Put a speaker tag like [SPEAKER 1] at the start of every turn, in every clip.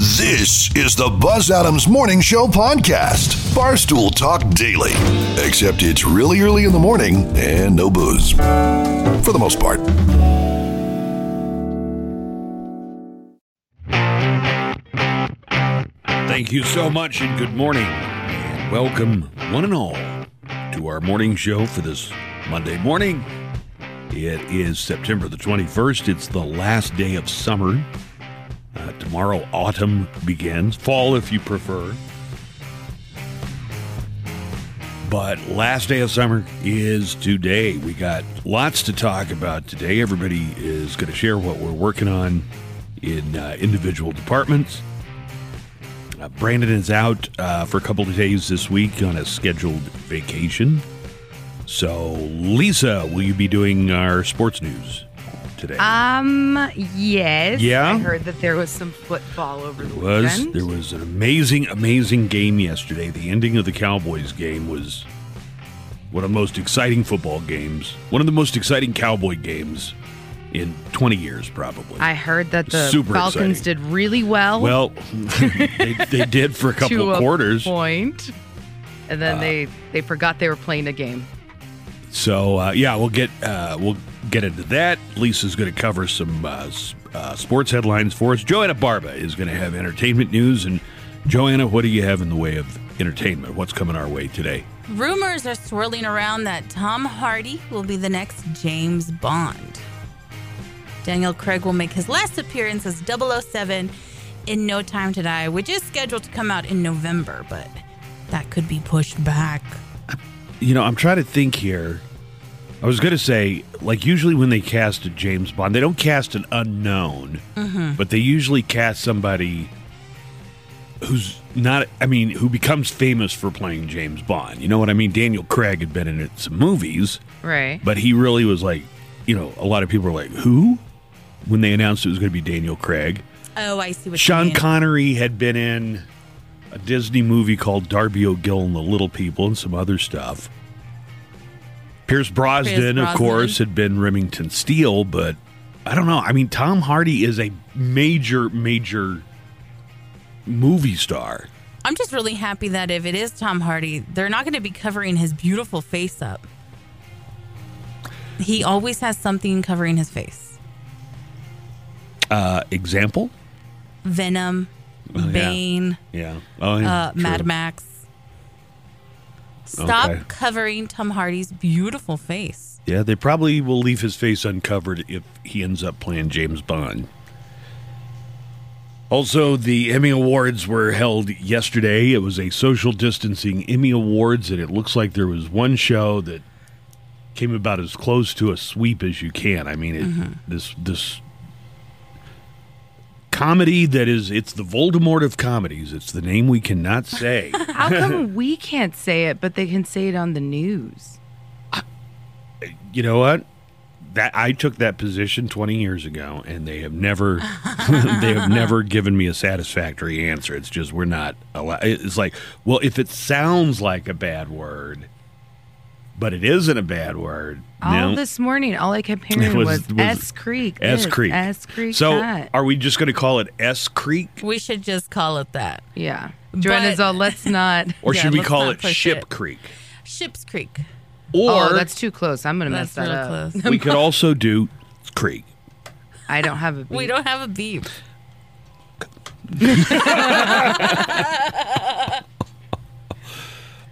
[SPEAKER 1] This is the Buzz Adams Morning Show podcast, Barstool Talk Daily. Except it's really early in the morning and no booze. For the most part.
[SPEAKER 2] Thank you so much and good morning. And welcome, one and all, to our morning show for this Monday morning. It is September the 21st. It's the last day of summer. Uh, tomorrow, autumn begins, fall if you prefer. But last day of summer is today. We got lots to talk about today. Everybody is going to share what we're working on in uh, individual departments. Uh, Brandon is out uh, for a couple of days this week on a scheduled vacation. So, Lisa, will you be doing our sports news today?
[SPEAKER 3] Um. Yes.
[SPEAKER 2] Yeah?
[SPEAKER 3] I heard that there was some football over the
[SPEAKER 2] was
[SPEAKER 3] weekend.
[SPEAKER 2] there was an amazing, amazing game yesterday. The ending of the Cowboys game was one of the most exciting football games, one of the most exciting Cowboy games in 20 years, probably.
[SPEAKER 3] I heard that the
[SPEAKER 2] Super
[SPEAKER 3] Falcons
[SPEAKER 2] exciting.
[SPEAKER 3] did really well.
[SPEAKER 2] well, they, they did for a couple
[SPEAKER 3] to a
[SPEAKER 2] quarters.
[SPEAKER 3] point, and then they they forgot they were playing a game.
[SPEAKER 2] So uh, yeah, we'll get uh, we'll get into that. Lisa's going to cover some uh, s- uh, sports headlines for us. Joanna Barba is going to have entertainment news. And Joanna, what do you have in the way of entertainment? What's coming our way today?
[SPEAKER 4] Rumors are swirling around that Tom Hardy will be the next James Bond. Daniel Craig will make his last appearance as 007 in No Time to Die, which is scheduled to come out in November, but that could be pushed back.
[SPEAKER 2] You know, I'm trying to think here. I was going to say, like usually when they cast a James Bond, they don't cast an unknown, but they usually cast somebody who's not. I mean, who becomes famous for playing James Bond. You know what I mean? Daniel Craig had been in some movies.
[SPEAKER 3] Right.
[SPEAKER 2] But he really was like, you know, a lot of people were like, who? When they announced it was going to be Daniel Craig.
[SPEAKER 4] Oh, I see what you
[SPEAKER 2] Sean
[SPEAKER 4] mean.
[SPEAKER 2] Connery had been in a Disney movie called Darby O'Gill and the Little People and some other stuff. Pierce Brosnan, of
[SPEAKER 4] Brosnan.
[SPEAKER 2] course, had been Remington Steele, but I don't know. I mean, Tom Hardy is a major, major movie star.
[SPEAKER 4] I'm just really happy that if it is Tom Hardy, they're not going to be covering his beautiful face up. He always has something covering his face.
[SPEAKER 2] Uh, example?
[SPEAKER 4] Venom,
[SPEAKER 2] Oh, yeah.
[SPEAKER 4] Bane.
[SPEAKER 2] Yeah. Oh, yeah,
[SPEAKER 4] uh, Mad
[SPEAKER 2] true.
[SPEAKER 4] Max. Stop
[SPEAKER 2] Okay.
[SPEAKER 4] covering Tom Hardy's beautiful face.
[SPEAKER 2] Yeah, they probably will leave his face uncovered if he ends up playing James Bond. Also, the Emmy Awards were held yesterday. It was a social distancing Emmy Awards, and it looks like there was one show that came about as close to a sweep as you can. I mean, it, this this comedy that is it's the Voldemort of comedies. It's the name we cannot say.
[SPEAKER 3] How come we can't say it, but they can say it on the news?
[SPEAKER 2] you know what? That I took that position 20 years ago, and they have never, they have never given me a satisfactory answer. It's just we're not allowed. It's like, well, if it sounds like a bad word, but it isn't a bad word.
[SPEAKER 3] All
[SPEAKER 2] no.
[SPEAKER 3] this morning, all I kept hearing
[SPEAKER 2] was-
[SPEAKER 3] was,
[SPEAKER 2] was
[SPEAKER 3] S Creek.
[SPEAKER 2] S
[SPEAKER 3] this,
[SPEAKER 2] Creek.
[SPEAKER 3] S Creek.
[SPEAKER 2] So,
[SPEAKER 3] that.
[SPEAKER 2] are we just going to call it S Creek,
[SPEAKER 4] We should just call it that.
[SPEAKER 3] yeah. Joanna's all. Let's not.
[SPEAKER 2] or
[SPEAKER 4] Yeah,
[SPEAKER 2] should we
[SPEAKER 4] let's
[SPEAKER 2] call
[SPEAKER 4] not
[SPEAKER 2] it
[SPEAKER 4] push
[SPEAKER 2] Ship
[SPEAKER 4] it.
[SPEAKER 2] Creek?
[SPEAKER 4] Ship's Creek.
[SPEAKER 2] Or
[SPEAKER 3] oh, that's too close. I'm gonna mess
[SPEAKER 4] That's
[SPEAKER 3] that
[SPEAKER 4] real
[SPEAKER 3] up.
[SPEAKER 4] close.
[SPEAKER 2] we could also do Creek.
[SPEAKER 3] I don't have a. Beat.
[SPEAKER 4] We don't have a beep.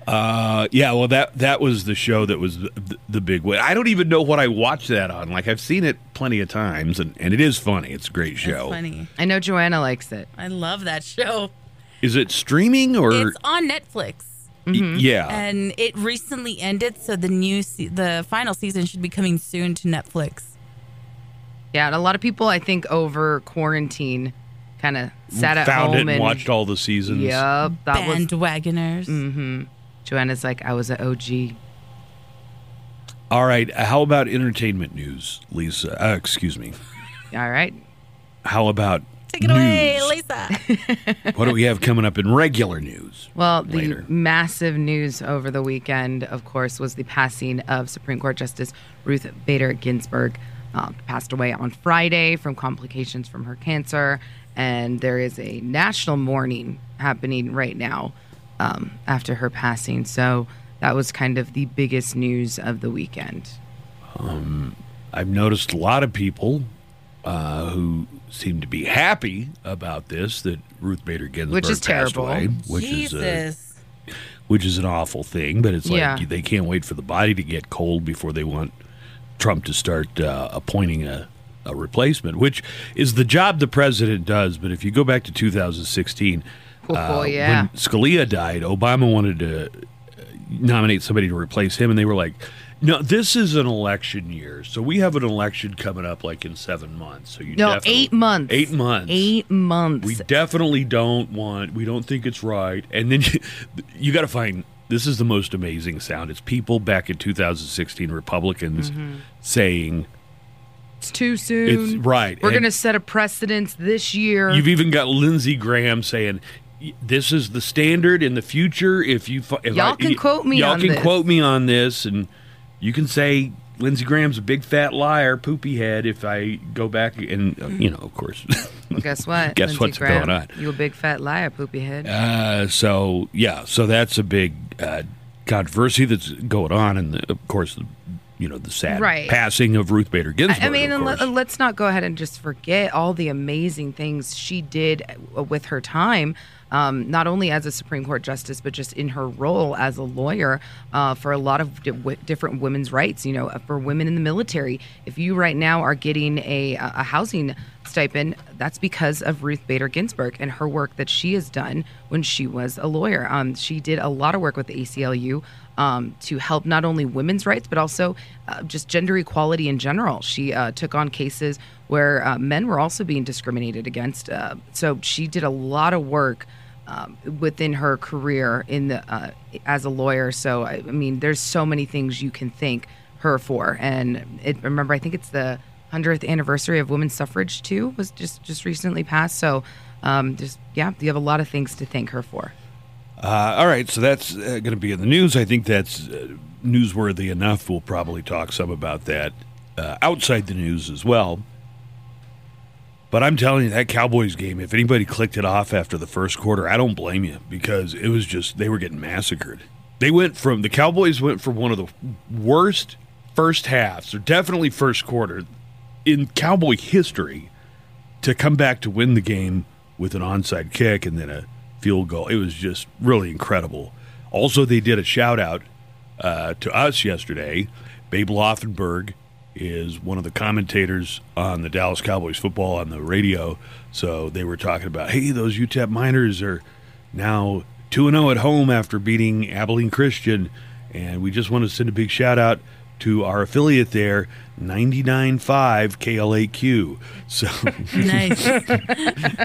[SPEAKER 2] Uh, yeah, well that that was the show that was the, the big one. I don't even know what I watched that on. Like I've seen it plenty of times, and, and it is funny. It's a great
[SPEAKER 4] It's
[SPEAKER 2] show.
[SPEAKER 4] funny.
[SPEAKER 3] I know Joanna likes it.
[SPEAKER 4] I love that show.
[SPEAKER 2] Is it streaming or
[SPEAKER 4] It's on Netflix,
[SPEAKER 2] Y-
[SPEAKER 3] mm-hmm. Uh,
[SPEAKER 2] yeah?
[SPEAKER 4] and it recently ended, so the new se- the final season should be coming soon to Netflix.
[SPEAKER 3] Yeah, and a lot of people I think over quarantine kind of sat at
[SPEAKER 2] Found
[SPEAKER 3] home
[SPEAKER 2] it and, watched all the seasons.
[SPEAKER 3] Yep, that was
[SPEAKER 4] Bandwagoners.
[SPEAKER 2] Mm.
[SPEAKER 3] Joanna's like I was an OG.
[SPEAKER 2] All right. How about entertainment news, Lisa? Uh, excuse me.
[SPEAKER 3] All right,
[SPEAKER 2] How about
[SPEAKER 4] Take it away,
[SPEAKER 2] news?
[SPEAKER 4] Lisa.
[SPEAKER 2] what do we have coming up in regular news?
[SPEAKER 3] Well, the
[SPEAKER 2] Later.
[SPEAKER 3] massive news over the weekend, of course, was the passing of Supreme Court Justice Ruth um, Bader Ginsburg, uh, passed away on Friday from complications from her cancer. and there is a national mourning happening right now um, after her passing. So that was kind of the biggest news of the weekend.
[SPEAKER 2] I've noticed a lot of people uh, who seem to be happy about this that Ruth Bader Ginsburg
[SPEAKER 3] Which is
[SPEAKER 2] passed
[SPEAKER 3] terrible.
[SPEAKER 2] away, which
[SPEAKER 4] Jesus.
[SPEAKER 2] is a, which is an awful thing. But it's like
[SPEAKER 3] Yeah.
[SPEAKER 2] they can't wait for the body to get cold before they want Trump to start uh, appointing a, a replacement, which is the job the president does. But if you go back to 2016,
[SPEAKER 3] Oh,
[SPEAKER 2] uh,
[SPEAKER 3] yeah.
[SPEAKER 2] when Scalia died, Obama wanted to uh, nominate somebody to replace him, and they were like, "No, this is an election year, so we have an election coming up like in seven months." So you
[SPEAKER 3] No,
[SPEAKER 2] definitely-
[SPEAKER 3] eight months.
[SPEAKER 2] eight months,
[SPEAKER 3] Eight months.
[SPEAKER 2] We definitely don't want. We don't think it's right. And then you, you got to find. This is the most amazing sound. It's people back in 2016, Republicans
[SPEAKER 3] Mm-hmm.
[SPEAKER 2] saying
[SPEAKER 3] it's too soon.
[SPEAKER 2] it's right.
[SPEAKER 3] We're
[SPEAKER 2] and-
[SPEAKER 3] going to set a precedence this year.
[SPEAKER 2] You've even got Lindsey Graham saying, "Y- "This is the standard in the future." If you fi- if
[SPEAKER 3] Y'all
[SPEAKER 2] I-
[SPEAKER 3] can quote me
[SPEAKER 2] y'all
[SPEAKER 3] on
[SPEAKER 2] can
[SPEAKER 3] this."
[SPEAKER 2] quote me on this, and you can say Lindsey Graham's a big fat liar, poopy head. If I go back and uh, you know, of course.
[SPEAKER 3] Well, guess what?
[SPEAKER 2] Guess
[SPEAKER 3] Lindsey
[SPEAKER 2] what's
[SPEAKER 3] Graham,
[SPEAKER 2] going on.
[SPEAKER 3] You a big fat liar, poopy head.
[SPEAKER 2] uh, so yeah, so that's a big uh, controversy that's going on, and the, of course, the, you know, the sad
[SPEAKER 3] Right.
[SPEAKER 2] passing of Ruth Bader Ginsburg.
[SPEAKER 3] I, I mean,
[SPEAKER 2] of
[SPEAKER 3] and
[SPEAKER 2] course.
[SPEAKER 3] let, and let's not go ahead and just forget all the amazing things she did uh, with her time, um, not only as a Supreme Court justice, but just in her role as a lawyer uh, for a lot of di- w- different women's rights. You know, uh, for women in the military, if you right now are getting a, a housing stipend, that's because of Ruth Bader Ginsburg and her work that she has done when she was a lawyer. Um, she did a lot of work with the ACLU um, to help not only women's rights but also uh, just gender equality in general. She uh, took on cases where uh, men were also being discriminated against. Uh, so she did a lot of work um, within her career in the uh, as a lawyer. So I, I mean, there's so many things you can thank her for. And it, remember, I think it's the hundredth anniversary of women's suffrage too was just just recently passed. So um, just yeah, you have a lot of things to thank her for.
[SPEAKER 2] Uh, all right, so that's uh, going to be in the news. I think that's uh, newsworthy enough. We'll probably talk some about that uh, outside the news as well. But I'm telling you, that Cowboys game, if anybody clicked it off after the first quarter, I don't blame you because it was just, they were getting massacred. They went from, the Cowboys went from one of the worst first halves, or definitely first quarter in Cowboy history, to come back to win the game with an onside kick and then a field goal. It was just really incredible. Also, they did a shout out uh, to us yesterday. Babe Loffenberg is one of the commentators on the Dallas Cowboys football on the radio. So they were talking about, hey, those UTEP Miners are now 2 0 at home after beating Abilene Christian. And we just want to send a big shout out to our affiliate there, 99.5 KLAQ. So.
[SPEAKER 4] Nice.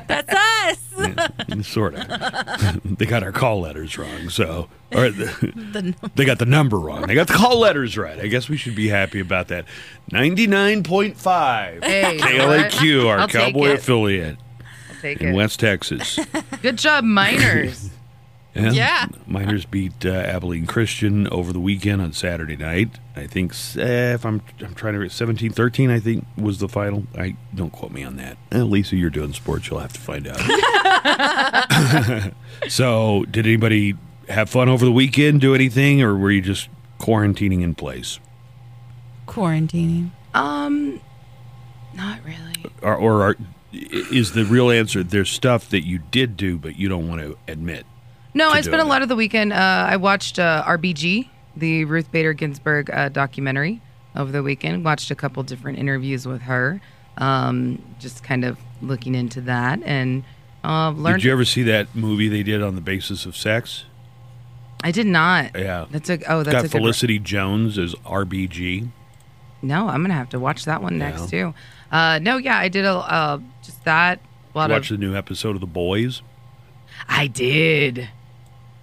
[SPEAKER 4] That's us.
[SPEAKER 2] sort of. they got our call letters wrong, so or the,
[SPEAKER 4] The n-
[SPEAKER 2] they got the number wrong. They got the call letters right. I guess we should be happy about that. Ninety nine point five
[SPEAKER 3] Hey, you know what?
[SPEAKER 2] KLAQ, our
[SPEAKER 3] I'll take
[SPEAKER 2] cowboy
[SPEAKER 3] it.
[SPEAKER 2] affiliate
[SPEAKER 3] I'll take
[SPEAKER 2] in
[SPEAKER 3] it.
[SPEAKER 2] West Texas.
[SPEAKER 3] Good job, miners.
[SPEAKER 2] And
[SPEAKER 4] Yeah.
[SPEAKER 2] Miners beat uh, Abilene Christian over the weekend on Saturday night. I think s- eh, if I'm I'm trying to re- 17-13 I think was the final. I don't quote me on that. Eh, Lisa, you're doing sports. You'll have to find out. so, did anybody have fun over the weekend? Do anything, or were you just quarantining in place,
[SPEAKER 4] Quarantining.
[SPEAKER 3] um, not really.
[SPEAKER 2] or, or are, is the real answer there's stuff that you did do but you don't want to admit?
[SPEAKER 3] No,
[SPEAKER 2] to
[SPEAKER 3] I
[SPEAKER 2] doing
[SPEAKER 3] spent a lot of the weekend. Uh, I watched uh, RBG, the Ruth Bader Ginsburg uh, documentary, over the weekend. Watched a couple different interviews with her, um, just kind of looking into that and uh, learned.
[SPEAKER 2] Did you ever see that movie they did on the basis of sex?
[SPEAKER 3] I did not.
[SPEAKER 2] Yeah.
[SPEAKER 3] that's a oh, that's a
[SPEAKER 2] got
[SPEAKER 3] good.
[SPEAKER 2] Felicity Jones as RBG.
[SPEAKER 3] No, I'm gonna have to watch that one
[SPEAKER 2] No.
[SPEAKER 3] next too. Uh, no, yeah, I did a uh, just that. A lot
[SPEAKER 2] Watch
[SPEAKER 3] of
[SPEAKER 2] the new episode of The Boys.
[SPEAKER 3] I did.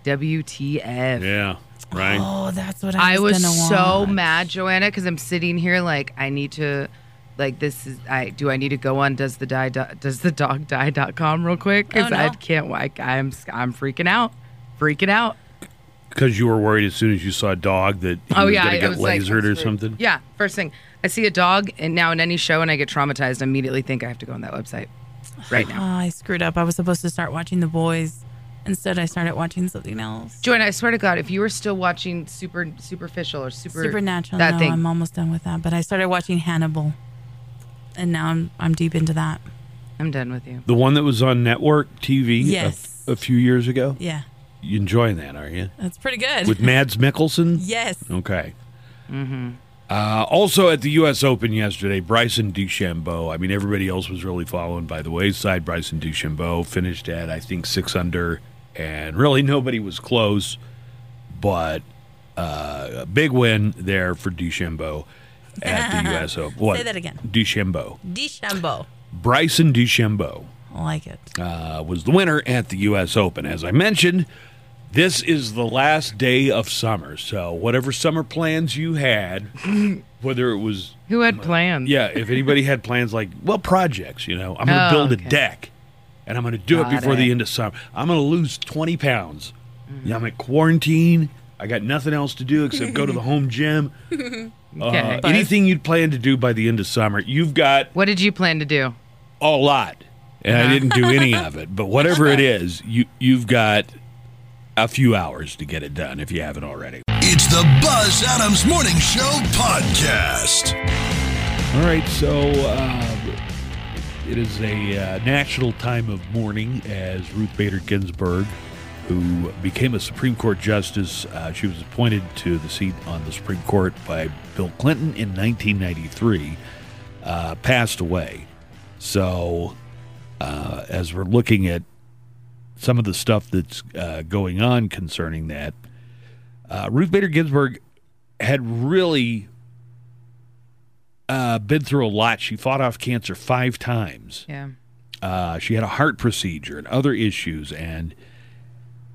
[SPEAKER 3] WTF.
[SPEAKER 2] Yeah, right.
[SPEAKER 4] Oh, that's what I
[SPEAKER 3] I
[SPEAKER 4] was,
[SPEAKER 3] was
[SPEAKER 4] gonna
[SPEAKER 3] so
[SPEAKER 4] watch.
[SPEAKER 3] mad, Joanna, because I'm sitting here like I need to, like this is I do I need to go on does the die do, does the dog die dot com real quick because
[SPEAKER 4] Oh,
[SPEAKER 3] I
[SPEAKER 4] no.
[SPEAKER 3] can't like I'm I'm freaking out, freaking out.
[SPEAKER 2] Because you were worried as soon as you saw a dog that he
[SPEAKER 3] oh
[SPEAKER 2] was
[SPEAKER 3] yeah,
[SPEAKER 2] going to
[SPEAKER 3] I- I
[SPEAKER 2] get
[SPEAKER 3] was like,
[SPEAKER 2] lasered or
[SPEAKER 3] that's rude.
[SPEAKER 2] something.
[SPEAKER 3] Yeah, first thing I see a dog and now in any show and I get traumatized, I immediately think I have to go on that website. right now.
[SPEAKER 4] Oh, I screwed up. I was supposed to start watching The Boys. Instead, I started watching something else.
[SPEAKER 3] Joanna, I swear to God, if you were still watching super superficial or super
[SPEAKER 4] Supernatural.
[SPEAKER 3] that
[SPEAKER 4] no,
[SPEAKER 3] thing,
[SPEAKER 4] I'm almost done with that. But I started watching Hannibal, and now I'm I'm deep into that.
[SPEAKER 3] I'm done with you.
[SPEAKER 2] The one that was on network TV a-
[SPEAKER 4] Yes.
[SPEAKER 2] a, few years ago.
[SPEAKER 4] Yeah,
[SPEAKER 2] You enjoying that, are you?
[SPEAKER 4] that's pretty good.
[SPEAKER 2] With Mads Mikkelsen?
[SPEAKER 4] yes.
[SPEAKER 2] Okay.
[SPEAKER 4] Mm-hmm.
[SPEAKER 2] Uh, also at the U.S. Open yesterday, Bryson DeChambeau. I mean, everybody else was really following by the wayside. Bryson DeChambeau finished at I think six under, and really nobody was close. But uh, a big win there for DeChambeau at the U.S. Open. What?
[SPEAKER 4] that again.
[SPEAKER 2] DeChambeau.
[SPEAKER 4] DeChambeau.
[SPEAKER 2] Bryson DeChambeau
[SPEAKER 4] I like it.
[SPEAKER 2] uh, was the winner at the U.S. Open. As I mentioned, this is the last day of summer. So, whatever summer plans you had, whether it was,
[SPEAKER 3] Who had plans?
[SPEAKER 2] yeah, if anybody had plans like, well, projects, you know, I'm going to
[SPEAKER 3] Oh,
[SPEAKER 2] build
[SPEAKER 3] okay.
[SPEAKER 2] a deck and I'm going to do
[SPEAKER 3] Got
[SPEAKER 2] it before
[SPEAKER 3] it. Mm-hmm.
[SPEAKER 2] the end of summer. I'm going to lose 20 pounds. Yeah, I'm at quarantine. I got nothing else to do except go to the home gym. Uh,
[SPEAKER 3] Okay.
[SPEAKER 2] anything you'd plan to do by the end of summer, you've got
[SPEAKER 3] What did you plan to do?
[SPEAKER 2] a lot, and I didn't do any of it. But whatever it is, you you've got a few hours to get it done if you haven't already.
[SPEAKER 1] It's the Buzz Adams Morning Show podcast.
[SPEAKER 2] All right, so uh, it is a uh, national time of mourning as Ruth Bader Ginsburg, who became a Supreme Court justice, uh, she was appointed to the seat on the Supreme Court by Bill Clinton in 1993, uh, passed away. So, uh, as we're looking at some of the stuff that's uh, going on concerning that, uh, Ruth Bader Ginsburg had really uh, been through a lot. She fought off cancer five times.
[SPEAKER 3] Yeah.
[SPEAKER 2] Uh, she had a heart procedure and other issues. And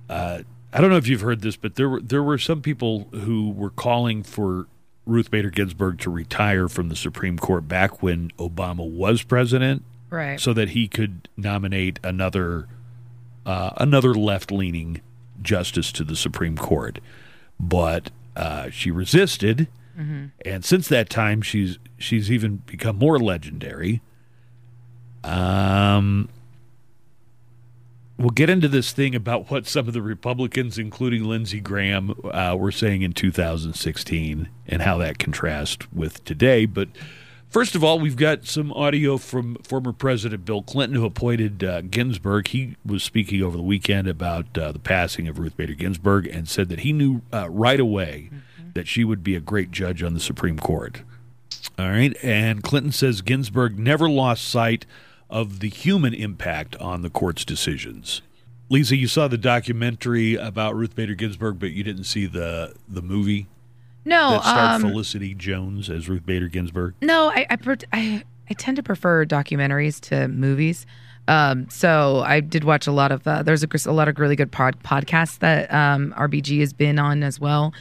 [SPEAKER 2] uh, I don't know if you've heard this, but there were there were some people who were calling for Ruth Bader Ginsburg to retire from the Supreme Court back when Obama was president,
[SPEAKER 3] Right.
[SPEAKER 2] so that he could nominate another uh, another left leaning justice to the Supreme Court. But uh, she resisted, and since that time, she's she's even become more legendary. Um, we'll get into this thing about what some of the Republicans, including Lindsey Graham, uh, were saying in 2016 and how that contrasts with today. But first of all, we've got some audio from former President Bill Clinton, who appointed uh, Ginsburg. He was speaking over the weekend about uh, the passing of Ruth Bader Ginsburg and said that he knew uh, right away that she would be a great judge on the Supreme Court. All right. And Clinton says Ginsburg never lost sight of the human impact on the court's decisions. Lisa, you saw the documentary about Ruth Bader Ginsburg, but you didn't see the the movie
[SPEAKER 3] no.
[SPEAKER 2] that starred
[SPEAKER 3] um,
[SPEAKER 2] Felicity Jones as Ruth Bader Ginsburg.
[SPEAKER 3] No, I I, pre- I I tend to prefer documentaries to movies. Um, so I did watch a lot of uh, there's a, gr- a lot of really good pod- podcasts that um, RBG has been on as well.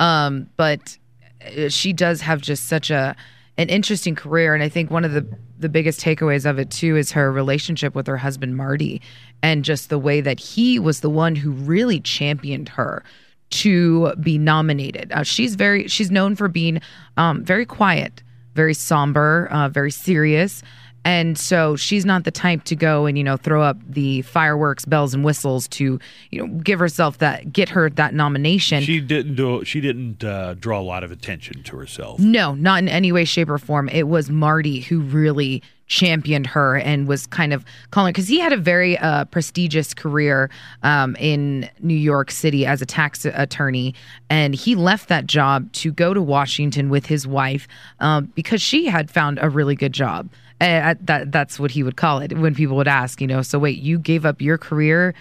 [SPEAKER 3] Um, but uh, she does have just such a an interesting career, and I think one of the the biggest takeaways of it too is her relationship with her husband Marty, and just the way that he was the one who really championed her to be nominated. Uh, she's very she's known for being um, very quiet, very somber, uh, very serious. And so she's not the type to go and you know throw up the fireworks, bells and whistles to you know give herself that get her that nomination.
[SPEAKER 2] She didn't do, she didn't uh, draw a lot of attention to herself.
[SPEAKER 3] No, not in any way, shape, or form. It was Marty who really championed her and was kind of calling because he had a very uh, prestigious career um, in New York City as a tax attorney, and he left that job to go to Washington with his wife um, because she had found a really good job. And I- that that's what he would call it when people would ask, you know. So wait, you gave up your career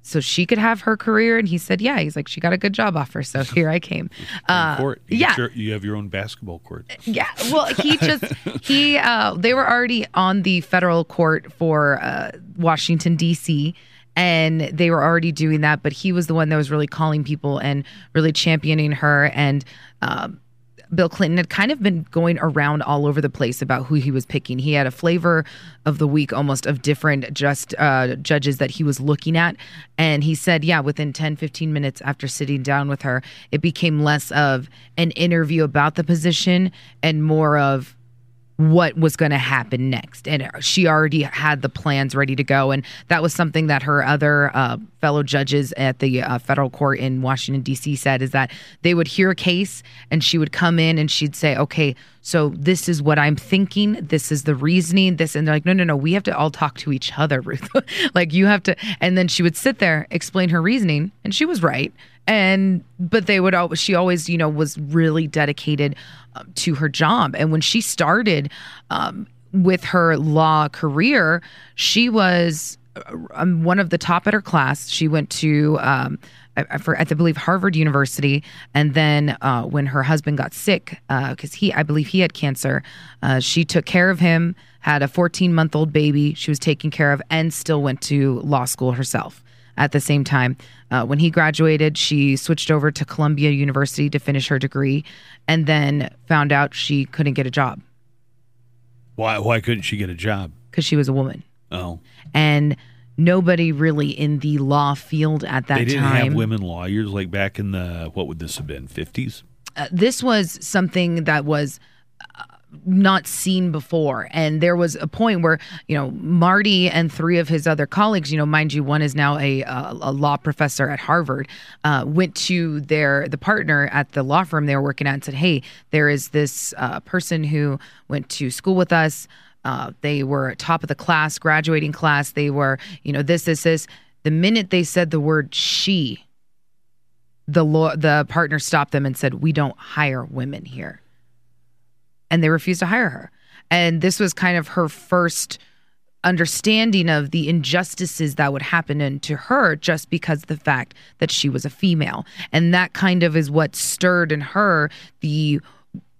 [SPEAKER 3] so she could have her career? And he said, yeah. He's like, she got a good job offer, so here I came. Uh,
[SPEAKER 2] court. You get
[SPEAKER 3] yeah.
[SPEAKER 2] your- you have your own basketball court.
[SPEAKER 3] yeah. Well, he just he uh they were already on the federal court for uh Washington DC and they were already doing that, but he was the one that was really calling people and really championing her and um Bill Clinton had kind of been going around all over the place about who he was picking. He had a flavor of the week almost of different just uh, judges that he was looking at. And he said, yeah, within 10, 15 minutes after sitting down with her, it became less of an interview about the position and more of what was going to happen next. And she already had the plans ready to go. And that was something that her other uh, fellow judges at the uh, federal court in Washington, D.C. said is that they would hear a case and she would come in and she'd say, okay, so this is what I'm thinking. This is the reasoning. This, and they're like, no, no, no, we have to all talk to each other, Ruth. like you have to. And then she would sit there, explain her reasoning, and she was right and but they would always she always you know was really dedicated uh, to her job and when she started um, with her law career she was um, one of the top at her class she went to um, I, I, for, I believe Harvard University, and then uh, when her husband got sick, because uh, he, I believe he had cancer, uh, she took care of him. Had a 14 month old baby she was taking care of, and still went to law school herself at the same time. Uh, when he graduated, she switched over to Columbia University to finish her degree and then found out she couldn't get a job
[SPEAKER 2] Why? Why couldn't she get a job?
[SPEAKER 3] because she was a woman.
[SPEAKER 2] Oh,
[SPEAKER 3] And nobody really in the law field at that
[SPEAKER 2] they didn't
[SPEAKER 3] time.
[SPEAKER 2] have women lawyers like back in the what would this have been fifties?
[SPEAKER 3] uh, this was something that was uh, not seen before and there was a point where you know marty and three of his other colleagues you know mind you one is now a, uh, a law professor at harvard uh, went to their the partner at the law firm they were working at and said hey there is this uh, person who went to school with us uh, they were top of the class graduating class they were you know this this this the minute they said the word she the law the partner stopped them and said we don't hire women here and they refused to hire her and this was kind of her first understanding of the injustices that would happen in, to her just because of the fact that she was a female and that kind of is what stirred in her the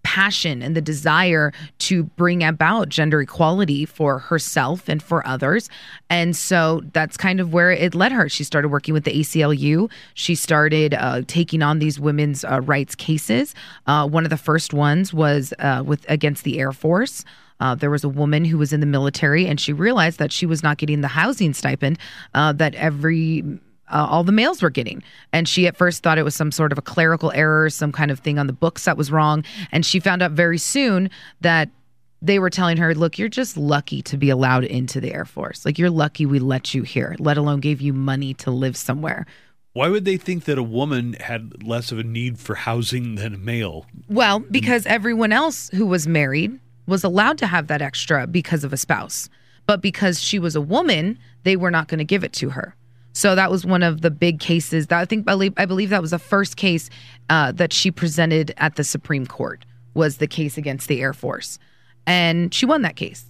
[SPEAKER 3] passion and the desire to bring about gender equality for herself and for others. And so that's kind of where it led her. She started working with the ACLU. She started uh, taking on these women's uh, rights cases. Uh, one of the first ones was uh, with against the Air Force. Uh, there was a woman who was in the military, and she realized that she was not getting the housing stipend uh, that every uh, all the males were getting. And she at first thought it was some sort of a clerical error, some kind of thing on the books that was wrong. And she found out very soon that they were telling her, look, you're just lucky to be allowed into the Air Force. Like, you're lucky we let you here, let alone gave you money to live somewhere.
[SPEAKER 2] Why would they think that a woman had less of a need for housing than a male?
[SPEAKER 3] Well, because everyone else who was married was allowed to have that extra because of a spouse. But because she was a woman, they were not going to give it to her. So that was one of the big cases that I think I believe, I believe that was the first case uh, that she presented at the Supreme Court was the case against the Air Force, and she won that case.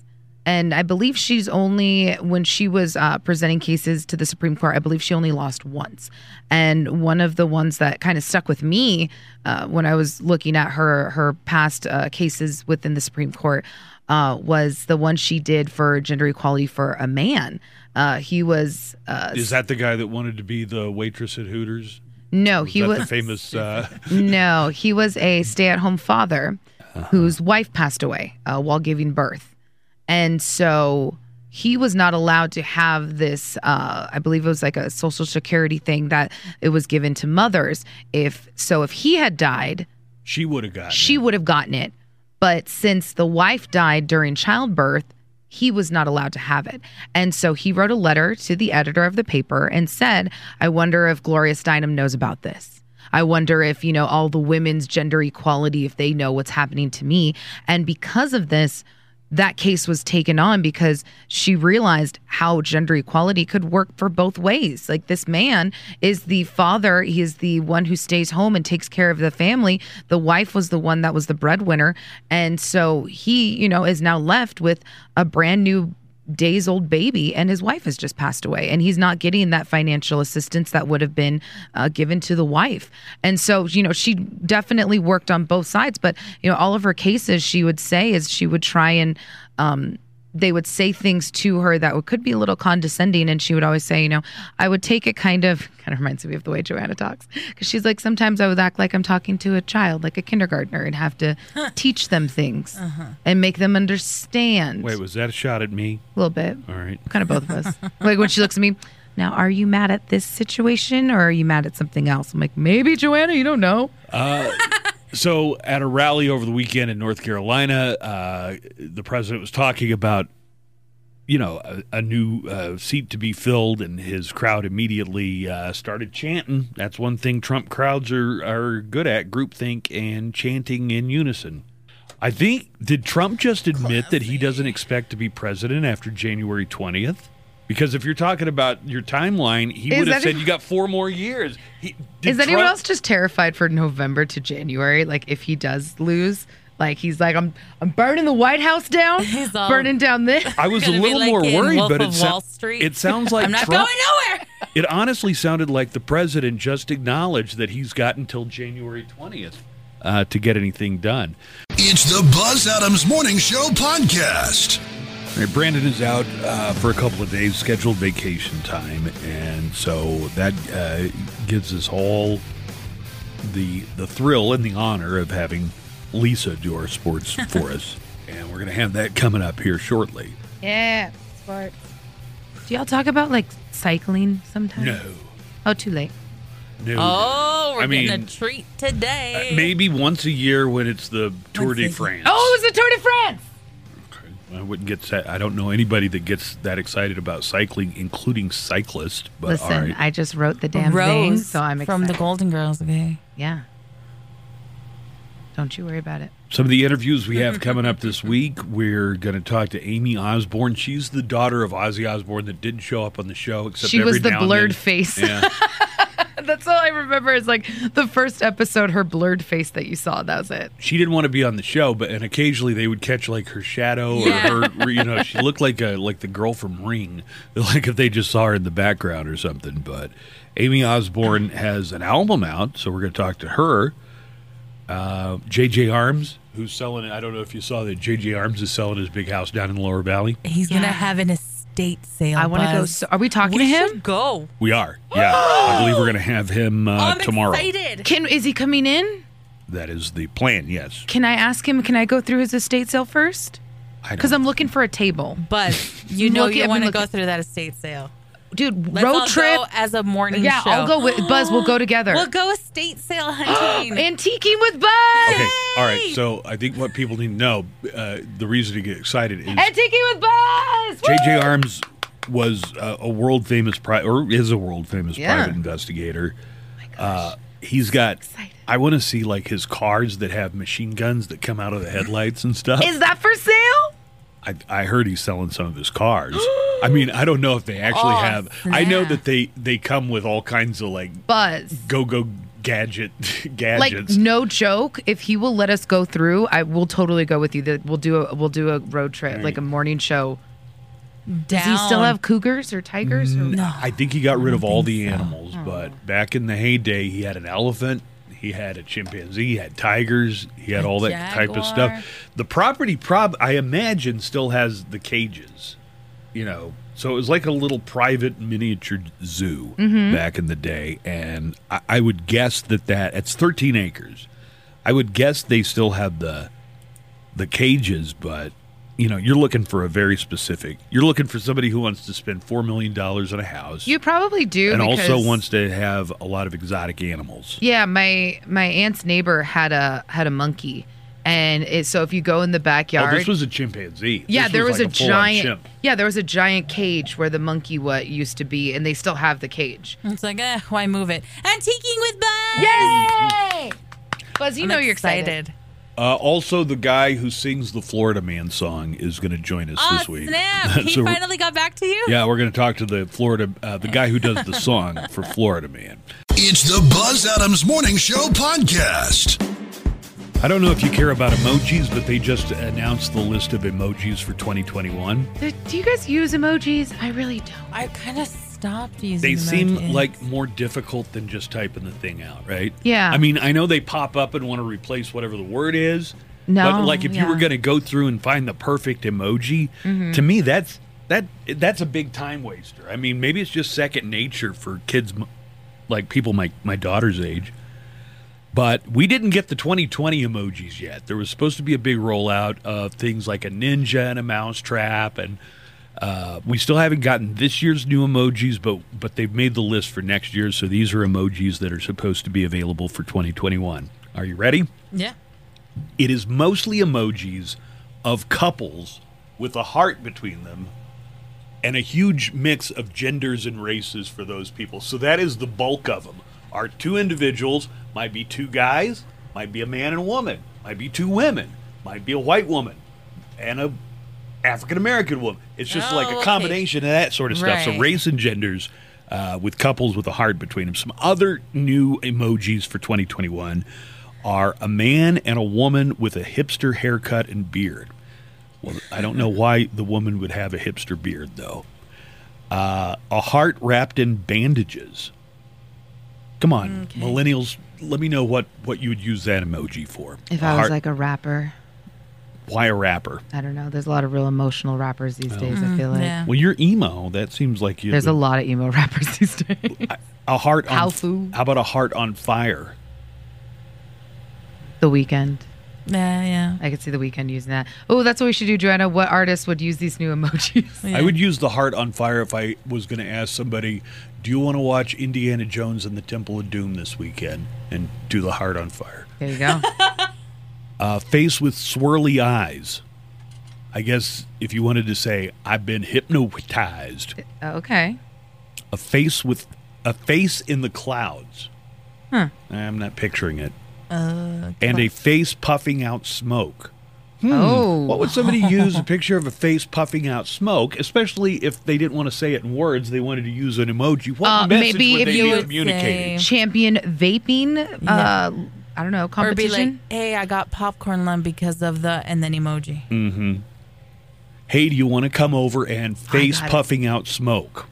[SPEAKER 3] And I believe she's only when she was uh, presenting cases to the Supreme Court. I believe she only lost once, and one of the ones that kind of stuck with me uh, when I was looking at her her past uh, cases within the Supreme Court uh, was the one she did for gender equality for a man. Uh, he was uh,
[SPEAKER 2] Is that the guy that wanted to be the waitress at Hooters?
[SPEAKER 3] no,
[SPEAKER 2] Was
[SPEAKER 3] he
[SPEAKER 2] that
[SPEAKER 3] was
[SPEAKER 2] the famous. Uh,
[SPEAKER 3] no, he was a stay at home father whose wife passed away uh, while giving birth. And so he was not allowed to have this, uh, I believe it was like a social security thing that it was given to mothers. If so, if he had died,
[SPEAKER 2] she would have gotten.
[SPEAKER 3] she
[SPEAKER 2] it.
[SPEAKER 3] would have gotten it. But since the wife died during childbirth, he was not allowed to have it. And so he wrote a letter to the editor of the paper and said, I wonder if Gloria Steinem knows about this. I wonder if, you know, all the women's gender equality, if they know what's happening to me. And because of this, that case was taken on because she realized how gender equality could work for both ways. Like this man is the father, he is the one who stays home and takes care of the family. The wife was the one that was the breadwinner. And so he, you know, is now left with a brand new days old baby and his wife has just passed away and he's not getting that financial assistance that would have been uh, given to the wife and so you know she definitely worked on both sides but you know all of her cases she would say is she would try and um, they would say things to her that would, could be a little condescending and she would always say you know i would take it kind of kind of reminds me of the way joanna talks because she's like sometimes i would act like i'm talking to a child like a kindergartner and have to teach them things and make them understand
[SPEAKER 2] Wait, was that a shot at me?
[SPEAKER 3] a little bit
[SPEAKER 2] All right.
[SPEAKER 3] kind of both of us. like when she looks at me, now are you mad at this situation or are you mad at something else? I'm like, maybe Joanna, you don't know.
[SPEAKER 2] So, at a rally over the weekend in North Carolina, uh, the president was talking about, you know, a, a new uh, seat to be filled, and his crowd immediately uh, started chanting. That's one thing Trump crowds are are good at: groupthink and chanting in unison. I think did Trump just admit that he doesn't expect to be president after January twentieth? Because if you're talking about your timeline, he
[SPEAKER 3] Is
[SPEAKER 2] would have
[SPEAKER 3] that
[SPEAKER 2] said
[SPEAKER 3] if-
[SPEAKER 2] you got four more years. He, did
[SPEAKER 3] Is anyone
[SPEAKER 2] Trump-
[SPEAKER 3] else just terrified for November to January? Like if he does lose, like he's like, I'm I'm burning the White House down,
[SPEAKER 4] He's all-
[SPEAKER 3] burning down this.
[SPEAKER 2] I was a
[SPEAKER 4] Gonna be
[SPEAKER 2] little
[SPEAKER 4] like
[SPEAKER 2] more
[SPEAKER 4] in
[SPEAKER 2] worried,
[SPEAKER 4] Wolf
[SPEAKER 2] but
[SPEAKER 4] of
[SPEAKER 2] it, sou-
[SPEAKER 4] Wall Street.
[SPEAKER 2] it sounds like
[SPEAKER 4] I'm not
[SPEAKER 2] Trump. Oh,
[SPEAKER 4] going nowhere.
[SPEAKER 2] It honestly sounded like the president just acknowledged that he's got until January 20th uh, to get anything done.
[SPEAKER 1] It's the Buzz Adams Morning Show podcast.
[SPEAKER 2] All right, Brandon is out uh, for a couple of days, scheduled vacation time, and so that uh, gives us all the the thrill and the honor of having Lisa do our sports for us, and we're going to have that coming up here shortly.
[SPEAKER 3] Yeah, sports. Do y'all talk about like cycling sometimes?
[SPEAKER 2] No,
[SPEAKER 3] Oh, too late.
[SPEAKER 2] no.
[SPEAKER 4] Oh, we're
[SPEAKER 2] I
[SPEAKER 4] getting
[SPEAKER 2] mean,
[SPEAKER 4] a treat today.
[SPEAKER 2] Uh, maybe once a year when it's the Tour
[SPEAKER 4] Once a
[SPEAKER 2] de
[SPEAKER 4] year.
[SPEAKER 2] France.
[SPEAKER 3] Oh, it was the Tour de France.
[SPEAKER 2] I wouldn't get that. I don't know anybody that gets that excited about cycling, including cyclists. But all
[SPEAKER 3] Listen,
[SPEAKER 2] right.
[SPEAKER 3] I just wrote the damn thing,
[SPEAKER 4] Rose
[SPEAKER 3] so I'm excited.
[SPEAKER 4] from the Golden Girls. Okay.
[SPEAKER 3] yeah. Don't you worry about it.
[SPEAKER 2] some of the interviews we have coming up this week, we're going to talk to Amy Osborne. She's the daughter of Ozzy Osborne that didn't show up on the show, except
[SPEAKER 3] She was
[SPEAKER 2] every
[SPEAKER 3] the
[SPEAKER 2] now and
[SPEAKER 3] blurred
[SPEAKER 2] then.
[SPEAKER 3] face.
[SPEAKER 2] Yeah.
[SPEAKER 3] That's all I remember is like the first episode, her blurred face that you saw. That was it.
[SPEAKER 2] she didn't want to be on the show, but and occasionally they would catch like her shadow or
[SPEAKER 4] Yeah.
[SPEAKER 2] her, you know, she looked like a like the girl from Ring, like if they just saw her in the background or something. But Amy Osborne has an album out, so we're going to talk to her. Uh, JJ Arms, who's selling it? I don't know if you saw that JJ Arms is selling his big house down in the Lower Valley.
[SPEAKER 4] He's
[SPEAKER 3] Yeah.
[SPEAKER 4] gonna have an estate sale.
[SPEAKER 3] I want to go.
[SPEAKER 4] Buzz.
[SPEAKER 3] So, are we talking
[SPEAKER 4] we
[SPEAKER 3] to him?
[SPEAKER 4] should go.
[SPEAKER 2] We are, yeah. I believe we're going to have him uh,
[SPEAKER 4] I'm
[SPEAKER 2] tomorrow.
[SPEAKER 4] excited.
[SPEAKER 3] Can is he coming in?
[SPEAKER 2] That is the plan. Yes,
[SPEAKER 3] Can I ask him? Can I go through his estate sale first?
[SPEAKER 2] I don't-
[SPEAKER 3] Because I'm looking for a table,
[SPEAKER 4] But you know
[SPEAKER 3] Look,
[SPEAKER 4] you
[SPEAKER 3] I've
[SPEAKER 4] want to
[SPEAKER 3] been
[SPEAKER 4] go
[SPEAKER 3] looking-
[SPEAKER 4] through that estate sale.
[SPEAKER 3] dude.
[SPEAKER 4] Let's all
[SPEAKER 3] road
[SPEAKER 4] go
[SPEAKER 3] trip.
[SPEAKER 4] as a morning
[SPEAKER 3] yeah,
[SPEAKER 4] show.
[SPEAKER 3] I'll go with Buzz. We'll go together.
[SPEAKER 4] We'll go estate sale hunting.
[SPEAKER 3] Antiquing with Buzz.
[SPEAKER 2] Okay. All right. So I think what people need to know, uh, the reason to get excited is
[SPEAKER 3] Antiquing with Buzz. Woo!
[SPEAKER 2] JJ Arms was uh, a world famous pri- or is a world famous
[SPEAKER 3] Yeah.
[SPEAKER 2] private investigator. Uh, he's got.
[SPEAKER 3] excited.
[SPEAKER 2] I want to see like his cars that have machine guns that come out of the headlights and stuff.
[SPEAKER 3] Is that for sale?
[SPEAKER 2] I, I heard he's selling some of his cars. I mean, I don't know if they actually
[SPEAKER 4] Oh,
[SPEAKER 2] have. I know
[SPEAKER 4] snap.
[SPEAKER 2] that they they come with all kinds of like
[SPEAKER 3] Buzz.
[SPEAKER 2] go go gadget
[SPEAKER 3] Like
[SPEAKER 2] gadgets.
[SPEAKER 3] no joke. If he will let us go through, I will totally go with you. That we'll do a we'll do a road trip, like a morning show. Does he still
[SPEAKER 4] Down.
[SPEAKER 3] have cougars or tigers? Or?
[SPEAKER 4] No.
[SPEAKER 2] I think he got rid of all the animals, but back in the heyday, he had an elephant, he had a chimpanzee, he had tigers, he had all that type of
[SPEAKER 4] jaguar.
[SPEAKER 2] stuff. The property, prob I imagine, still has the cages, you know. So it was like a little private miniature zoo back in the day, and I, I would guess that that it's 13 acres. I would guess they still have the the cages, but you know, you're looking for a very specific. You're looking for somebody who wants to spend four million dollars on a house,
[SPEAKER 3] You probably do.
[SPEAKER 2] and also
[SPEAKER 3] because-
[SPEAKER 2] wants to have a lot of exotic animals.
[SPEAKER 3] Yeah, my my aunt's neighbor had a had a monkey, and it, so if you go in the backyard,
[SPEAKER 2] Oh, this was a chimpanzee.
[SPEAKER 3] yeah,
[SPEAKER 2] This
[SPEAKER 3] there was,
[SPEAKER 2] like
[SPEAKER 3] a
[SPEAKER 2] full-on
[SPEAKER 3] giant
[SPEAKER 2] chimp.
[SPEAKER 3] yeah, there was a giant cage where the monkey what used to be, and they still have the cage.
[SPEAKER 4] It's like, eh, why move it? Antiquing with Buzz.
[SPEAKER 3] Yay! Buzz, you
[SPEAKER 4] I'm
[SPEAKER 3] know you're excited.
[SPEAKER 4] excited.
[SPEAKER 2] Uh, also, the guy who sings the Florida Man song is going to join us
[SPEAKER 4] Oh
[SPEAKER 2] this week.
[SPEAKER 4] snap! He
[SPEAKER 2] So we're-
[SPEAKER 4] finally got back to you.
[SPEAKER 2] yeah, we're going to talk to the Florida, uh, the guy who does the song for Florida Man.
[SPEAKER 1] It's the Buzz Adams Morning Show podcast.
[SPEAKER 2] I don't know if you care about emojis, but they just announced the list of emojis for 2021.
[SPEAKER 3] Do- Do you guys use emojis? I really don't.
[SPEAKER 4] I kind of stopped using.
[SPEAKER 2] they seem
[SPEAKER 4] emojis.
[SPEAKER 2] like more difficult than just typing the thing out, right?
[SPEAKER 3] Yeah.
[SPEAKER 2] I mean, I know they pop up and want to replace whatever the word is.
[SPEAKER 3] No,
[SPEAKER 2] But like if you were
[SPEAKER 3] yeah. Mm-hmm.
[SPEAKER 2] going to go through and find the perfect emoji, to me that's that that's a big time waster. I mean, maybe it's just second nature for kids m- like people my my daughter's age. But we didn't get the 2020 emojis yet. There was supposed to be a big rollout of things like a ninja and a mousetrap, and uh, we still haven't gotten this year's new emojis. But but they've made the list for next year, so these are emojis that are supposed to be available for 2021. Are you ready?
[SPEAKER 4] Yeah.
[SPEAKER 2] It is mostly emojis of couples with a heart between them and a huge mix of genders and races for those people. So that is the bulk of them. Are two individuals, might be two guys, might be a man and a woman, might be two women, might be a white woman and a African American woman. It's just
[SPEAKER 4] Oh,
[SPEAKER 2] like a
[SPEAKER 4] okay.
[SPEAKER 2] combination of that sort of stuff. So
[SPEAKER 4] Right.
[SPEAKER 2] race and genders uh, with couples with a heart between them. Some other new emojis for 2021 are a man and a woman with a hipster haircut and beard. Well, I don't know why the woman would have a hipster beard, though. Uh, a heart wrapped in bandages. Come on, millennials, let me know what, what you would use that emoji for.
[SPEAKER 3] If
[SPEAKER 2] A
[SPEAKER 3] I was
[SPEAKER 2] heart-
[SPEAKER 3] like a rapper,
[SPEAKER 2] why a rapper?
[SPEAKER 3] I don't know. There's a lot of real emotional rappers these
[SPEAKER 2] Oh.
[SPEAKER 3] days. I feel like
[SPEAKER 4] Mm, yeah.
[SPEAKER 2] Well, you're emo. That seems like you.
[SPEAKER 3] there's a lot of emo rappers these days.
[SPEAKER 2] a heart. On,
[SPEAKER 3] Howfu.
[SPEAKER 2] How about a heart on fire?
[SPEAKER 3] the weekend.
[SPEAKER 4] Yeah, yeah.
[SPEAKER 3] I could see the weekend using that. Oh, that's what we should do, Joanna. What artists would use these new emojis?
[SPEAKER 2] I would use the heart on fire if I was going to ask somebody, "Do you want to watch Indiana Jones and the Temple of Doom this weekend?" and do the heart on fire.
[SPEAKER 3] There you go.
[SPEAKER 2] A face with swirly eyes. I guess if you wanted to say, "I've been hypnotized,"
[SPEAKER 3] okay.
[SPEAKER 2] a face with a face in the clouds. I'm not picturing it. and a face puffing out smoke.
[SPEAKER 3] Oh,
[SPEAKER 2] Hmm. What would somebody use a picture of a face puffing out smoke, especially if they didn't want to say it in words, they wanted to use an emoji? What
[SPEAKER 3] Uh,
[SPEAKER 2] message
[SPEAKER 3] maybe
[SPEAKER 2] would
[SPEAKER 3] if
[SPEAKER 2] they
[SPEAKER 3] you
[SPEAKER 2] be
[SPEAKER 3] would
[SPEAKER 2] communicating?
[SPEAKER 4] say-
[SPEAKER 3] champion vaping? Uh, I don't know
[SPEAKER 4] Or be
[SPEAKER 3] competition.
[SPEAKER 4] like, hey, I got popcorn lung because of the, and then emoji.
[SPEAKER 2] Hey, do you want to come over and face
[SPEAKER 3] got it.
[SPEAKER 2] puffing out smoke?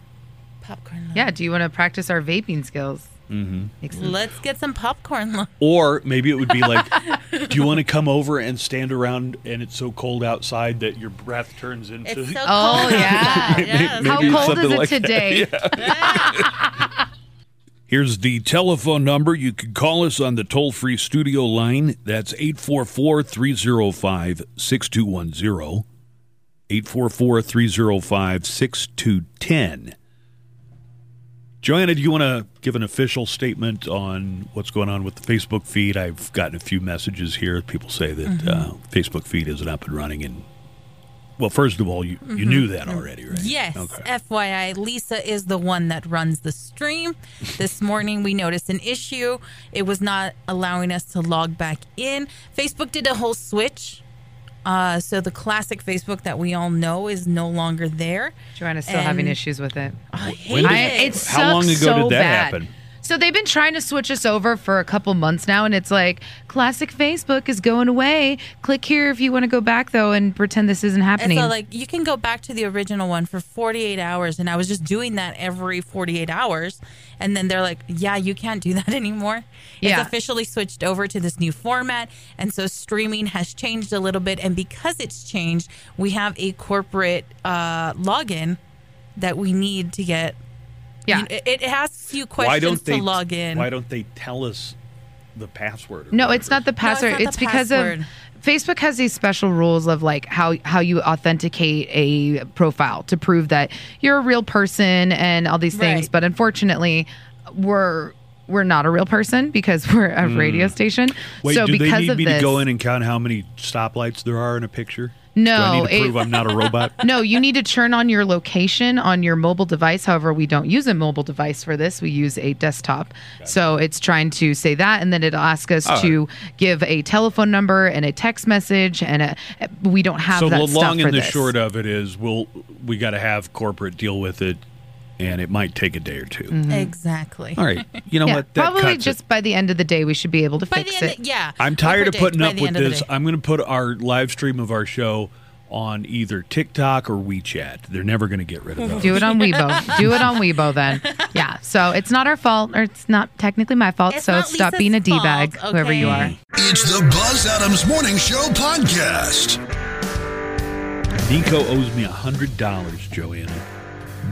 [SPEAKER 4] Popcorn lung.
[SPEAKER 3] yeah. Do you want to practice our vaping skills? Mm-hmm.
[SPEAKER 4] Let's get some popcorn lung.
[SPEAKER 2] Or maybe it would be like, do you want to come over and stand around and it's so cold outside that your breath turns into.
[SPEAKER 4] It's so
[SPEAKER 3] Oh
[SPEAKER 4] cold.
[SPEAKER 3] yeah.
[SPEAKER 4] yeah.
[SPEAKER 3] How
[SPEAKER 2] Maybe
[SPEAKER 3] cold is
[SPEAKER 2] something
[SPEAKER 3] it
[SPEAKER 2] like that.
[SPEAKER 3] today?
[SPEAKER 2] Here's the telephone number. You can call us on the toll free studio line. That's 844 305 6210. 844 305 6210. Joanna, do you want to give an official statement on what's going on with the Facebook feed? I've gotten a few messages here. People say that
[SPEAKER 3] Mm-hmm.
[SPEAKER 2] uh, Facebook feed isn't up and running. And, well, first of all, you, you
[SPEAKER 3] Mm-hmm.
[SPEAKER 2] knew that already, right?
[SPEAKER 4] Yes.
[SPEAKER 2] Okay.
[SPEAKER 4] FYI, Lisa is the one that runs the stream. This morning, we noticed an issue. It was not allowing us to log back in. Facebook did a whole switch. Uh, so the classic Facebook that we all know is no longer there.
[SPEAKER 3] Joanna's still having
[SPEAKER 4] And-
[SPEAKER 3] issues with it.
[SPEAKER 4] I
[SPEAKER 2] When
[SPEAKER 4] hate
[SPEAKER 2] did-
[SPEAKER 3] Uh, I,
[SPEAKER 4] it.
[SPEAKER 3] it
[SPEAKER 4] It's
[SPEAKER 2] How long
[SPEAKER 3] sucks
[SPEAKER 2] ago
[SPEAKER 3] so
[SPEAKER 2] did that
[SPEAKER 3] bad.
[SPEAKER 2] happen?
[SPEAKER 3] So they've been trying to switch us over for a couple months now, and it's like classic Facebook is going away. Click here if you want to go back though and pretend this isn't
[SPEAKER 4] and
[SPEAKER 3] happening.
[SPEAKER 4] so, like, you can go back to the original one for 48 hours. And I was just doing that every 48 hours. And then they're like, yeah, you can't do that anymore.
[SPEAKER 3] Yeah.
[SPEAKER 4] It's officially switched over to this new format. And so, streaming has changed a little bit. And because it's changed, we have a corporate uh, login that we need to get.
[SPEAKER 3] yeah.
[SPEAKER 4] It, it asks you questions
[SPEAKER 2] why don't they
[SPEAKER 4] to log in.
[SPEAKER 2] Why don't they tell us the password? or
[SPEAKER 3] No,
[SPEAKER 2] whatever?
[SPEAKER 3] it's not the password.
[SPEAKER 4] not
[SPEAKER 3] it's
[SPEAKER 4] the
[SPEAKER 3] because
[SPEAKER 4] password.
[SPEAKER 3] of Facebook has these special rules of like how how you authenticate a profile to prove that you're a real person and all these things.
[SPEAKER 4] Right.
[SPEAKER 3] But unfortunately, we're we're not a real person because we're a radio station.
[SPEAKER 2] Hmm. Wait,
[SPEAKER 3] so
[SPEAKER 2] do
[SPEAKER 3] because
[SPEAKER 2] they need
[SPEAKER 3] of
[SPEAKER 2] me
[SPEAKER 3] this,
[SPEAKER 2] to go in and count how many stoplights there are in a picture? do I
[SPEAKER 3] No,
[SPEAKER 2] need to
[SPEAKER 3] it-
[SPEAKER 2] prove I'm not a robot.
[SPEAKER 3] no, you need to turn on your location on your mobile device. However, we don't use a mobile device for this. We use a desktop. So it's trying to say that, and then it'll ask us to give a telephone number and a text message, and a, we don't have
[SPEAKER 2] so
[SPEAKER 3] that
[SPEAKER 2] the
[SPEAKER 3] stuff
[SPEAKER 2] long
[SPEAKER 3] for
[SPEAKER 2] and the
[SPEAKER 3] this.
[SPEAKER 2] short of it is, we'll we got to have corporate deal with it, and it might take a day or 2
[SPEAKER 3] Hmm.
[SPEAKER 4] Exactly.
[SPEAKER 2] All right, you know
[SPEAKER 3] Mm-hmm. yeah,
[SPEAKER 2] what? That
[SPEAKER 3] probably
[SPEAKER 2] cuts
[SPEAKER 3] just
[SPEAKER 2] It.
[SPEAKER 3] by the end of the day, we should be able to
[SPEAKER 4] By the
[SPEAKER 3] fix
[SPEAKER 4] end,
[SPEAKER 3] it.
[SPEAKER 4] of, yeah.
[SPEAKER 2] I'm
[SPEAKER 4] we
[SPEAKER 2] tired of
[SPEAKER 4] predict
[SPEAKER 2] putting
[SPEAKER 4] by
[SPEAKER 2] up
[SPEAKER 4] the
[SPEAKER 2] with
[SPEAKER 4] end of the
[SPEAKER 2] this.
[SPEAKER 4] day.
[SPEAKER 2] I'm going to put our live stream of our show on either TikTok or WeChat. They're never going to get rid of those.
[SPEAKER 3] Do it on Weibo. Do it on Weibo then. Yeah. So it's not our fault, or it's not technically my fault.
[SPEAKER 4] It's
[SPEAKER 3] so
[SPEAKER 4] not
[SPEAKER 3] stop
[SPEAKER 4] Lisa's
[SPEAKER 3] being a d bag,
[SPEAKER 4] fault,
[SPEAKER 3] whoever you are.
[SPEAKER 4] okay?
[SPEAKER 1] It's the Buzz Adams Morning Show podcast.
[SPEAKER 2] Nico owes me hundred dollars, Joanna.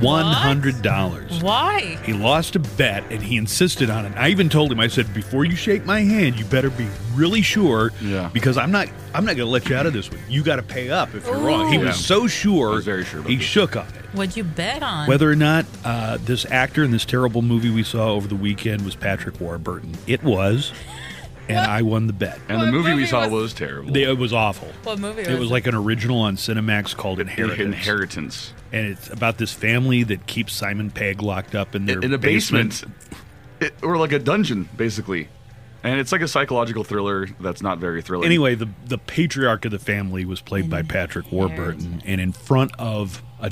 [SPEAKER 2] One hundred dollars.
[SPEAKER 4] Why?
[SPEAKER 2] He lost a bet and he insisted on it. I even told him, I said, before you shake my hand, you better be really sure.
[SPEAKER 5] Yeah.
[SPEAKER 2] Because I'm not I'm not gonna let you out of this one. You gotta pay up if you're wrong. He
[SPEAKER 5] Ooh. Yeah.
[SPEAKER 2] was so sure,
[SPEAKER 5] I was very sure about
[SPEAKER 2] he
[SPEAKER 5] this.
[SPEAKER 2] shook on it.
[SPEAKER 4] What'd you bet on?
[SPEAKER 2] Whether or not uh, this actor in this terrible movie we saw over the weekend was Patrick Warburton. It was. and I won the bet.
[SPEAKER 5] And the
[SPEAKER 4] What
[SPEAKER 5] movie we
[SPEAKER 4] movie
[SPEAKER 5] saw
[SPEAKER 4] was-
[SPEAKER 5] was terrible.
[SPEAKER 2] They- It was awful.
[SPEAKER 4] What movie
[SPEAKER 2] It was like an original on Cinemax called Inheritance,
[SPEAKER 5] Inheritance.
[SPEAKER 2] and it's about this family that keeps Simon Pegg locked up in their
[SPEAKER 5] in a
[SPEAKER 2] basement.
[SPEAKER 5] basement, It- or like a dungeon, basically. And it's like a psychological thriller that's not very thrilling.
[SPEAKER 2] Anyway, the the patriarch of the family was played
[SPEAKER 3] Mm-hmm.
[SPEAKER 2] by Patrick Warburton, and in front of a,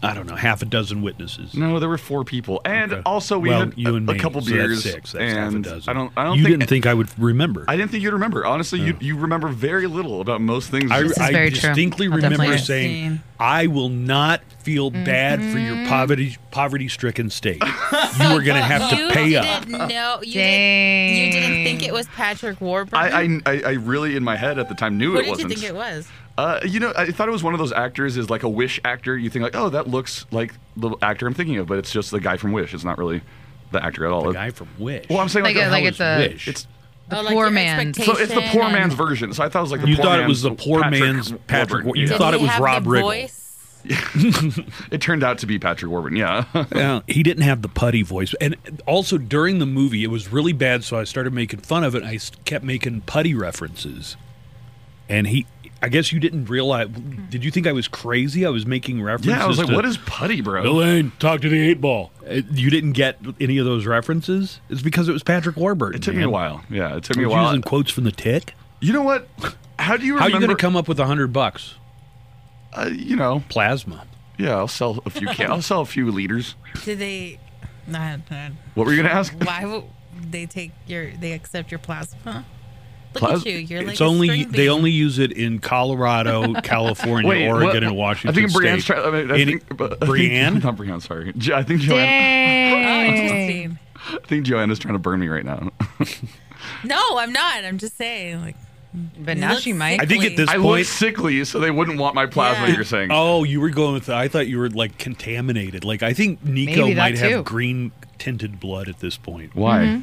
[SPEAKER 2] I don't know, half a dozen witnesses.
[SPEAKER 5] no, there were four people, and
[SPEAKER 2] Okay.
[SPEAKER 5] also we
[SPEAKER 2] Well,
[SPEAKER 5] had
[SPEAKER 2] you
[SPEAKER 5] a,
[SPEAKER 2] and
[SPEAKER 5] a
[SPEAKER 2] me,
[SPEAKER 5] couple
[SPEAKER 2] so that's
[SPEAKER 5] beers,
[SPEAKER 2] six. That's half a
[SPEAKER 5] and
[SPEAKER 2] dozen.
[SPEAKER 5] I don't, I don't
[SPEAKER 2] you
[SPEAKER 5] think
[SPEAKER 2] didn't think I would remember.
[SPEAKER 5] I didn't think you'd remember. Honestly, you you remember very little about most things.
[SPEAKER 2] I,
[SPEAKER 5] Just-
[SPEAKER 3] is
[SPEAKER 2] I
[SPEAKER 3] very true.
[SPEAKER 2] distinctly
[SPEAKER 3] I'll
[SPEAKER 2] remember
[SPEAKER 3] definitely
[SPEAKER 2] saying,
[SPEAKER 4] see.
[SPEAKER 2] "I will not feel bad for your
[SPEAKER 3] Mm-hmm.
[SPEAKER 2] poverty poverty-stricken state. You are going to have to pay up."
[SPEAKER 4] didn't know. You,
[SPEAKER 3] Dang.
[SPEAKER 4] didn't, you didn't think it was Patrick Warburton?
[SPEAKER 5] I, I, I, I really in my head at the time knew
[SPEAKER 4] what
[SPEAKER 5] it
[SPEAKER 4] did
[SPEAKER 5] wasn't.
[SPEAKER 4] you think it was?
[SPEAKER 5] Uh, you know, I thought it was one of those actors is like a Wish actor. You think like, oh, that looks like the actor I'm thinking of, but it's just the guy from Wish. It's not really the actor at all.
[SPEAKER 2] The guy from Wish.
[SPEAKER 5] well, I'm saying like,
[SPEAKER 3] Like a-
[SPEAKER 5] how
[SPEAKER 3] like
[SPEAKER 5] is
[SPEAKER 3] it's a-
[SPEAKER 2] Wish?
[SPEAKER 5] it's
[SPEAKER 4] The
[SPEAKER 3] poor man's.
[SPEAKER 5] so it's the poor man's version. So I thought it was like the
[SPEAKER 2] You
[SPEAKER 5] poor
[SPEAKER 2] thought it
[SPEAKER 5] man's
[SPEAKER 2] was the poor
[SPEAKER 5] Patrick
[SPEAKER 2] man's Patrick
[SPEAKER 5] Warburton.
[SPEAKER 2] Wa- you
[SPEAKER 5] Yeah.
[SPEAKER 2] thought it was Rob
[SPEAKER 4] the
[SPEAKER 2] Riggle.
[SPEAKER 4] Voice?
[SPEAKER 5] it turned out to be Patrick Warburton. Yeah,
[SPEAKER 2] Well, he didn't have the putty voice. And also during the movie, it was really bad, so I started making fun of it. I s- kept making putty references. And he, I guess you didn't realize. Did you think I was crazy? I was making references.
[SPEAKER 5] yeah. I was like,
[SPEAKER 2] to,
[SPEAKER 5] what is putty, bro?
[SPEAKER 2] Elaine, talk to the eight ball. Uh, You didn't get any of those references? It's because it was Patrick Warburton.
[SPEAKER 5] It took me a while. Yeah, it took
[SPEAKER 2] I
[SPEAKER 5] me a
[SPEAKER 2] was
[SPEAKER 5] while.
[SPEAKER 2] using quotes from the tick.
[SPEAKER 5] You know what? How do you
[SPEAKER 2] How are
[SPEAKER 5] remember?
[SPEAKER 2] you going to come up with a hundred bucks?
[SPEAKER 5] Uh, you know,
[SPEAKER 2] Plasma.
[SPEAKER 5] yeah. I'll sell a few. Can- I'll sell a few liters.
[SPEAKER 4] Did they? I don't know.
[SPEAKER 5] What were you gonna ask?
[SPEAKER 4] Why would they take your? They accept your plasma? Look
[SPEAKER 5] Plas-
[SPEAKER 4] at you. You're like
[SPEAKER 2] it's
[SPEAKER 4] a
[SPEAKER 2] only
[SPEAKER 4] string
[SPEAKER 2] they
[SPEAKER 4] bean.
[SPEAKER 2] only use it in Colorado, California, Oregon,
[SPEAKER 5] what?
[SPEAKER 2] and Washington.
[SPEAKER 5] I think Brianne's
[SPEAKER 2] State.
[SPEAKER 5] trying. I mean, I
[SPEAKER 2] Any-
[SPEAKER 5] think, but- I think-
[SPEAKER 2] Brianne?
[SPEAKER 5] not Brianne. Sorry, Jo- I think Joanne.
[SPEAKER 4] Oh,
[SPEAKER 3] Dang.
[SPEAKER 4] interesting.
[SPEAKER 5] I think Joanna's trying to burn me right now.
[SPEAKER 4] No, I'm not. I'm just saying. Like,
[SPEAKER 3] But now she might.
[SPEAKER 2] I think at this
[SPEAKER 5] I look
[SPEAKER 2] point,
[SPEAKER 5] sickly, so they wouldn't want my plasma.
[SPEAKER 4] Yeah.
[SPEAKER 5] You're saying?
[SPEAKER 2] oh, you were going with. I thought you were like contaminated. Like I think Nico
[SPEAKER 3] Maybe that
[SPEAKER 2] might
[SPEAKER 3] too.
[SPEAKER 2] have green tinted blood at this point.
[SPEAKER 5] why?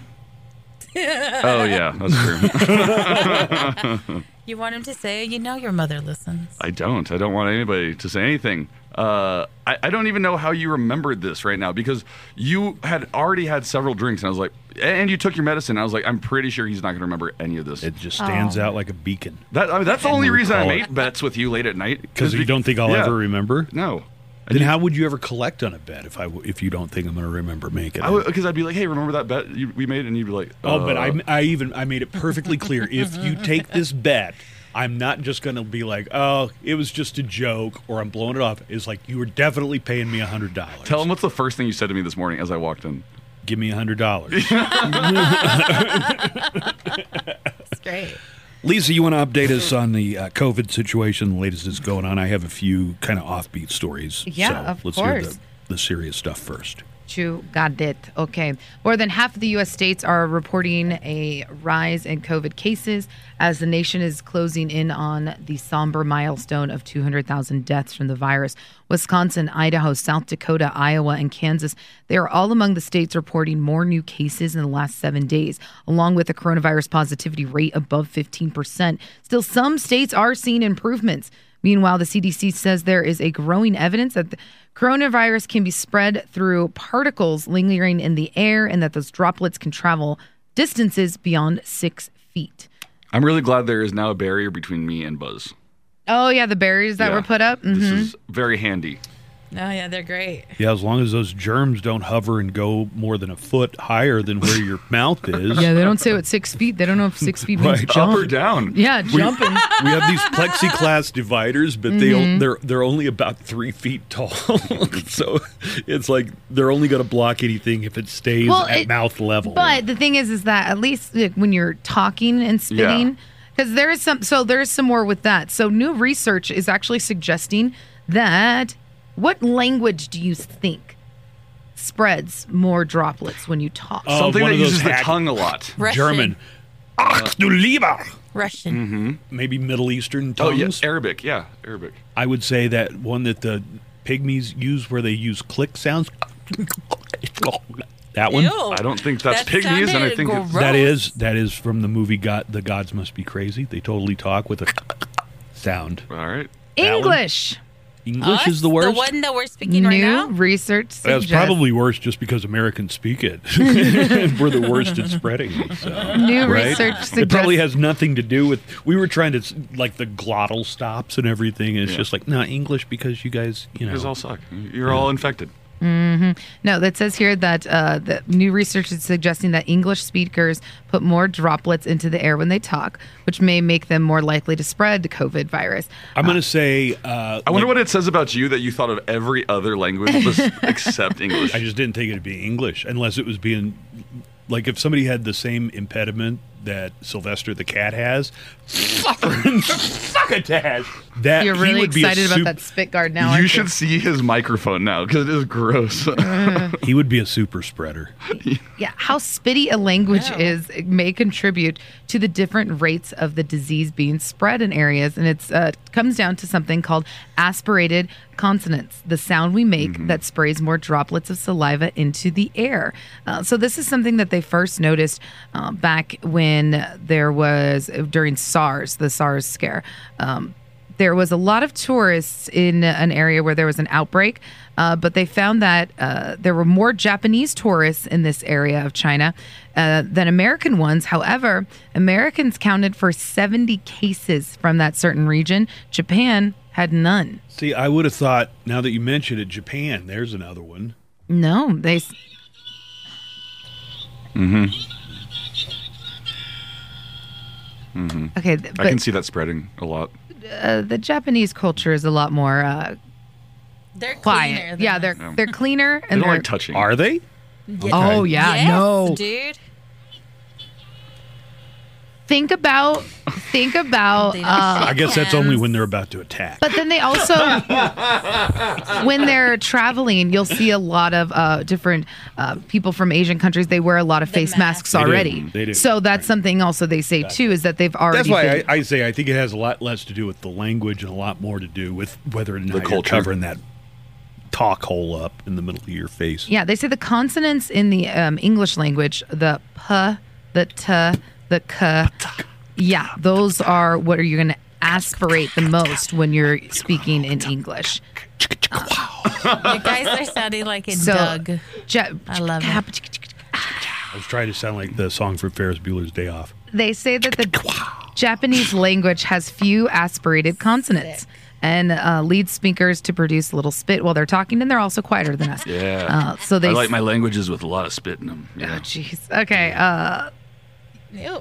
[SPEAKER 5] oh yeah, that's true.
[SPEAKER 4] You want him to say, you know, your mother listens.
[SPEAKER 5] I don't. I don't want anybody to say anything. Uh, I, I don't even know how you remembered this right now because you had already had several drinks, and I was like, and you took your medicine. I was like, I'm pretty sure he's not going to remember any of this.
[SPEAKER 2] It just stands out like a beacon
[SPEAKER 5] That, I mean, that's the only reason I
[SPEAKER 2] recall
[SPEAKER 5] made bets with you late at night.
[SPEAKER 2] because
[SPEAKER 5] Is
[SPEAKER 2] you
[SPEAKER 5] be-
[SPEAKER 2] don't think I'll
[SPEAKER 5] Yeah.
[SPEAKER 2] ever remember.
[SPEAKER 5] No.
[SPEAKER 2] Then how would you ever collect on a bet if I w- if you don't think I'm going to remember making it?
[SPEAKER 5] I would because I'd be like, hey, remember that bet you, we made? And you'd be like,
[SPEAKER 2] oh, but
[SPEAKER 5] uh,
[SPEAKER 2] I, I even I made it perfectly clear. if you take this bet, I'm not just going to be like, oh, it was just a joke, or I'm blowing it off. It's like you were definitely paying me a hundred dollars.
[SPEAKER 5] Tell him what's the first thing you said to me this morning as I walked in.
[SPEAKER 2] give me a hundred dollars.
[SPEAKER 4] It's great.
[SPEAKER 2] Lisa, you want to update us on the uh, COVID situation, the latest that's going on? I have a few kind of offbeat stories.
[SPEAKER 3] Yeah,
[SPEAKER 2] so
[SPEAKER 3] of
[SPEAKER 2] let's hear
[SPEAKER 3] course.
[SPEAKER 2] the, the serious stuff first.
[SPEAKER 3] You got it. Okay. More than half of the U.S. states are reporting a rise in COVID cases as the nation is closing in on the somber milestone of 200,000 deaths from the virus. Wisconsin, Idaho, South Dakota, Iowa, and Kansas, they are all among the states reporting more new cases in the last seven days, along with a coronavirus positivity rate above 15%. Still, some states are seeing improvements. Meanwhile, the CDC says there is a growing evidence that the coronavirus can be spread through particles lingering in the air and that those droplets can travel distances beyond six feet.
[SPEAKER 5] I'm really glad there is now a barrier between me and Buzz.
[SPEAKER 3] Oh, yeah, the barriers that
[SPEAKER 5] Yeah.
[SPEAKER 3] were put up. Mhm.
[SPEAKER 5] This is very handy.
[SPEAKER 4] Oh, yeah, they're great.
[SPEAKER 2] Yeah, as long as those germs don't hover and go more than a foot higher than where your mouth is.
[SPEAKER 3] Yeah, they don't say what six feet. They don't know if six feet means
[SPEAKER 2] Right.
[SPEAKER 5] Up or
[SPEAKER 3] jump.
[SPEAKER 5] down.
[SPEAKER 3] Yeah, jumping.
[SPEAKER 2] We have these plexiglass dividers, but they
[SPEAKER 4] Mm-hmm.
[SPEAKER 2] o- they're they're only about three feet tall, so it's like they're only going to block anything if it stays at
[SPEAKER 3] it-
[SPEAKER 2] mouth level.
[SPEAKER 3] But the thing is, is that at least like, when you're talking and spitting, because there is some, so there is some more with that. So new research is actually suggesting that what language do you think spreads more droplets when you talk?
[SPEAKER 2] Oh,
[SPEAKER 5] Something
[SPEAKER 2] one
[SPEAKER 5] that
[SPEAKER 2] of those
[SPEAKER 5] uses the
[SPEAKER 2] hack-
[SPEAKER 5] tongue a lot.
[SPEAKER 4] Russian.
[SPEAKER 2] German, ach du lieber,
[SPEAKER 4] Russian.
[SPEAKER 5] Mm-hmm.
[SPEAKER 2] maybe Middle Eastern
[SPEAKER 5] Oh,
[SPEAKER 2] tongues.
[SPEAKER 5] yes. Arabic. Yeah. Arabic.
[SPEAKER 2] I would say that one that the pygmies use where they use click sounds. That one.
[SPEAKER 4] Ew.
[SPEAKER 5] I don't think that's
[SPEAKER 4] That
[SPEAKER 5] pygmies, and I
[SPEAKER 4] sounded
[SPEAKER 5] think it's-
[SPEAKER 4] gross.
[SPEAKER 2] That is that is from the movie God The Gods Must Be Crazy. They totally talk with a sound.
[SPEAKER 5] All right.
[SPEAKER 2] that one?
[SPEAKER 3] English.
[SPEAKER 2] English
[SPEAKER 4] Us?
[SPEAKER 2] is the worst.
[SPEAKER 4] The one that we're speaking right
[SPEAKER 3] New
[SPEAKER 4] now.
[SPEAKER 3] research
[SPEAKER 2] That's
[SPEAKER 3] suggests
[SPEAKER 2] probably worse just because Americans speak it. And We're the worst at spreading it. so,
[SPEAKER 3] new
[SPEAKER 2] right?
[SPEAKER 3] research
[SPEAKER 2] It probably
[SPEAKER 3] suggests
[SPEAKER 2] has nothing to do with. We were trying to, s- like, the glottal stops and everything. And it's
[SPEAKER 5] Yeah.
[SPEAKER 2] just like, no, English because you guys, you
[SPEAKER 5] You
[SPEAKER 2] know.
[SPEAKER 5] guys all suck. You're all infected.
[SPEAKER 3] No, that says here that uh, the new research is suggesting that English speakers put more droplets into the air when they talk, which may make them more likely to spread the COVID virus.
[SPEAKER 2] I'm going to say. Uh,
[SPEAKER 5] I wonder
[SPEAKER 2] like-
[SPEAKER 5] what it says about you that you thought of every other language bes- except English.
[SPEAKER 2] I just didn't think it'd be English unless it was being like if somebody had the same impediment that Sylvester the cat has. Fucking succotash. That
[SPEAKER 3] You're
[SPEAKER 2] Uh, he
[SPEAKER 3] really
[SPEAKER 2] would be a
[SPEAKER 3] excited about
[SPEAKER 2] sup-
[SPEAKER 3] that spit guard now. aren't
[SPEAKER 5] you should see his microphone now because it is gross.
[SPEAKER 2] He would be a super spreader.
[SPEAKER 3] Yeah, how spitty a language
[SPEAKER 4] Wow.
[SPEAKER 3] is it may contribute to the different rates of the disease being spread in areas, and it's uh, comes down to something called aspirated consonants, the sound we make
[SPEAKER 2] Mm-hmm.
[SPEAKER 3] that sprays more droplets of saliva into the air. Uh, so this is something that they first noticed uh, back when there was during SARS, the SARS scare. Um, there was a lot of tourists in an area where there was an outbreak, uh, but they found that uh, there were more Japanese tourists in this area of China uh, than American ones. However, Americans counted for 70 cases from that certain region. Japan had none.
[SPEAKER 2] See, I would have thought now that you mentioned it, Japan, there's another one.
[SPEAKER 3] No, they. s-
[SPEAKER 5] Mm-hmm.
[SPEAKER 3] Okay, th-
[SPEAKER 5] Mm-hmm. I
[SPEAKER 3] but
[SPEAKER 5] can see that spreading a lot.
[SPEAKER 3] uh, the Japanese culture is a lot more uh,
[SPEAKER 4] They're
[SPEAKER 3] quiet.
[SPEAKER 4] cleaner. than
[SPEAKER 3] yeah,
[SPEAKER 4] us.
[SPEAKER 3] they're
[SPEAKER 5] Yeah.
[SPEAKER 3] they're cleaner
[SPEAKER 5] They
[SPEAKER 3] and
[SPEAKER 5] don't
[SPEAKER 3] they're
[SPEAKER 5] like touching.
[SPEAKER 2] Are they?
[SPEAKER 4] Ye-
[SPEAKER 3] Oh yeah,
[SPEAKER 4] Yes,
[SPEAKER 3] no.
[SPEAKER 4] dude.
[SPEAKER 3] Think about think about
[SPEAKER 4] They don't
[SPEAKER 3] uh,
[SPEAKER 4] shake
[SPEAKER 2] I guess that's only
[SPEAKER 4] hands.
[SPEAKER 2] when they're about to attack.
[SPEAKER 3] but then they also when they're traveling you'll see a lot of uh, different uh, people from asian countries they wear a lot of face masks,
[SPEAKER 4] masks.
[SPEAKER 2] They do.
[SPEAKER 3] already
[SPEAKER 2] They do.
[SPEAKER 3] so that's something also they say too is that they've already
[SPEAKER 2] that's why I,
[SPEAKER 3] been-
[SPEAKER 2] I say I think it has a lot less to do with the language and a lot more to do with whether or not you're
[SPEAKER 5] culture.
[SPEAKER 2] covering that talk hole up in the middle of your face.
[SPEAKER 3] yeah they say the consonants in the um, english language the p the t the k yeah those are what are you going to aspirate the most when you're speaking in english
[SPEAKER 4] You guys are sounding like a
[SPEAKER 3] so
[SPEAKER 4] Doug.
[SPEAKER 3] Ja-
[SPEAKER 4] I love
[SPEAKER 2] I was trying to sound like the song from Ferris Bueller's Day Off.
[SPEAKER 3] They say that the Japanese language has few aspirated consonants and uh, leads speakers to produce little spit while they're talking, and they're also quieter than us.
[SPEAKER 5] Yeah.
[SPEAKER 3] Uh, so they. Oh,
[SPEAKER 5] I like my languages with a lot of spit in them. Yeah.
[SPEAKER 3] Jeez. Okay. Uh,
[SPEAKER 4] Ew.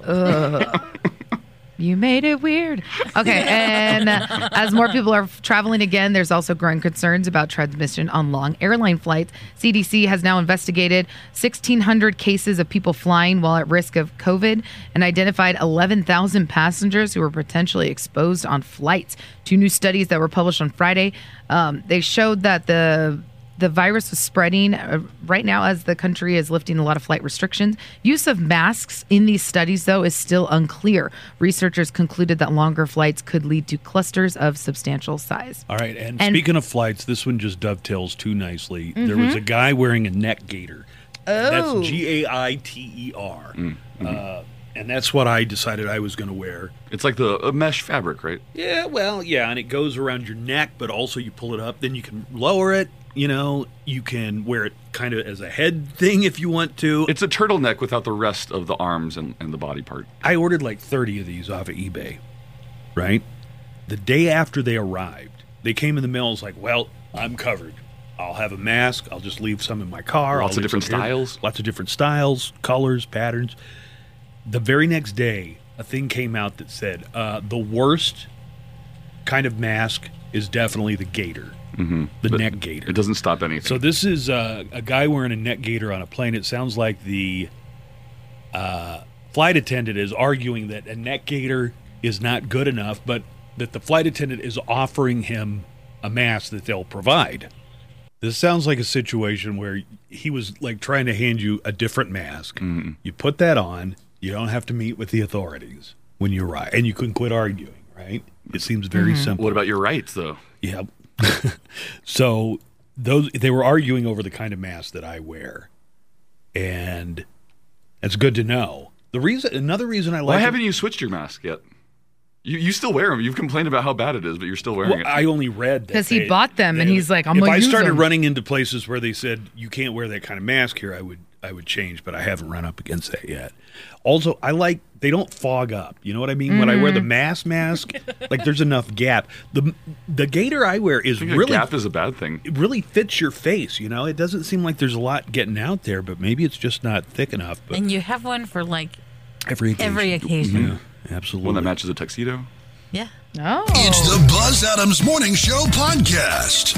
[SPEAKER 3] you made it weird. Okay. And uh, as more people are traveling again, there's also growing concerns about transmission on long airline flights. CDC has now investigated 1,600 cases of people flying while at risk of COVID and identified 11,000 passengers who were potentially exposed on flights. Two new studies that were published on Friday. Um, they showed that the the virus was spreading uh, right now as the country is lifting a lot of flight restrictions. Use of masks in these studies, though, is still unclear. Researchers concluded that longer flights could lead to clusters of substantial size.
[SPEAKER 2] All right, and,
[SPEAKER 3] And-
[SPEAKER 2] speaking of flights, this one just dovetails too nicely. There was a guy wearing a neck gaiter.
[SPEAKER 3] Mm-hmm. Oh.
[SPEAKER 2] That's G A I T E R. Uh, and that's what I decided I was going to wear.
[SPEAKER 5] It's like the a mesh fabric, right?
[SPEAKER 2] Yeah, well, yeah, and it goes around your neck, but also you pull it up, then you can lower it. You know, you can wear it kind of as a head thing if you want to.
[SPEAKER 5] It's a turtleneck without the rest of the arms and, and the body part.
[SPEAKER 2] I ordered like 30 of these off of eBay, right? The day after they arrived, they came in the mail. It's like, well, I'm covered. I'll have a mask. I'll just leave some in my car.
[SPEAKER 5] Lots
[SPEAKER 2] I'll
[SPEAKER 5] of
[SPEAKER 2] leave
[SPEAKER 5] different
[SPEAKER 2] some here."
[SPEAKER 5] styles.
[SPEAKER 2] Lots of different styles, colors, patterns. The very next day, a thing came out that said uh, the worst kind of mask is definitely the gator, mm-hmm. the neck gator.
[SPEAKER 5] It doesn't stop anything.
[SPEAKER 2] So this is uh, a guy wearing a neck gaiter on a plane. It sounds like the uh, flight attendant is arguing that a neck gaiter is not good enough, but that the flight attendant is offering him a mask that they'll provide. This sounds like a situation where he was like trying to hand you a different mask.
[SPEAKER 5] Mm-hmm.
[SPEAKER 2] You put that on. You don't have to meet with the authorities when you arrive, and you can quit arguing. Right? It seems very simple.
[SPEAKER 5] Mm-hmm. what about your rights, though?
[SPEAKER 2] Yeah. so those they were arguing over the kind of mask that I wear, and that's good to know. The reason, another reason I like
[SPEAKER 5] Why
[SPEAKER 2] it-
[SPEAKER 5] haven't you switched your mask yet? You, you still wear them. You've complained about how bad it is, but you're still wearing
[SPEAKER 2] Well,
[SPEAKER 5] it.
[SPEAKER 2] I only read that
[SPEAKER 3] 'Cause he
[SPEAKER 2] they-
[SPEAKER 3] bought them and
[SPEAKER 2] they-
[SPEAKER 3] he's like, "I'm
[SPEAKER 2] If
[SPEAKER 3] gonna
[SPEAKER 2] I
[SPEAKER 3] use
[SPEAKER 2] started
[SPEAKER 3] them."
[SPEAKER 2] running into places where they said you can't wear that kind of mask here, I would I would change, but I haven't run up against that yet. Also, I like they don't fog up. You know what I mean? When I wear the
[SPEAKER 3] Mm-hmm.
[SPEAKER 2] mask mask, like there's enough gap. the The gator I wear is
[SPEAKER 5] I think
[SPEAKER 2] really
[SPEAKER 5] a gap is a bad thing.
[SPEAKER 2] it really fits your face. You know, it doesn't seem like there's a lot getting out there, but maybe it's just not thick enough. But
[SPEAKER 4] And you have one for like
[SPEAKER 2] every occasion,
[SPEAKER 4] every occasion.
[SPEAKER 2] absolutely.
[SPEAKER 5] One that matches a tuxedo.
[SPEAKER 4] Yeah.
[SPEAKER 3] No.
[SPEAKER 1] It's the Buzz Adams Morning Show podcast.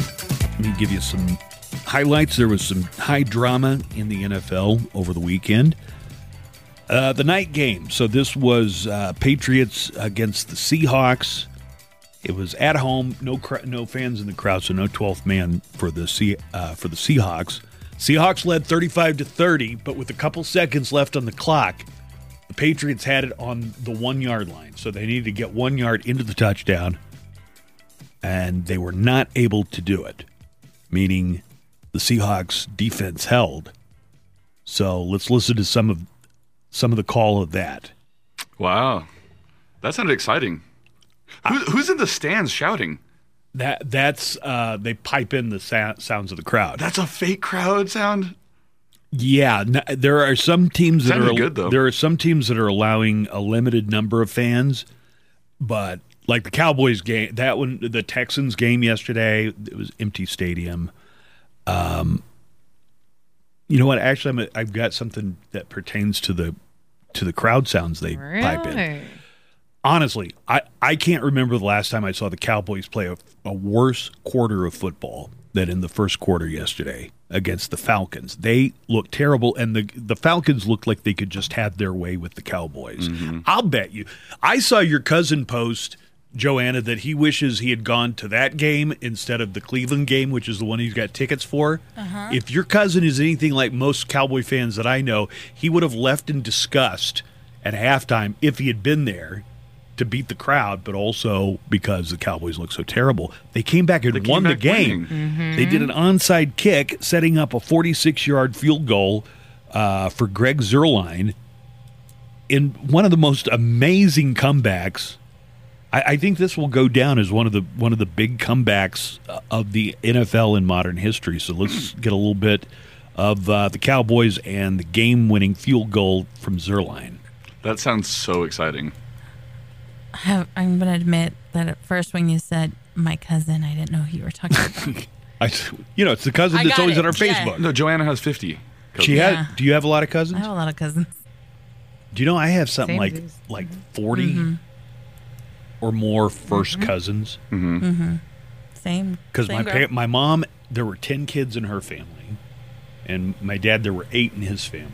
[SPEAKER 2] Let me give you some highlights. There was some high drama in the NFL over the weekend. Uh, the night game. So this was uh, Patriots against the Seahawks. It was at home. No cr- no fans in the crowd, so no twelfth man for the Se- uh, for the Seahawks. Seahawks led thirty five to thirty, but with a couple seconds left on the clock, the Patriots had it on the one yard line. So they needed to get one yard into the touchdown, and they were not able to do it meaning the Seahawks defense held. So let's listen to some of some of the call of that.
[SPEAKER 5] Wow, that sounded exciting.
[SPEAKER 2] Ah.
[SPEAKER 5] Who, who's in the stands shouting?
[SPEAKER 2] That that's uh, they pipe in the sa- sounds of the crowd.
[SPEAKER 5] That's a fake crowd sound.
[SPEAKER 2] yeah, n- there are some teams that
[SPEAKER 5] Sounded
[SPEAKER 2] are
[SPEAKER 5] good, though.
[SPEAKER 2] there are some teams that are allowing a limited number of fans, but like the Cowboys game, that one, the Texans game yesterday, it was empty stadium. Um, you know what? Actually, I'm a, I've got something that pertains to the to the crowd sounds they pipe in.
[SPEAKER 3] Really?
[SPEAKER 2] honestly, I, I can't remember the last time I saw the Cowboys play a, a worse quarter of football than in the first quarter yesterday against the Falcons. They looked terrible, and the the Falcons looked like they could just have their way with the Cowboys. I'll bet you. I saw your cousin post. Joanna, that he wishes he had gone to that game instead of the Cleveland game, which is the one he's got tickets for. If your cousin is anything like most Cowboy fans that I know, he would have left in disgust at halftime if he had been there to beat the crowd, but also because the Cowboys looked so terrible. They came back and
[SPEAKER 5] came
[SPEAKER 2] won
[SPEAKER 5] back
[SPEAKER 2] the game. They did an onside kick, setting up a 46 yard field goal uh, for Greg Zerline in one of the most amazing comebacks. I, I think this will go down as one of the one of the big comebacks uh, of the NFL in modern history. So let's get a little bit of uh, the Cowboys and the game-winning field goal from Zerline.
[SPEAKER 5] That sounds so exciting.
[SPEAKER 4] I have, I'm going to admit that at first when you said my cousin, I didn't know who you were talking about.
[SPEAKER 2] I, you know, it's the cousin
[SPEAKER 4] I
[SPEAKER 2] that's
[SPEAKER 4] got
[SPEAKER 2] always on
[SPEAKER 4] it.
[SPEAKER 2] our
[SPEAKER 4] Yeah.
[SPEAKER 2] Facebook.
[SPEAKER 5] No, Joanna has fifty.
[SPEAKER 2] She
[SPEAKER 5] cousins.
[SPEAKER 4] Yeah. Oh.
[SPEAKER 2] had. Do you have a lot of
[SPEAKER 4] I
[SPEAKER 2] cousins?
[SPEAKER 4] have a lot of cousins.
[SPEAKER 2] Do you know I have something
[SPEAKER 3] Same
[SPEAKER 2] like like
[SPEAKER 3] as-
[SPEAKER 4] Mm-hmm.
[SPEAKER 2] 40 or more 1st cousins?
[SPEAKER 4] Same.
[SPEAKER 2] Because
[SPEAKER 4] Mm-hmm. same
[SPEAKER 2] my
[SPEAKER 4] girl.
[SPEAKER 2] pa- my mom, there were ten kids in her family, and my dad, there were eight in his family.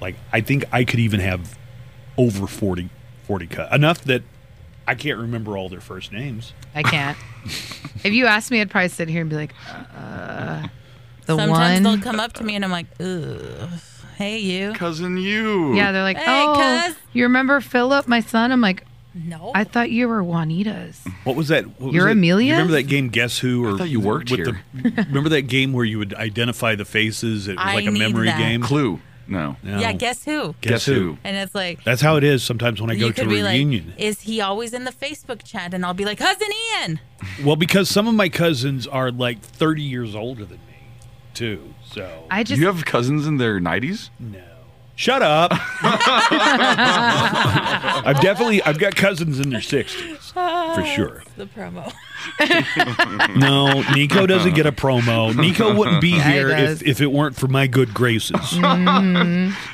[SPEAKER 2] Like I think I could even have over 40, 40 cou- enough that I can't remember all their first names.
[SPEAKER 3] I can't. if you asked me, I'd probably sit here and be like, uh, the
[SPEAKER 4] Sometimes
[SPEAKER 3] one.
[SPEAKER 4] they'll come up to me and I'm like, ugh, hey, you.
[SPEAKER 5] cousin you.
[SPEAKER 3] Yeah, they're like,
[SPEAKER 4] Hey,
[SPEAKER 3] oh,
[SPEAKER 4] cuz."
[SPEAKER 3] you remember Philip, my son? I'm like,
[SPEAKER 4] No.
[SPEAKER 3] I thought you were Juanita's.
[SPEAKER 2] What was that? What was
[SPEAKER 3] You're
[SPEAKER 2] that-
[SPEAKER 3] Amelia?
[SPEAKER 2] You remember that game Guess Who? Or
[SPEAKER 5] thought you worked
[SPEAKER 2] the- remember that game where you would identify the faces? It was
[SPEAKER 4] I
[SPEAKER 2] like a
[SPEAKER 4] need
[SPEAKER 2] memory
[SPEAKER 4] that.
[SPEAKER 2] game.
[SPEAKER 5] Clue. No.
[SPEAKER 2] No.
[SPEAKER 4] Yeah, guess who?
[SPEAKER 2] Guess who?
[SPEAKER 4] And it's like,
[SPEAKER 2] That's how it is sometimes when I go
[SPEAKER 4] you
[SPEAKER 2] to a
[SPEAKER 4] could be
[SPEAKER 2] reunion.
[SPEAKER 4] like, is he always in the Facebook chat? And I'll be like, cousin Ian.
[SPEAKER 2] well, because some of my cousins are like 30 years older than me, too. So
[SPEAKER 3] I just
[SPEAKER 5] you have cousins in their nineties?
[SPEAKER 2] no. Shut up. I've definitely I've got cousins in their 60s for sure.
[SPEAKER 4] The promo.
[SPEAKER 2] No, Nico doesn't get a promo. Nico wouldn't be
[SPEAKER 3] he
[SPEAKER 2] here
[SPEAKER 3] does.
[SPEAKER 2] if, if it weren't for my good graces.
[SPEAKER 5] Or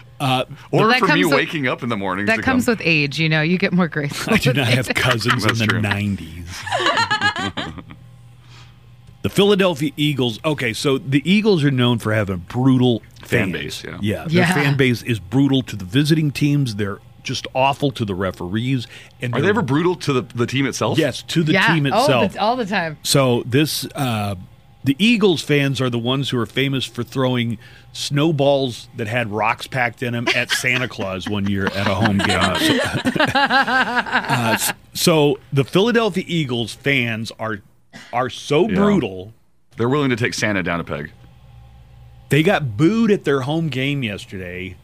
[SPEAKER 3] that
[SPEAKER 5] for me
[SPEAKER 3] comes with-
[SPEAKER 5] waking up in the morning.
[SPEAKER 3] that comes with age, you know. You get more graceful.
[SPEAKER 2] I do not have cousins in
[SPEAKER 5] That's
[SPEAKER 2] the
[SPEAKER 5] true.
[SPEAKER 2] 90s. the Philadelphia Eagles. Okay, so the Eagles are known for having a brutal fans.
[SPEAKER 5] Fan base, yeah.
[SPEAKER 2] Yeah, their
[SPEAKER 3] Yeah.
[SPEAKER 2] fan base is brutal to the visiting teams. They're just awful to the referees. And
[SPEAKER 5] Are they
[SPEAKER 2] they're-
[SPEAKER 5] ever brutal to the, the team itself?
[SPEAKER 2] Yes, to the
[SPEAKER 3] yeah, Oh,
[SPEAKER 2] team
[SPEAKER 3] all the-
[SPEAKER 2] itself.
[SPEAKER 3] all the time.
[SPEAKER 2] So this, uh, the Eagles fans are the ones who are famous for throwing snowballs that had rocks packed in them at Santa Claus one year at a home game. Uh, s- so the Philadelphia Eagles fans are are so
[SPEAKER 5] Yeah.
[SPEAKER 2] brutal.
[SPEAKER 5] They're willing to take Santa down a peg.
[SPEAKER 2] They got booed at their home game yesterday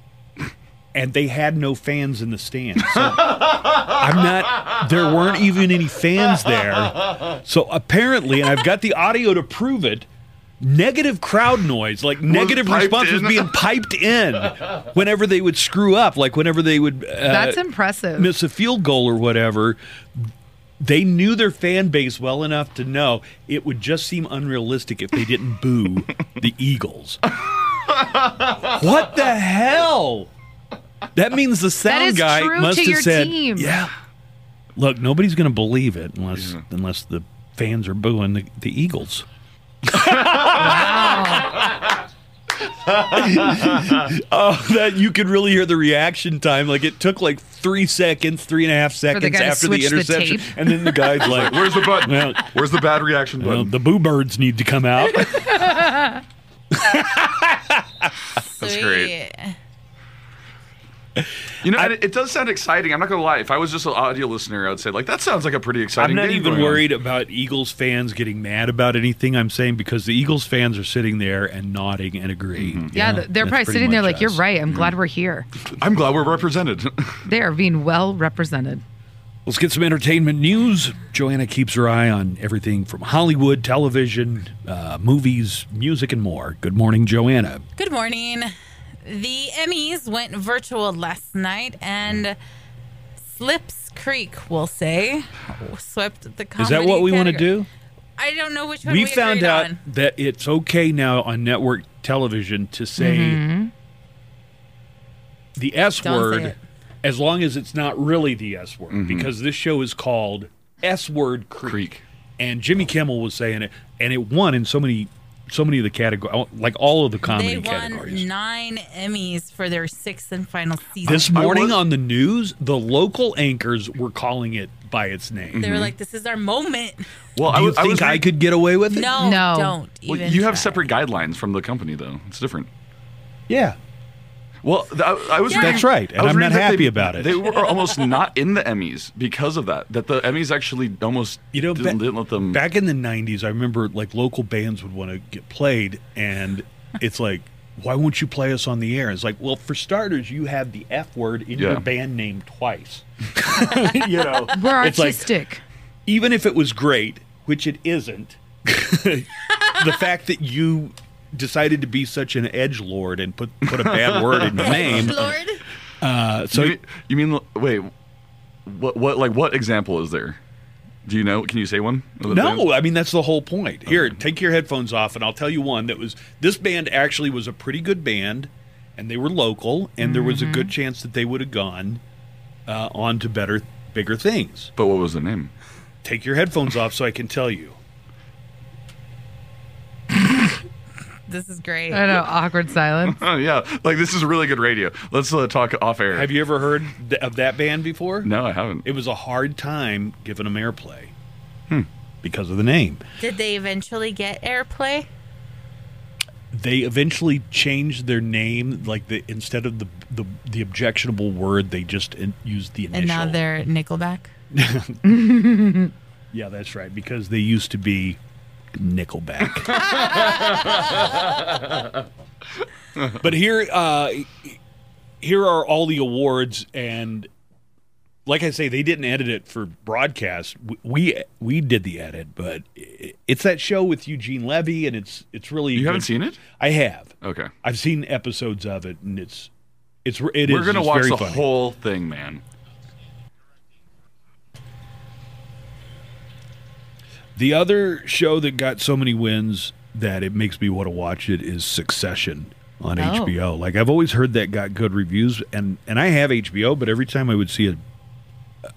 [SPEAKER 2] and they had no fans in the stands. So I'm not. There weren't even any fans there. So apparently, and I've got the audio to prove it. Negative crowd noise, like negative
[SPEAKER 5] piped
[SPEAKER 2] response, was
[SPEAKER 5] in.
[SPEAKER 2] being piped in whenever they would screw up, like whenever they would. Uh,
[SPEAKER 3] That's impressive.
[SPEAKER 2] miss a field goal or whatever, they knew their fan base well enough to know it would just seem unrealistic if they didn't boo the Eagles. what the hell? That means the sound
[SPEAKER 3] that is
[SPEAKER 2] guy
[SPEAKER 3] true
[SPEAKER 2] must
[SPEAKER 3] to
[SPEAKER 2] have
[SPEAKER 3] your
[SPEAKER 2] said,
[SPEAKER 3] team.
[SPEAKER 2] "Yeah, look, nobody's going to believe it unless unless the fans are booing the, the Eagles." Oh, that you could really hear the reaction time. Like it took like three seconds, three and a half
[SPEAKER 3] the
[SPEAKER 2] seconds
[SPEAKER 3] guy to
[SPEAKER 2] after the
[SPEAKER 3] switch the
[SPEAKER 2] interception,
[SPEAKER 3] tape.
[SPEAKER 2] and then the guy's like,
[SPEAKER 5] Where's the button?
[SPEAKER 2] Well-
[SPEAKER 5] Where's the bad reaction
[SPEAKER 2] well,
[SPEAKER 5] button?
[SPEAKER 2] "The boo birds need to come out."
[SPEAKER 4] That's
[SPEAKER 5] great. you know, and it, it does sound exciting. I'm not gonna lie. If I was just an audio listener, I would say like that sounds like a pretty
[SPEAKER 2] I'm
[SPEAKER 5] exciting.
[SPEAKER 2] not
[SPEAKER 5] game
[SPEAKER 2] even
[SPEAKER 5] going on."
[SPEAKER 2] worried about Eagles fans getting mad about anything I'm saying because the Eagles fans are sitting there and nodding and agreeing.
[SPEAKER 5] Mm-hmm.
[SPEAKER 2] you
[SPEAKER 3] yeah,
[SPEAKER 2] know?
[SPEAKER 3] th- they're
[SPEAKER 2] That's
[SPEAKER 3] probably
[SPEAKER 2] pretty
[SPEAKER 3] sitting there
[SPEAKER 2] much
[SPEAKER 3] like, "You're
[SPEAKER 2] us.
[SPEAKER 3] right. I'm glad we're here."
[SPEAKER 5] I'm glad we're represented.
[SPEAKER 3] They are being well represented.
[SPEAKER 2] Let's get some entertainment news. Joanna keeps her eye on everything from Hollywood, television, uh, movies, music, and more. Good morning, Joanna.
[SPEAKER 4] Good morning. The Emmys went virtual last night, and Slips Creek, we'll say, swept the comedy.
[SPEAKER 2] Is that what we want to
[SPEAKER 4] category.
[SPEAKER 2] do?
[SPEAKER 4] I don't know which one we,
[SPEAKER 2] we found
[SPEAKER 4] agreed
[SPEAKER 2] out
[SPEAKER 4] on.
[SPEAKER 2] that it's okay now on network television to say the S
[SPEAKER 4] Mm-hmm. Don't say
[SPEAKER 2] word
[SPEAKER 4] it.
[SPEAKER 2] as long as it's not really the S word because this show is called S Word Creek.
[SPEAKER 5] Mm-hmm. Creek.
[SPEAKER 2] And Jimmy Kimmel was saying it and it won in so many so many of the categories like all of the comedy
[SPEAKER 4] They won
[SPEAKER 2] categories.
[SPEAKER 4] nine Emmys for their sixth and final season.
[SPEAKER 2] this morning
[SPEAKER 5] was-
[SPEAKER 2] on the news, the local anchors were calling it by its name.
[SPEAKER 4] they were like, "This is our moment."
[SPEAKER 5] Well,
[SPEAKER 2] Do
[SPEAKER 5] I
[SPEAKER 2] you
[SPEAKER 5] was- I was
[SPEAKER 2] think I,
[SPEAKER 5] reading-
[SPEAKER 2] could get away with it?
[SPEAKER 4] No,
[SPEAKER 3] No.
[SPEAKER 4] don't even.
[SPEAKER 5] Well, you have
[SPEAKER 4] try.
[SPEAKER 5] separate guidelines from the company, though. It's different.
[SPEAKER 2] Yeah.
[SPEAKER 5] Well, th- I, I was.
[SPEAKER 4] Yeah.
[SPEAKER 2] That's right, and
[SPEAKER 5] I was
[SPEAKER 2] I'm not
[SPEAKER 5] reading that
[SPEAKER 2] happy
[SPEAKER 5] they-
[SPEAKER 2] about it.
[SPEAKER 5] They were almost not in the Emmys because of that. That the Emmys actually almost
[SPEAKER 2] You know,
[SPEAKER 5] didn't,
[SPEAKER 2] ba-
[SPEAKER 5] didn't let them.
[SPEAKER 2] back in the '90s, I remember like local bands would want to get played, and it's like, why won't you play us on the air? It's like, well, for starters, you have the F word in
[SPEAKER 5] Yeah.
[SPEAKER 2] your band name twice. you know,
[SPEAKER 3] We're
[SPEAKER 2] It's like-
[SPEAKER 3] artistic.
[SPEAKER 2] even if it was great, which it isn't, the fact that you decided to be such an edge lord and put put a bad word in your name,
[SPEAKER 4] Lord.
[SPEAKER 2] uh, so
[SPEAKER 5] you, mean, you mean wait? What what like what example is there? Do you know? Can you say one? of the
[SPEAKER 2] No,
[SPEAKER 5] bands?
[SPEAKER 2] I mean that's the whole point. Here, take your headphones off, and I'll tell you one that was. This band actually was a pretty good band, and they were local, and there was a
[SPEAKER 4] Mm-hmm.
[SPEAKER 2] good chance that they would have gone uh, on to better, bigger things.
[SPEAKER 5] But what was the name?
[SPEAKER 2] Take your headphones off, so I can tell you.
[SPEAKER 4] This is great.
[SPEAKER 3] I know, awkward silence.
[SPEAKER 5] Oh yeah, like this is really good radio. Let's uh, talk off air.
[SPEAKER 2] Have you ever heard th- of that band before?
[SPEAKER 5] No, I haven't.
[SPEAKER 2] It was a hard time giving them airplay
[SPEAKER 5] Hmm.
[SPEAKER 2] because of the name.
[SPEAKER 4] Did they eventually get airplay?
[SPEAKER 2] they eventually changed their name like the instead of the the, the objectionable word they just in, used the initial
[SPEAKER 4] And now they're Nickelback.
[SPEAKER 2] yeah that's right because they used to be nickelback but here uh here are all the awards and like i say they didn't edit it for broadcast W- we we did the edit but i- it's that show with eugene levy and it's it's really
[SPEAKER 5] You haven't seen it?
[SPEAKER 2] i have
[SPEAKER 5] Okay.
[SPEAKER 2] I've seen episodes of it, and it's it's it
[SPEAKER 5] We're
[SPEAKER 2] is-
[SPEAKER 5] gonna
[SPEAKER 2] it's
[SPEAKER 5] watch
[SPEAKER 2] very
[SPEAKER 5] the
[SPEAKER 2] funny.
[SPEAKER 5] whole thing, man.
[SPEAKER 2] The other show that got so many wins that it makes me want to watch it is Succession on
[SPEAKER 3] Oh.
[SPEAKER 2] HBO. Like I've always heard that got good reviews, and and I have HBO, but every time I would see a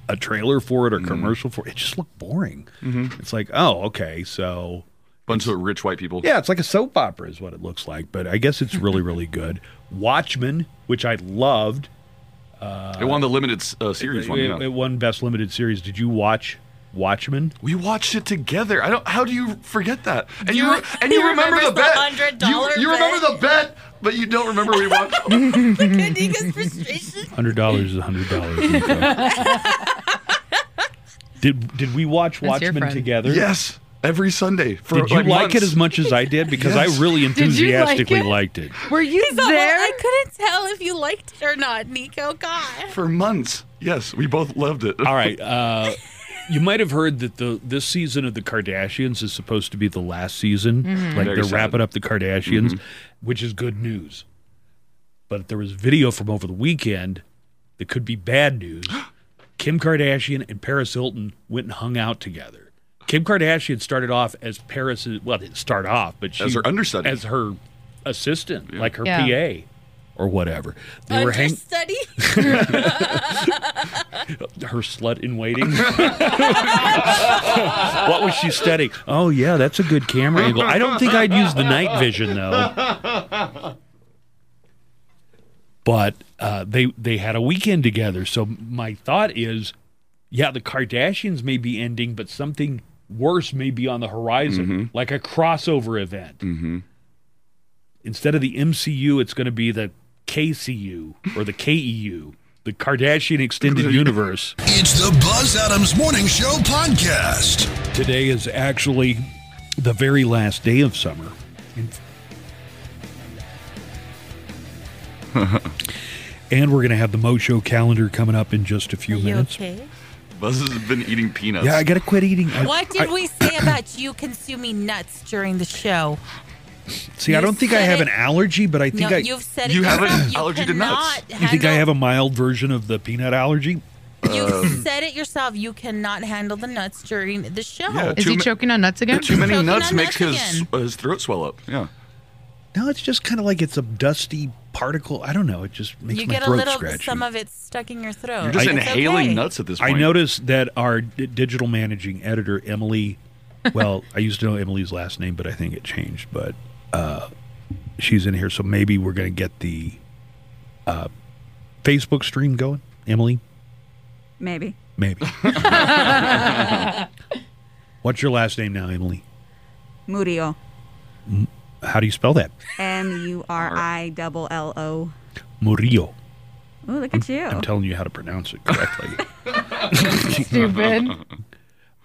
[SPEAKER 2] a trailer for
[SPEAKER 5] Mm-hmm.
[SPEAKER 2] it or commercial for it, it just looked boring. It's like, oh, okay, so
[SPEAKER 5] Bunch of rich white people.
[SPEAKER 2] yeah, it's like a soap opera is what it looks like, but I guess it's really really good. Watchmen, which I loved,
[SPEAKER 5] It won the limited uh, series one.
[SPEAKER 2] it,
[SPEAKER 5] yeah.
[SPEAKER 2] it won best limited series. Did you watch Watchmen?
[SPEAKER 5] We watched it together. I don't. How do you forget that? And you,
[SPEAKER 4] You-
[SPEAKER 5] re- and you
[SPEAKER 4] he
[SPEAKER 5] remember the
[SPEAKER 4] remembers the $100
[SPEAKER 5] bet. you, you
[SPEAKER 4] bet.
[SPEAKER 5] remember the bet, but you don't remember we watched.
[SPEAKER 4] Kadika's frustration.
[SPEAKER 2] Hundred dollars is hundred dollars. did did we watch
[SPEAKER 3] That's your
[SPEAKER 2] Watchmen
[SPEAKER 3] friend.
[SPEAKER 2] together?
[SPEAKER 5] yes, every Sunday. For
[SPEAKER 2] Did you like,
[SPEAKER 5] like
[SPEAKER 2] it
[SPEAKER 5] months.
[SPEAKER 2] as much as I did? Because I really
[SPEAKER 3] Did you like
[SPEAKER 2] enthusiastically
[SPEAKER 3] it?
[SPEAKER 2] liked it.
[SPEAKER 3] Were you
[SPEAKER 4] Well,
[SPEAKER 3] there?
[SPEAKER 4] I couldn't tell if you liked it or not, Nico. God.
[SPEAKER 5] For months. Yes, we both loved it.
[SPEAKER 2] All right. Uh, you might have heard that the this season of the Kardashians is supposed to be the last season. Like
[SPEAKER 5] Very Mm-hmm.
[SPEAKER 2] they're
[SPEAKER 5] sad.
[SPEAKER 2] wrapping up the Kardashians, which is good news. But there was video from over the weekend that could be bad news. Kim Kardashian and Paris Hilton went and hung out together. Kim Kardashian started off as Paris's well, didn't start off, but she
[SPEAKER 5] As her understudy.
[SPEAKER 2] as her assistant, like her PA
[SPEAKER 3] Yeah.
[SPEAKER 2] or whatever. They were hang,
[SPEAKER 4] Understudy?
[SPEAKER 2] her slut in waiting. what was she studying? Oh yeah, that's a good camera angle. I don't think I'd use the night vision though. But uh, they they had a weekend together, so my thought is, yeah, the Kardashians may be ending, but something worse may be on the horizon, like a crossover event. Instead of the MCU, it's going to be the KCU or the KEU, the Kardashian Extended Universe.
[SPEAKER 1] It's the Buzz Adams Morning Show podcast.
[SPEAKER 2] Today is actually the very last day of summer. And- and we're going to have the Mo Show calendar coming up in just a few
[SPEAKER 4] You
[SPEAKER 2] minutes.
[SPEAKER 4] okay?
[SPEAKER 5] Buzz has been eating peanuts.
[SPEAKER 2] Yeah, I got to quit eating. I,
[SPEAKER 4] What did
[SPEAKER 2] I-
[SPEAKER 4] we say about you consuming nuts during the show?
[SPEAKER 2] see, I
[SPEAKER 4] you
[SPEAKER 2] don't think I
[SPEAKER 4] said
[SPEAKER 2] have
[SPEAKER 4] it?
[SPEAKER 2] an allergy, but I think
[SPEAKER 4] No,
[SPEAKER 2] I.
[SPEAKER 4] you've said it.
[SPEAKER 5] You have an
[SPEAKER 4] yourself.
[SPEAKER 5] allergy to nuts.
[SPEAKER 4] cannot
[SPEAKER 2] you think I have
[SPEAKER 4] handle-
[SPEAKER 2] a mild version of the peanut allergy?
[SPEAKER 5] Um,
[SPEAKER 4] You said it yourself. You cannot handle the nuts during the show.
[SPEAKER 5] Yeah,
[SPEAKER 3] Is
[SPEAKER 5] Too
[SPEAKER 3] he
[SPEAKER 5] ma-
[SPEAKER 3] choking on nuts again?
[SPEAKER 5] Too many
[SPEAKER 4] Choking on
[SPEAKER 5] nuts makes
[SPEAKER 4] nuts
[SPEAKER 5] his
[SPEAKER 4] again.
[SPEAKER 5] uh, his throat swell up. Yeah.
[SPEAKER 2] No, it's just kind of like it's a dusty particle. I don't know. It just makes
[SPEAKER 4] you
[SPEAKER 2] my
[SPEAKER 4] get a
[SPEAKER 2] throat
[SPEAKER 4] little
[SPEAKER 2] scratchy.
[SPEAKER 4] some of it stuck in your throat.
[SPEAKER 5] You're just
[SPEAKER 4] It's
[SPEAKER 5] inhaling
[SPEAKER 4] okay.
[SPEAKER 5] nuts at this
[SPEAKER 2] I
[SPEAKER 5] point.
[SPEAKER 2] noticed that our d- digital managing editor Emily, well, I used to know Emily's last name, but I think it changed. But uh, she's in here, so maybe we're going to get the uh, Facebook stream going. Emily,
[SPEAKER 6] Maybe.
[SPEAKER 2] maybe. What's your last name now, Emily?
[SPEAKER 6] Murillo.
[SPEAKER 2] How do you spell that?
[SPEAKER 6] M U R I double L O.
[SPEAKER 2] Murillo.
[SPEAKER 6] Ooh, look at you.
[SPEAKER 2] I'm telling you how to pronounce it correctly.
[SPEAKER 3] Stupid.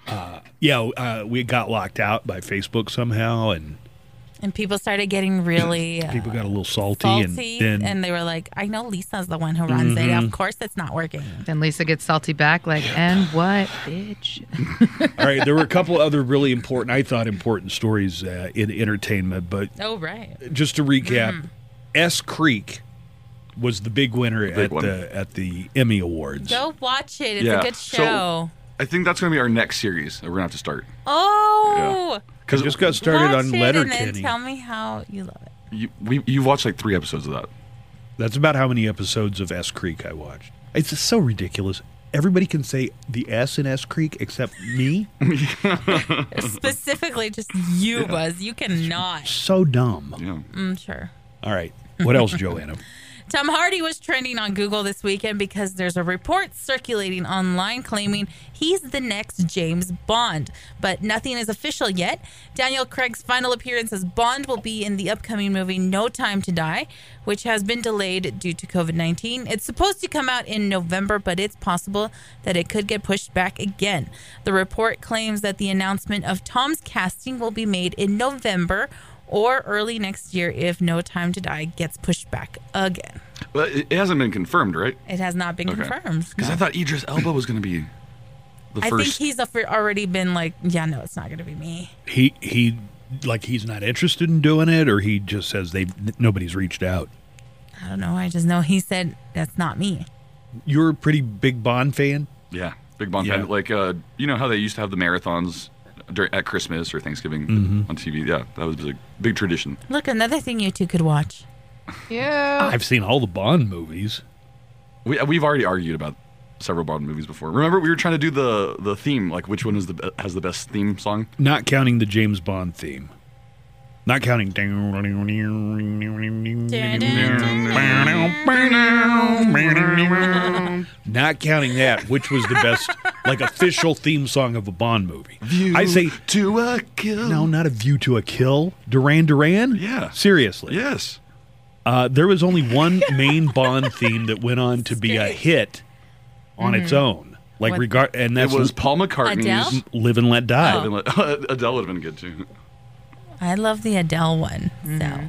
[SPEAKER 2] yeah, uh, we got locked out by Facebook somehow, and
[SPEAKER 4] And people started getting really uh,
[SPEAKER 2] people got a little salty,
[SPEAKER 4] salty,
[SPEAKER 2] and
[SPEAKER 4] and,
[SPEAKER 2] then Mm-hmm.
[SPEAKER 4] they were like, "I know Lisa's the one who runs it. Of course, it's not working."
[SPEAKER 3] Then Lisa gets salty back, like, and what, bitch?
[SPEAKER 2] All right, there were a couple other really important, I thought, important stories uh, in entertainment, but
[SPEAKER 4] Oh right.
[SPEAKER 2] just to recap,
[SPEAKER 4] Mm-hmm.
[SPEAKER 2] S Creek was the big winner
[SPEAKER 5] big
[SPEAKER 2] at
[SPEAKER 5] one.
[SPEAKER 2] the at the Emmy Awards.
[SPEAKER 4] Go watch it. It's
[SPEAKER 5] Yeah.
[SPEAKER 4] a good
[SPEAKER 5] So-
[SPEAKER 4] show.
[SPEAKER 5] I think that's going to be our next series that we're going to have to start.
[SPEAKER 4] oh.
[SPEAKER 2] Because just got started
[SPEAKER 4] watch
[SPEAKER 2] on
[SPEAKER 4] it and then
[SPEAKER 2] Letterkenny.
[SPEAKER 4] tell me how you love it.
[SPEAKER 5] You, we, you've watched like three episodes of that.
[SPEAKER 2] That's about how many episodes of S Creek I watched. It's just so ridiculous. Everybody can say the S in S Creek except me.
[SPEAKER 4] Specifically, just you, Buzz. You cannot.
[SPEAKER 2] so dumb.
[SPEAKER 5] Yeah.
[SPEAKER 4] I'm sure.
[SPEAKER 2] All right, what else, Joanna?
[SPEAKER 4] Tom Hardy was trending on Google this weekend because there's a report circulating online claiming he's the next James Bond, but nothing is official yet. Daniel Craig's final appearance as Bond will be in the upcoming movie No Time to Die, which has been delayed due to COVID 19. It's supposed to come out in November, but it's possible that it could get pushed back again. The report claims that the announcement of Tom's casting will be made in November. Or early next year if No Time to Die gets pushed back again.
[SPEAKER 5] But it, it hasn't been confirmed, right?
[SPEAKER 4] It has not been confirmed.
[SPEAKER 5] Because I thought Idris Elba was going to be
[SPEAKER 4] I
[SPEAKER 5] the
[SPEAKER 4] think
[SPEAKER 5] first.
[SPEAKER 4] he's a- already been like, yeah, no, it's not going to be me.
[SPEAKER 2] He he, like he's not interested in doing it, or he just says they nobody's reached out.
[SPEAKER 4] I don't know. I just know he said that's not me.
[SPEAKER 2] You're a pretty big Bond fan.
[SPEAKER 5] yeah. Big Bond
[SPEAKER 2] Yeah.
[SPEAKER 5] fan. Like, uh, you know how they used to have the marathons dur at Christmas or Thanksgiving
[SPEAKER 2] Mm-hmm.
[SPEAKER 5] on TV? Yeah. That was a big tradition.
[SPEAKER 4] Look, another thing you two could watch.
[SPEAKER 3] Yeah.
[SPEAKER 2] I've seen all the Bond movies.
[SPEAKER 5] We, uh, we've already argued about several Bond movies before. Remember, we were trying to do the, the theme, like which one is the be- has the best theme song?
[SPEAKER 2] Not counting the James Bond theme. Not counting. Not counting that, which was the best, like official theme song of a Bond movie. I say
[SPEAKER 5] to a kill.
[SPEAKER 2] no, not a view to a kill. Duran Duran.
[SPEAKER 5] Yeah.
[SPEAKER 2] seriously.
[SPEAKER 5] Yes.
[SPEAKER 2] Uh, there was only one main Bond theme that went on to be a hit on its own. Like
[SPEAKER 4] What-
[SPEAKER 2] regard, and that
[SPEAKER 5] it was Paul McCartney's.
[SPEAKER 4] Adele?
[SPEAKER 2] "Live and Let Die."
[SPEAKER 5] Adele would have been good too. Mm-hmm.
[SPEAKER 4] I love the Adele one. So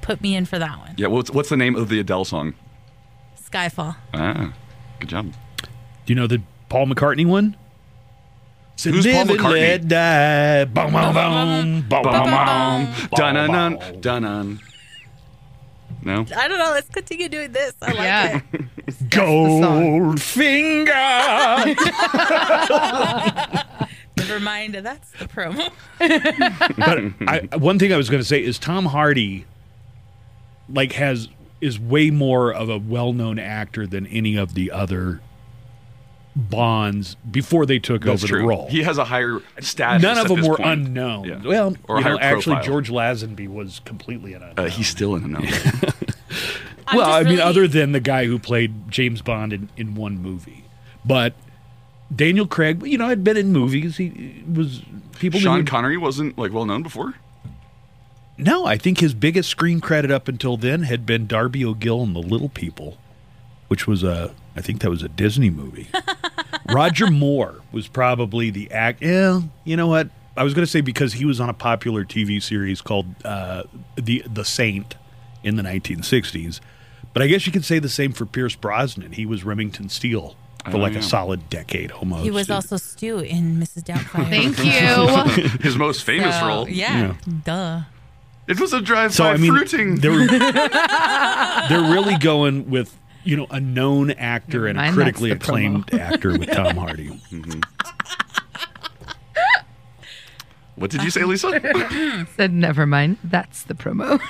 [SPEAKER 4] put me in for that one.
[SPEAKER 5] Yeah, what's, what's the name of the Adele song?
[SPEAKER 4] Skyfall.
[SPEAKER 5] Ah, good job.
[SPEAKER 2] Do you know the Paul McCartney one? So
[SPEAKER 5] Who's Paul
[SPEAKER 2] live and
[SPEAKER 5] McCartney?
[SPEAKER 2] let die. Boom, boom, boom, boom, boom, boom.
[SPEAKER 5] Dun dun
[SPEAKER 2] Ba-ba-bum.
[SPEAKER 5] dun. No?
[SPEAKER 4] I don't know. Let's continue doing this. I like
[SPEAKER 3] Yeah.
[SPEAKER 4] it.
[SPEAKER 2] Gold finger.
[SPEAKER 4] Never mind. That's the promo.
[SPEAKER 2] but I, one thing I was going to say is Tom Hardy, like, has is way more of a well-known actor than any of the other Bonds before they took
[SPEAKER 5] That's
[SPEAKER 2] over
[SPEAKER 5] true.
[SPEAKER 2] the role.
[SPEAKER 5] He has a higher status.
[SPEAKER 2] None of
[SPEAKER 5] at
[SPEAKER 2] them
[SPEAKER 5] this
[SPEAKER 2] were
[SPEAKER 5] point.
[SPEAKER 2] unknown.
[SPEAKER 5] Yeah.
[SPEAKER 2] Well,
[SPEAKER 5] or
[SPEAKER 2] you know,
[SPEAKER 5] higher
[SPEAKER 2] actually,
[SPEAKER 5] profile.
[SPEAKER 2] George Lazenby was completely an unknown.
[SPEAKER 5] Uh, he's still an unknown.
[SPEAKER 4] I'm
[SPEAKER 2] well,
[SPEAKER 4] just
[SPEAKER 2] I mean,
[SPEAKER 4] really-
[SPEAKER 2] other than the guy who played James Bond in, in one movie, but Daniel Craig, you know, had been in movies. He was people. knew
[SPEAKER 5] Sean
[SPEAKER 2] him-
[SPEAKER 5] Connery wasn't like well known before.
[SPEAKER 2] no, I think his biggest screen credit up until then had been Darby O'Gill and the Little People, which was a I think that was a Disney movie. Roger Moore was probably the act. Yeah, you know what? I was going to say because he was on a popular TV series called uh, the The Saint in the 1960s, but I guess you could say the same for Pierce Brosnan. He was Remington Steele for
[SPEAKER 5] Oh,
[SPEAKER 2] like
[SPEAKER 5] yeah.
[SPEAKER 2] a solid decade almost.
[SPEAKER 4] He was also Stu in Mrs. Doubtfire.
[SPEAKER 3] Thank you.
[SPEAKER 5] His most famous
[SPEAKER 4] So,
[SPEAKER 5] role.
[SPEAKER 4] Yeah. Duh.
[SPEAKER 5] It was a drive-by
[SPEAKER 2] So I mean,
[SPEAKER 5] fruiting.
[SPEAKER 2] they're they're really going with you know a known actor and a
[SPEAKER 3] Mine,
[SPEAKER 2] critically
[SPEAKER 3] that's the promo.
[SPEAKER 2] acclaimed actor with Tom Hardy.
[SPEAKER 5] what did you say, Lisa?
[SPEAKER 3] Said never mind. That's the promo.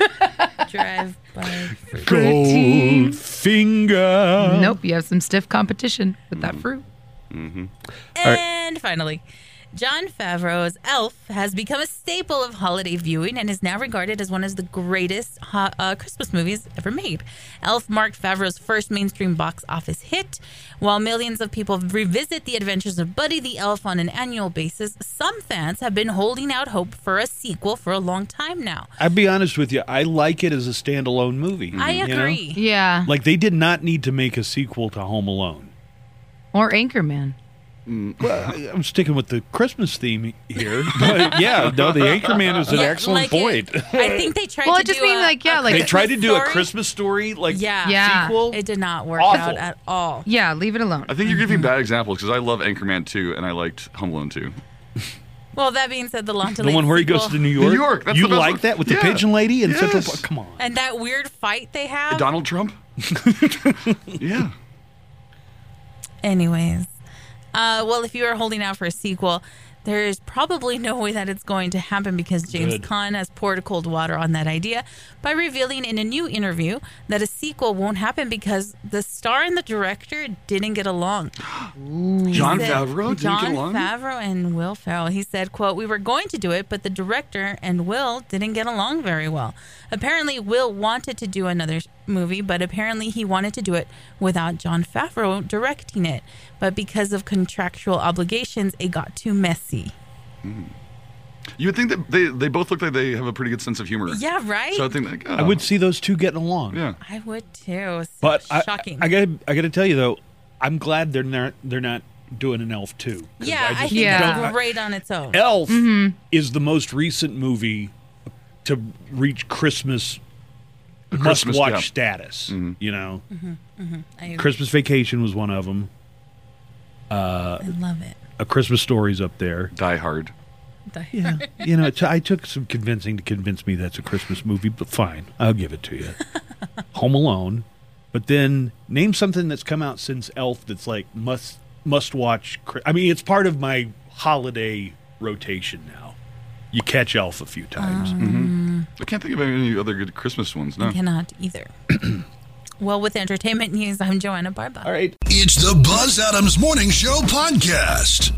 [SPEAKER 4] Drive by.
[SPEAKER 3] Pretty.
[SPEAKER 2] finger.
[SPEAKER 3] nope, you have some stiff competition with that fruit.
[SPEAKER 2] right.
[SPEAKER 4] And finally, John Favreau's Elf has become a staple of holiday viewing and is now regarded as one of the greatest ho- uh, Christmas movies ever made. Elf marked Favreau's first mainstream box office hit. While millions of people revisit the adventures of Buddy the Elf on an annual basis, some fans have been holding out hope for a sequel for a long time now.
[SPEAKER 2] I'd be honest with you. I like it as a standalone movie.
[SPEAKER 4] I
[SPEAKER 2] Mm-hmm. you know?
[SPEAKER 4] agree.
[SPEAKER 3] Yeah.
[SPEAKER 2] Like they did not need to make a sequel to Home Alone.
[SPEAKER 3] Or Anchorman.
[SPEAKER 2] I- I'm sticking with the Christmas theme here. But yeah, no, the Anchorman is an
[SPEAKER 4] Yeah,
[SPEAKER 2] excellent
[SPEAKER 4] like
[SPEAKER 2] point.
[SPEAKER 4] it- I think they tried
[SPEAKER 3] Well,
[SPEAKER 4] to
[SPEAKER 3] I just
[SPEAKER 4] do
[SPEAKER 3] mean,
[SPEAKER 4] a-
[SPEAKER 3] like, yeah,
[SPEAKER 4] a
[SPEAKER 3] like-
[SPEAKER 2] they tried to do a
[SPEAKER 4] story.
[SPEAKER 2] Christmas story like
[SPEAKER 4] Yeah.
[SPEAKER 3] Yeah.
[SPEAKER 2] sequel.
[SPEAKER 4] It did not work
[SPEAKER 2] Awful.
[SPEAKER 4] out at all.
[SPEAKER 3] Yeah, leave it alone.
[SPEAKER 5] I think you're giving bad examples because I love Anchorman 2 and I liked Home Alone 2.
[SPEAKER 4] Well, that being said, the Long
[SPEAKER 2] The one where he goes to New York.
[SPEAKER 5] New York, that's
[SPEAKER 2] you
[SPEAKER 5] the best
[SPEAKER 2] like
[SPEAKER 5] one.
[SPEAKER 2] that with the
[SPEAKER 5] Yeah.
[SPEAKER 2] pigeon lady and Central
[SPEAKER 5] Yes.
[SPEAKER 2] Park? Come on.
[SPEAKER 4] and that weird fight they have.
[SPEAKER 5] Donald Trump? yeah.
[SPEAKER 4] Anyways, uh, well, if you are holding out for a sequel, there is probably no way that it's going to happen because James
[SPEAKER 2] Good.
[SPEAKER 4] Caan has poured cold water on that idea by revealing in a new interview that a sequel won't happen because the star and the director didn't get along.
[SPEAKER 5] John
[SPEAKER 4] said-
[SPEAKER 5] Favreau? Did
[SPEAKER 4] John
[SPEAKER 5] you get along?
[SPEAKER 4] Favreau and Will Ferrell. He said, "quote We were going to do it, but the director and Will didn't get along very well. Apparently, Will wanted to do another movie, but apparently he wanted to do it without John Favreau directing it. But because of contractual obligations, it got too messy.
[SPEAKER 5] you would think that they, they both look like they have a pretty good sense of humor.
[SPEAKER 4] Yeah, right.
[SPEAKER 5] So I think, like, oh,
[SPEAKER 2] I would see those two getting along.
[SPEAKER 5] Yeah.
[SPEAKER 4] I would too. So
[SPEAKER 2] But I,
[SPEAKER 4] shocking.
[SPEAKER 2] I gotta, I gotta tell you though, I'm glad they're not, they're not doing an Elf two. 'Cause
[SPEAKER 4] yeah, I,
[SPEAKER 2] just
[SPEAKER 4] think
[SPEAKER 3] Yeah.
[SPEAKER 4] it's
[SPEAKER 2] don't-
[SPEAKER 4] great on its own.
[SPEAKER 2] Elf is the most recent movie to reach Christmas must
[SPEAKER 5] Christmas,
[SPEAKER 2] watch
[SPEAKER 5] yeah. Mm-hmm.
[SPEAKER 2] status. You know,
[SPEAKER 4] Mm-hmm. I,
[SPEAKER 2] Christmas Vacation was one of them.
[SPEAKER 4] I love it.
[SPEAKER 2] A Christmas Story's up there.
[SPEAKER 5] Die Hard.
[SPEAKER 2] Yeah, you know, it t- I took some convincing to convince me that's a Christmas movie, but fine, I'll give it to you. Home Alone, but then name something that's come out since Elf that's like must must watch. Chri- I mean, it's part of my holiday rotation now. You catch Elf a few times.
[SPEAKER 4] Ah.
[SPEAKER 5] I can't think of any other good Christmas ones. No.
[SPEAKER 4] Cannot either. well, with entertainment news, I'm Joanna Barba.
[SPEAKER 2] All right.
[SPEAKER 1] It's the Buzz Adams Morning Show podcast.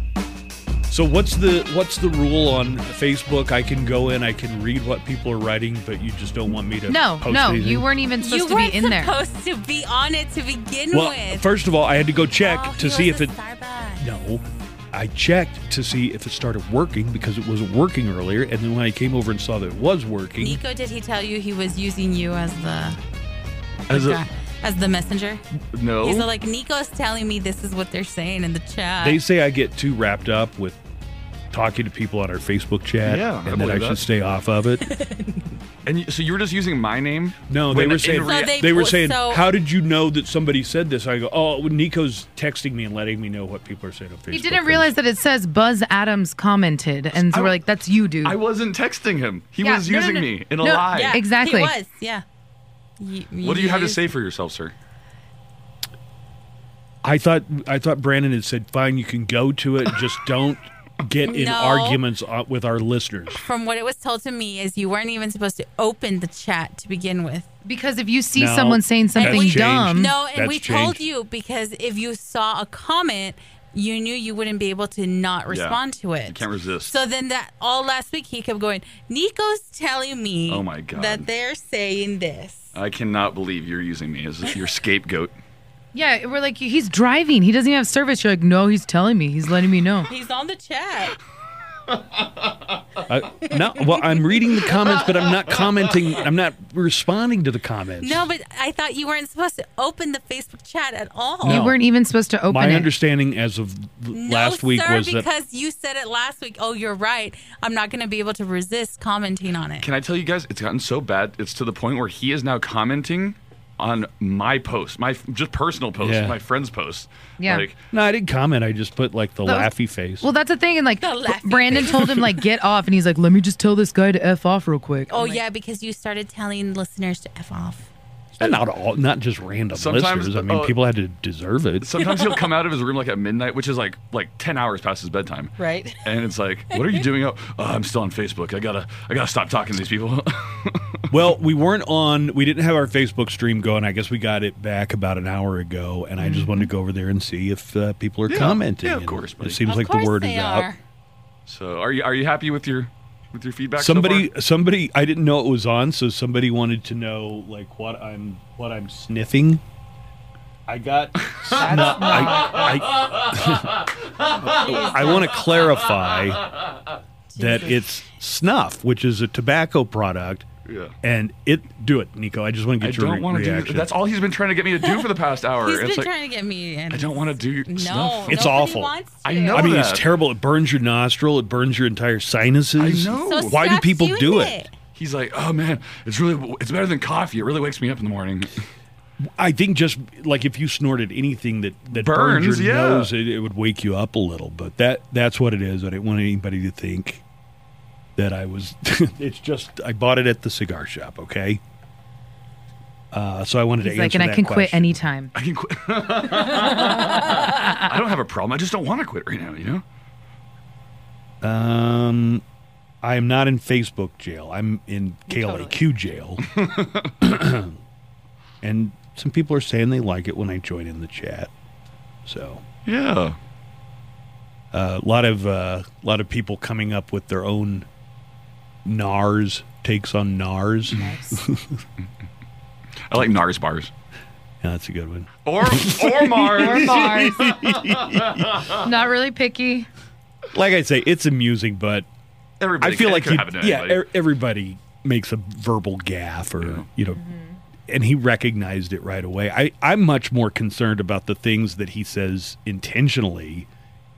[SPEAKER 2] So what's the what's the rule on Facebook? I can go in, I can read what people are writing, but you just don't want me to.
[SPEAKER 3] No,
[SPEAKER 2] post
[SPEAKER 3] no,
[SPEAKER 2] anything?
[SPEAKER 3] you weren't even supposed
[SPEAKER 4] you
[SPEAKER 3] to
[SPEAKER 4] weren't
[SPEAKER 3] be in there.
[SPEAKER 4] supposed to be on it to begin
[SPEAKER 2] Well,
[SPEAKER 4] with.
[SPEAKER 2] first of all, I had to go check
[SPEAKER 4] Oh,
[SPEAKER 2] to
[SPEAKER 4] he
[SPEAKER 2] see
[SPEAKER 4] was
[SPEAKER 2] if it.
[SPEAKER 4] a Starbucks.
[SPEAKER 2] No. I checked to see if it started working because it wasn't working earlier. And then when I came over and saw that it was working,
[SPEAKER 4] Nico, did he tell you he was using you as the
[SPEAKER 5] As a-
[SPEAKER 4] as the messenger?
[SPEAKER 5] no.
[SPEAKER 4] He's like Nico's telling me this is what they're saying in the chat.
[SPEAKER 2] they say I get too wrapped up with talking to people on our Facebook chat
[SPEAKER 5] Yeah, I
[SPEAKER 2] and that
[SPEAKER 5] believe
[SPEAKER 2] I
[SPEAKER 5] that.
[SPEAKER 2] should stay off of it.
[SPEAKER 5] And you, so you were just using my name?
[SPEAKER 2] No, they
[SPEAKER 5] When
[SPEAKER 2] were
[SPEAKER 5] in
[SPEAKER 2] saying
[SPEAKER 4] So
[SPEAKER 2] they,
[SPEAKER 4] they-
[SPEAKER 2] were
[SPEAKER 4] well,
[SPEAKER 2] saying,
[SPEAKER 4] so-
[SPEAKER 2] "How did you know that somebody said this?" I go, "Oh, well, Nico's texting me and letting me know what people are saying on Facebook."
[SPEAKER 3] He didn't realize that it says Buzz Adams commented, and so we're like, "That's you, dude."
[SPEAKER 5] I wasn't texting him. He
[SPEAKER 3] Yeah,
[SPEAKER 5] was
[SPEAKER 3] no, no,
[SPEAKER 5] using
[SPEAKER 3] no.
[SPEAKER 5] me in a
[SPEAKER 3] No,
[SPEAKER 5] lie.
[SPEAKER 3] yeah. Exactly.
[SPEAKER 4] He was, yeah. You-
[SPEAKER 5] What do you have to
[SPEAKER 4] used-
[SPEAKER 5] say for yourself, sir?
[SPEAKER 2] I thought I thought Brandon had said, "Fine, you can go to it, just don't get in
[SPEAKER 4] No.
[SPEAKER 2] arguments uh, with our listeners."
[SPEAKER 4] From what it was told to me, is you weren't even supposed to open the chat to begin with.
[SPEAKER 3] because if you see
[SPEAKER 2] No,
[SPEAKER 3] someone saying
[SPEAKER 2] that's
[SPEAKER 3] something
[SPEAKER 2] changed.
[SPEAKER 3] dumb,
[SPEAKER 4] No, and
[SPEAKER 2] That's
[SPEAKER 4] we told
[SPEAKER 2] changed.
[SPEAKER 4] you because if you saw a comment, you knew you wouldn't be able to not respond to it.
[SPEAKER 5] You can't resist.
[SPEAKER 4] So then that all last week he kept going, Nico's telling me
[SPEAKER 5] Oh my God.
[SPEAKER 4] that they're saying this.
[SPEAKER 5] I cannot believe you're using me as your scapegoat.
[SPEAKER 3] yeah, we're like, he's driving. He doesn't even have service. You're like, no, he's telling me. He's letting me know.
[SPEAKER 4] He's on the chat.
[SPEAKER 2] I, Uh, no, well, I'm reading the comments, but I'm not commenting. I'm not responding to the comments.
[SPEAKER 4] No, but I thought you weren't supposed to open the Facebook chat at all.
[SPEAKER 2] No.
[SPEAKER 3] You weren't even supposed to open
[SPEAKER 2] my
[SPEAKER 3] it.
[SPEAKER 2] understanding as of l-
[SPEAKER 4] No,
[SPEAKER 2] last week
[SPEAKER 4] sir,
[SPEAKER 2] was
[SPEAKER 4] because
[SPEAKER 2] that
[SPEAKER 4] you said it last week. Oh, you're right. I'm not going to be able to resist commenting on it.
[SPEAKER 5] Can I tell you guys? It's gotten so bad. It's to the point where he is now commenting on my post, my f- just personal post,
[SPEAKER 2] Yeah.
[SPEAKER 5] my friend's post.
[SPEAKER 3] Yeah.
[SPEAKER 5] Like,
[SPEAKER 2] no, I didn't comment. I just put like the
[SPEAKER 3] That was-
[SPEAKER 2] laughy face.
[SPEAKER 3] well, that's the thing, and like
[SPEAKER 4] The laughing
[SPEAKER 3] Brandon told him like get off, and he's like, "Let me just tell this guy to f off real quick."
[SPEAKER 4] oh,
[SPEAKER 3] I'm like,
[SPEAKER 4] yeah, because you started telling listeners to F off.
[SPEAKER 2] And not all, not just random
[SPEAKER 5] Sometimes-
[SPEAKER 2] listeners. I mean,
[SPEAKER 5] oh.
[SPEAKER 2] people had to deserve it.
[SPEAKER 5] sometimes he'll come out of his room like at midnight, which is like like ten hours past his bedtime.
[SPEAKER 4] Right.
[SPEAKER 5] And it's like, what are you doing? Up? Oh, I'm still on Facebook. I gotta I gotta stop talking to these people.
[SPEAKER 2] Well, we weren't on. We didn't have our Facebook stream going. I guess we got it back about an hour ago, and I just wanted to go over there and see if uh, people are commenting.
[SPEAKER 5] Yeah, of
[SPEAKER 2] and
[SPEAKER 5] course, buddy.
[SPEAKER 2] It seems
[SPEAKER 4] Mm-hmm. Of
[SPEAKER 2] like the
[SPEAKER 4] course
[SPEAKER 2] word
[SPEAKER 4] they
[SPEAKER 2] is out.
[SPEAKER 4] are.
[SPEAKER 5] so are you are you happy with your with your feedback? so
[SPEAKER 2] Somebody,
[SPEAKER 5] far?
[SPEAKER 2] somebody. I didn't know it was on, so somebody wanted to know like what I'm, what I'm sniffing. I got. snu- I, I, I want to clarify that it's snuff, which is a tobacco product.
[SPEAKER 5] Yeah.
[SPEAKER 2] And it do it, Nico. I just want to
[SPEAKER 5] I
[SPEAKER 2] get your
[SPEAKER 5] don't
[SPEAKER 2] re-
[SPEAKER 5] want to do.
[SPEAKER 2] reaction.
[SPEAKER 5] That's all he's been trying to get me to do for the past hour.
[SPEAKER 4] He's been
[SPEAKER 5] And it's like,
[SPEAKER 4] trying to get me in.
[SPEAKER 5] I don't want to do your
[SPEAKER 4] No,
[SPEAKER 5] snuff.
[SPEAKER 2] It's
[SPEAKER 4] nobody
[SPEAKER 2] awful.
[SPEAKER 4] Wants to.
[SPEAKER 5] I know.
[SPEAKER 2] I mean,
[SPEAKER 5] that.
[SPEAKER 2] it's terrible. It burns your nostril. It burns your entire sinuses.
[SPEAKER 5] I know.
[SPEAKER 4] So
[SPEAKER 2] Why do
[SPEAKER 4] stop
[SPEAKER 2] people
[SPEAKER 4] doing
[SPEAKER 2] do it?
[SPEAKER 4] it?
[SPEAKER 5] He's like, oh man, it's really it's better than coffee. It really wakes me up in the morning.
[SPEAKER 2] I think just like if you snorted anything that that burns,
[SPEAKER 5] Burns,
[SPEAKER 2] your
[SPEAKER 5] yeah.
[SPEAKER 2] nose, it, it would wake you up a little. But that that's what it is. I didn't want anybody to think that I was. it's just I bought it at the cigar shop. Okay. Uh, so I wanted
[SPEAKER 3] He's
[SPEAKER 2] to
[SPEAKER 3] like,
[SPEAKER 2] answer
[SPEAKER 3] and I
[SPEAKER 2] that
[SPEAKER 3] can quit
[SPEAKER 2] question.
[SPEAKER 3] anytime.
[SPEAKER 5] I can quit. I don't have a problem. I just don't want to quit right now. You know.
[SPEAKER 2] Um, I am not in Facebook jail. I'm in
[SPEAKER 4] Totally.
[SPEAKER 2] KLAQ jail. and some people are saying they like it when I join in the chat. So
[SPEAKER 5] Yeah.
[SPEAKER 2] uh, a lot of a lot of people coming up with their own NARS takes on NARS.
[SPEAKER 5] Mm-hmm. I like NARS bars.
[SPEAKER 2] Yeah, that's a good one.
[SPEAKER 5] Or or Mars.
[SPEAKER 3] Bars. Not really picky.
[SPEAKER 2] Like I say, it's amusing, but
[SPEAKER 5] Everybody.
[SPEAKER 2] I feel
[SPEAKER 5] it
[SPEAKER 2] like
[SPEAKER 5] could
[SPEAKER 2] you,
[SPEAKER 5] happen to
[SPEAKER 2] yeah,
[SPEAKER 5] anybody.
[SPEAKER 2] er- everybody makes a verbal gaffe or you know, and he recognized it right away. I I'm much more concerned about the things that he says intentionally,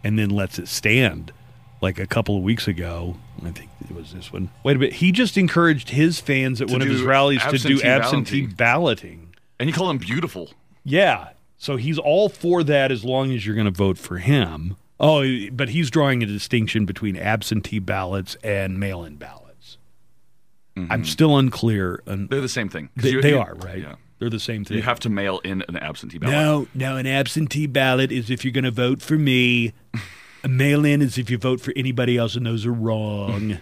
[SPEAKER 2] and then lets it stand. Like a couple of weeks ago, I think it was this one. Wait a bit, he just encouraged his fans at
[SPEAKER 5] To
[SPEAKER 2] one of
[SPEAKER 5] do
[SPEAKER 2] his rallies to do
[SPEAKER 5] absentee
[SPEAKER 2] absentee
[SPEAKER 5] balloting.
[SPEAKER 2] balloting.
[SPEAKER 5] and you call them beautiful.
[SPEAKER 2] Yeah. So he's all for that as long as you're going to vote for him. Oh, but he's drawing a distinction between absentee ballots and mail in ballots. I'm still unclear. On,
[SPEAKER 5] Mm-hmm. They're the same thing. 'Cause
[SPEAKER 2] they,
[SPEAKER 5] you-
[SPEAKER 2] they
[SPEAKER 5] you-
[SPEAKER 2] are, right?
[SPEAKER 5] Yeah.
[SPEAKER 2] They're the same thing.
[SPEAKER 5] You have to mail in an absentee ballot.
[SPEAKER 2] no, no, an absentee ballot is if you're going to vote for me. A mail in is if you vote for anybody else, and those are wrong.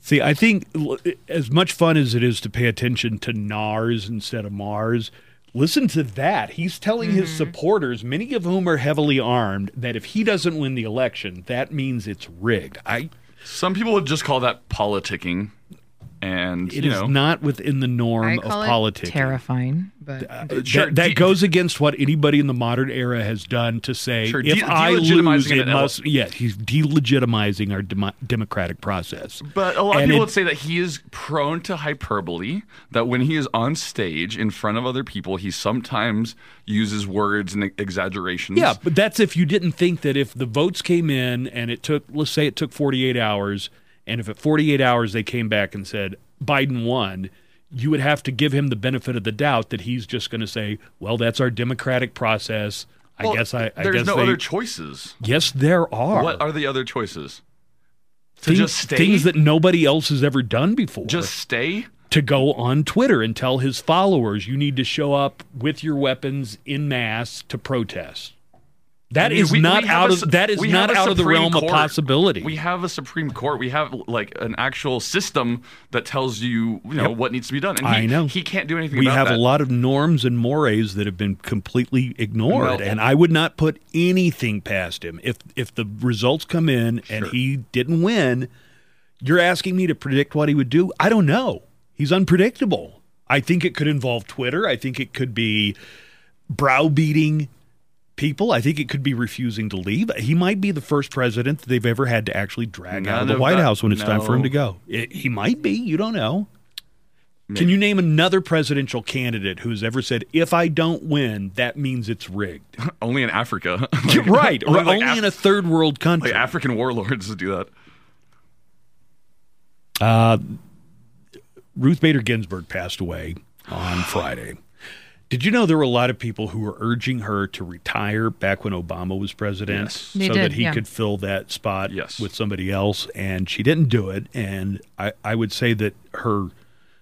[SPEAKER 2] See, I think l- as much fun as it is to pay attention to NARS instead of Mars, listen to that. He's telling his
[SPEAKER 3] Mm-hmm.
[SPEAKER 2] supporters, many of whom are heavily armed, that if he doesn't win the election, that means it's rigged. I,
[SPEAKER 5] Some people would just call that politicking, and
[SPEAKER 2] it
[SPEAKER 5] you
[SPEAKER 2] is
[SPEAKER 5] know,
[SPEAKER 2] not within the norm
[SPEAKER 3] I
[SPEAKER 2] of
[SPEAKER 3] call it
[SPEAKER 2] politics. Uh,
[SPEAKER 3] terrifying, but
[SPEAKER 2] That,
[SPEAKER 5] uh, Sure,
[SPEAKER 2] that
[SPEAKER 5] de-
[SPEAKER 2] goes against what anybody in the modern era has done to say
[SPEAKER 5] Sure,
[SPEAKER 2] if
[SPEAKER 5] de-
[SPEAKER 2] I lose,
[SPEAKER 5] delegitimizing
[SPEAKER 2] it
[SPEAKER 5] an ele-
[SPEAKER 2] must. Yeah, he's delegitimizing our demo- democratic process.
[SPEAKER 5] But a lot of
[SPEAKER 2] And
[SPEAKER 5] people
[SPEAKER 2] it-
[SPEAKER 5] would say that he is prone to hyperbole, that when he is on stage in front of other people, he sometimes uses words and exaggerations.
[SPEAKER 2] Yeah, but that's if you didn't think that if the votes came in and it took, let's say it took 48 hours, and if at 48 hours they came back and said, Biden won, you would have to give him the benefit of the doubt that he's just going to say, "Well, that's our democratic process." I
[SPEAKER 5] Well,
[SPEAKER 2] guess I. I
[SPEAKER 5] there's
[SPEAKER 2] guess
[SPEAKER 5] no
[SPEAKER 2] they,
[SPEAKER 5] other choices.
[SPEAKER 2] Yes, there are.
[SPEAKER 5] What are the other choices? To
[SPEAKER 2] things,
[SPEAKER 5] just stay.
[SPEAKER 2] things that nobody else has ever done before.
[SPEAKER 5] just stay.
[SPEAKER 2] to go on Twitter and tell his followers you need to show up with your weapons in mass to protest. That
[SPEAKER 5] I mean,
[SPEAKER 2] is
[SPEAKER 5] we-
[SPEAKER 2] not
[SPEAKER 5] we have
[SPEAKER 2] out
[SPEAKER 5] a
[SPEAKER 2] of
[SPEAKER 5] su-
[SPEAKER 2] that is
[SPEAKER 5] we have
[SPEAKER 2] not
[SPEAKER 5] a
[SPEAKER 2] out of the
[SPEAKER 5] Supreme
[SPEAKER 2] realm of
[SPEAKER 5] Court.
[SPEAKER 2] possibility.
[SPEAKER 5] We have a Supreme Court. We have like an actual system that tells you, you know, what needs to be done. And he,
[SPEAKER 2] I know.
[SPEAKER 5] he can't do anything.
[SPEAKER 2] we
[SPEAKER 5] about
[SPEAKER 2] have
[SPEAKER 5] that.
[SPEAKER 2] a lot of norms and mores that have been completely ignored,
[SPEAKER 5] No.
[SPEAKER 2] and I would not put anything past him. If if the results come in and
[SPEAKER 5] Sure.
[SPEAKER 2] he didn't win, you're asking me to predict what he would do. I don't know. He's unpredictable. I think it could involve Twitter. I think it could be browbeating people. I think it could be refusing to leave. He might be the first president that they've ever had to actually drag out of
[SPEAKER 5] None
[SPEAKER 2] the
[SPEAKER 5] of
[SPEAKER 2] White
[SPEAKER 5] that-
[SPEAKER 2] House when it's time for him to
[SPEAKER 5] no.
[SPEAKER 2] go. It- he might be. You don't know. Can you name another presidential candidate who's ever said, "If I don't win, that means it's rigged"?
[SPEAKER 5] Only in Africa,
[SPEAKER 2] You're right, or
[SPEAKER 5] like
[SPEAKER 2] only
[SPEAKER 5] Af-
[SPEAKER 2] in a third world country.
[SPEAKER 5] like African warlords do that.
[SPEAKER 2] Uh, Ruth Bader Ginsburg passed away on Friday. Did you know there were a lot of people who were urging her to retire back when Obama was president
[SPEAKER 5] Yes.
[SPEAKER 2] so
[SPEAKER 3] They
[SPEAKER 2] that
[SPEAKER 3] did,
[SPEAKER 2] he
[SPEAKER 3] yeah.
[SPEAKER 2] could fill that spot
[SPEAKER 5] Yes.
[SPEAKER 2] with somebody else? And she didn't do it. And I, I would say that her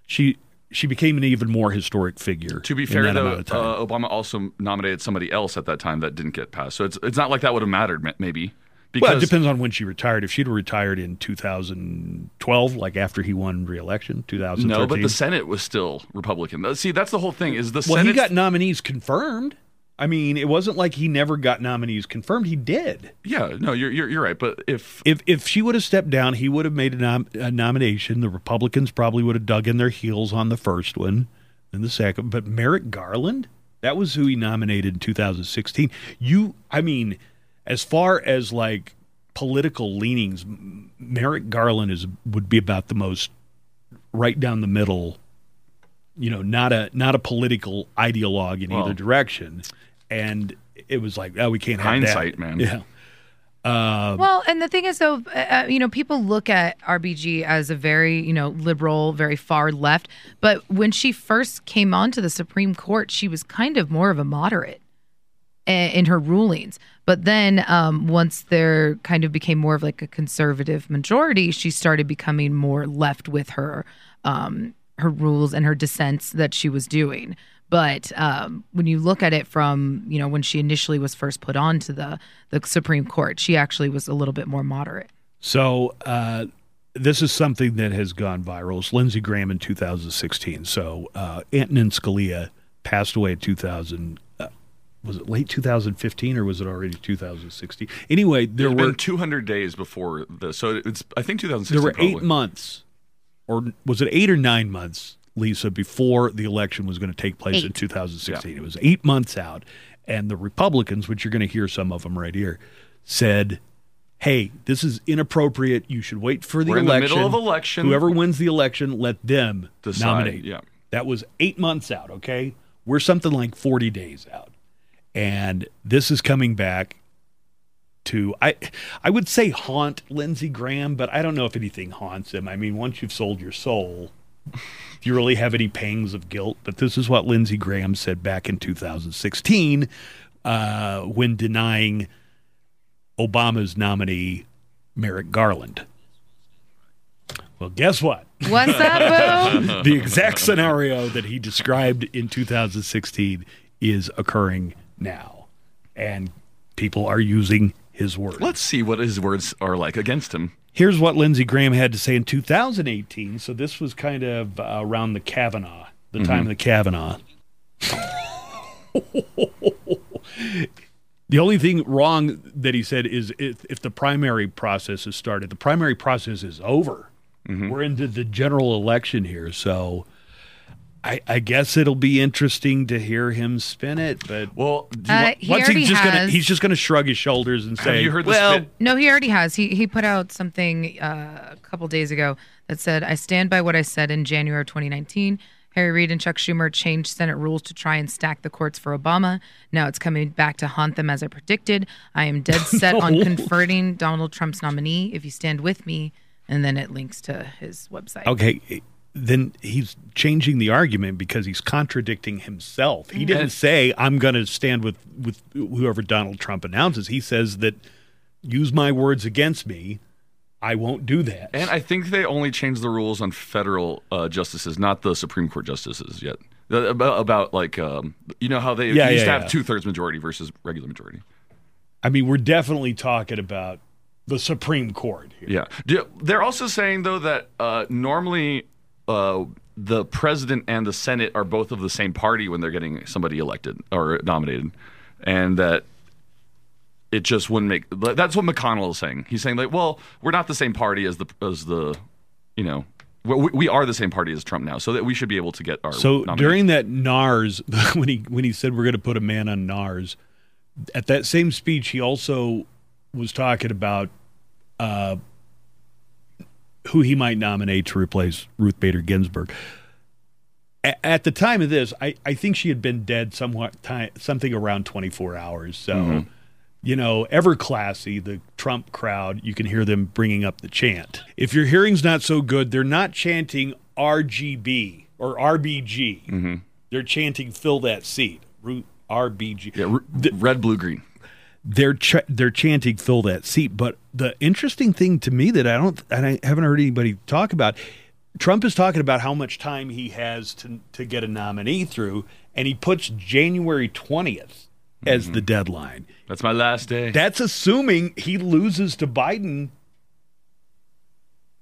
[SPEAKER 2] she she became an even more historic figure.
[SPEAKER 5] To be
[SPEAKER 2] in
[SPEAKER 5] fair,
[SPEAKER 2] that
[SPEAKER 5] though,
[SPEAKER 2] amount of time.
[SPEAKER 5] uh, Obama also nominated somebody else at that time that didn't get passed. So it's it's not like that would have mattered, ma- maybe. Because
[SPEAKER 2] well, it depends on when she retired. If she'd retired in 2012, like after he won re-election, 2013.
[SPEAKER 5] No, but the Senate was still Republican. Uh, See, that's the whole thing. Is the
[SPEAKER 2] Well,
[SPEAKER 5] Senate
[SPEAKER 2] he got nominees confirmed. I mean, it wasn't like he never got nominees confirmed. He did.
[SPEAKER 5] Yeah, no, you're you're, you're right. But if
[SPEAKER 2] If if she would have stepped down, he would have made a, nom- a nomination. The Republicans probably would have dug in their heels on the first one and the second. But Merrick Garland, that was who he nominated in 2016. You, I mean, as far as like political leanings, M- Merrick Garland is would be about the most right down the middle. You know, not a not a political ideologue in
[SPEAKER 5] Well.
[SPEAKER 2] either direction. And it was like, oh, we can't have that.
[SPEAKER 5] hindsight, man,
[SPEAKER 2] Yeah.
[SPEAKER 3] Well, and the thing is, though, uh, you know, people look at RBG as a very, you know, liberal, very far left. But when she first came onto the Supreme Court, she was kind of more of a moderate i- in her rulings. But then um, once there kind of became more of like a conservative majority, she started becoming more left with her um, her rules and her dissents that she was doing. But um, when you look at it from you know when she initially was first put onto the the Supreme Court, she actually was a little bit more moderate.
[SPEAKER 2] So uh, this is something that has gone viral. It's Lindsey Graham in 2016. So uh, Antonin Scalia passed away in 2000. Uh, was it late 2015 or was it already 2016? Anyway, there
[SPEAKER 5] there
[SPEAKER 2] were
[SPEAKER 5] were 200 days before the so it's I think 2016.
[SPEAKER 2] there were eight
[SPEAKER 5] probably.
[SPEAKER 2] months, or was it eight or nine months, Lisa, before the election was going to take place in 2016? It was eight months out, and the Republicans, which you're going to hear some of them right here, said. Hey, this is inappropriate. You should wait for the
[SPEAKER 5] We're in the
[SPEAKER 2] election.
[SPEAKER 5] middle of election.
[SPEAKER 2] Whoever wins the election, let them
[SPEAKER 5] Decide,
[SPEAKER 2] nominate.
[SPEAKER 5] yeah.
[SPEAKER 2] That was eight months out, okay? We're something like 40 days out. And this is coming back to I I would say haunt Lindsey Graham, but I don't know if anything haunts him. I mean, once you've sold your soul, do you really have any pangs of guilt? But this is what Lindsey Graham said back in 2016 uh, when denying Obama's nominee Merrick Garland. Well, guess what?
[SPEAKER 3] What's up, boo?
[SPEAKER 2] the exact scenario that he described in 2016 is occurring now, and people are using his words.
[SPEAKER 5] Let's see what his words are like against him.
[SPEAKER 2] Here's what Lindsey Graham had to say in 2018. So this was kind of uh, around the Kavanaugh, the
[SPEAKER 5] Mm-hmm.
[SPEAKER 2] time of the Kavanaugh. the only thing wrong that he said is if, if the primary process is started, the primary process is over.
[SPEAKER 5] Mm-hmm.
[SPEAKER 2] We're into the general election here, so I, I guess it'll be interesting to hear him spin it. But
[SPEAKER 5] Well, do you
[SPEAKER 3] Uh,
[SPEAKER 5] want-
[SPEAKER 3] he
[SPEAKER 2] once
[SPEAKER 3] already
[SPEAKER 2] he's just gonna
[SPEAKER 3] has-
[SPEAKER 2] he's just gonna shrug his shoulders and say,
[SPEAKER 5] have you heard the
[SPEAKER 2] "Well,
[SPEAKER 5] spin-
[SPEAKER 3] No, he already has. He he put out something uh, a couple days ago that said, "I stand by what I said in January of 2019." Harry Reid and Chuck Schumer changed Senate rules to try and stack the courts for Obama. Now it's coming back to haunt them as I predicted. I am dead set on converting Donald Trump's nominee if you stand with me. And then it links to his website.
[SPEAKER 2] Okay, then he's changing the argument because he's contradicting himself.
[SPEAKER 5] Mm-hmm.
[SPEAKER 2] He didn't say I'm going to stand with with whoever Donald Trump announces. He says that use my words against me. I won't do that.
[SPEAKER 5] And I think they only changed the rules on federal uh, justices, not the Supreme Court justices yet. The- About, about like um, you know how they
[SPEAKER 2] Yeah,
[SPEAKER 5] used
[SPEAKER 2] yeah,
[SPEAKER 5] to have
[SPEAKER 2] yeah.
[SPEAKER 5] two thirds majority versus regular majority.
[SPEAKER 2] I mean, we're definitely talking about the Supreme Court here.
[SPEAKER 5] Yeah, Do- they're also saying though that uh, normally uh, the president and the Senate are both of the same party when they're getting somebody elected or nominated, and that it just wouldn't make. That's what McConnell is saying. He's saying like, well, we're not the same party as the as the, you know. we- We we are the same party as Trump now, so that we should be able to get our.
[SPEAKER 2] So
[SPEAKER 5] nomination.
[SPEAKER 2] during that NARS, when he when he said we're going to put a man on NARS, at that same speech he also was talking about uh, who he might nominate to replace Ruth Bader Ginsburg. A- at the time of this, I, I think she had been dead somewhat time, something around 24 hours. So, you know, ever classy, the Trump crowd, you can hear them bringing up the chant. If your hearing's not so good, they're not chanting RGB or RBG. They're chanting fill that seat. Root RBG.
[SPEAKER 5] yeah, r- red, blue, green.
[SPEAKER 2] They're ch- they're chanting fill that seat, but the interesting thing to me that I don't and I haven't heard anybody talk about Trump is talking about how much time he has to to get a nominee through and he puts January 20th as the deadline.
[SPEAKER 5] That's my last day.
[SPEAKER 2] That's assuming he loses to Biden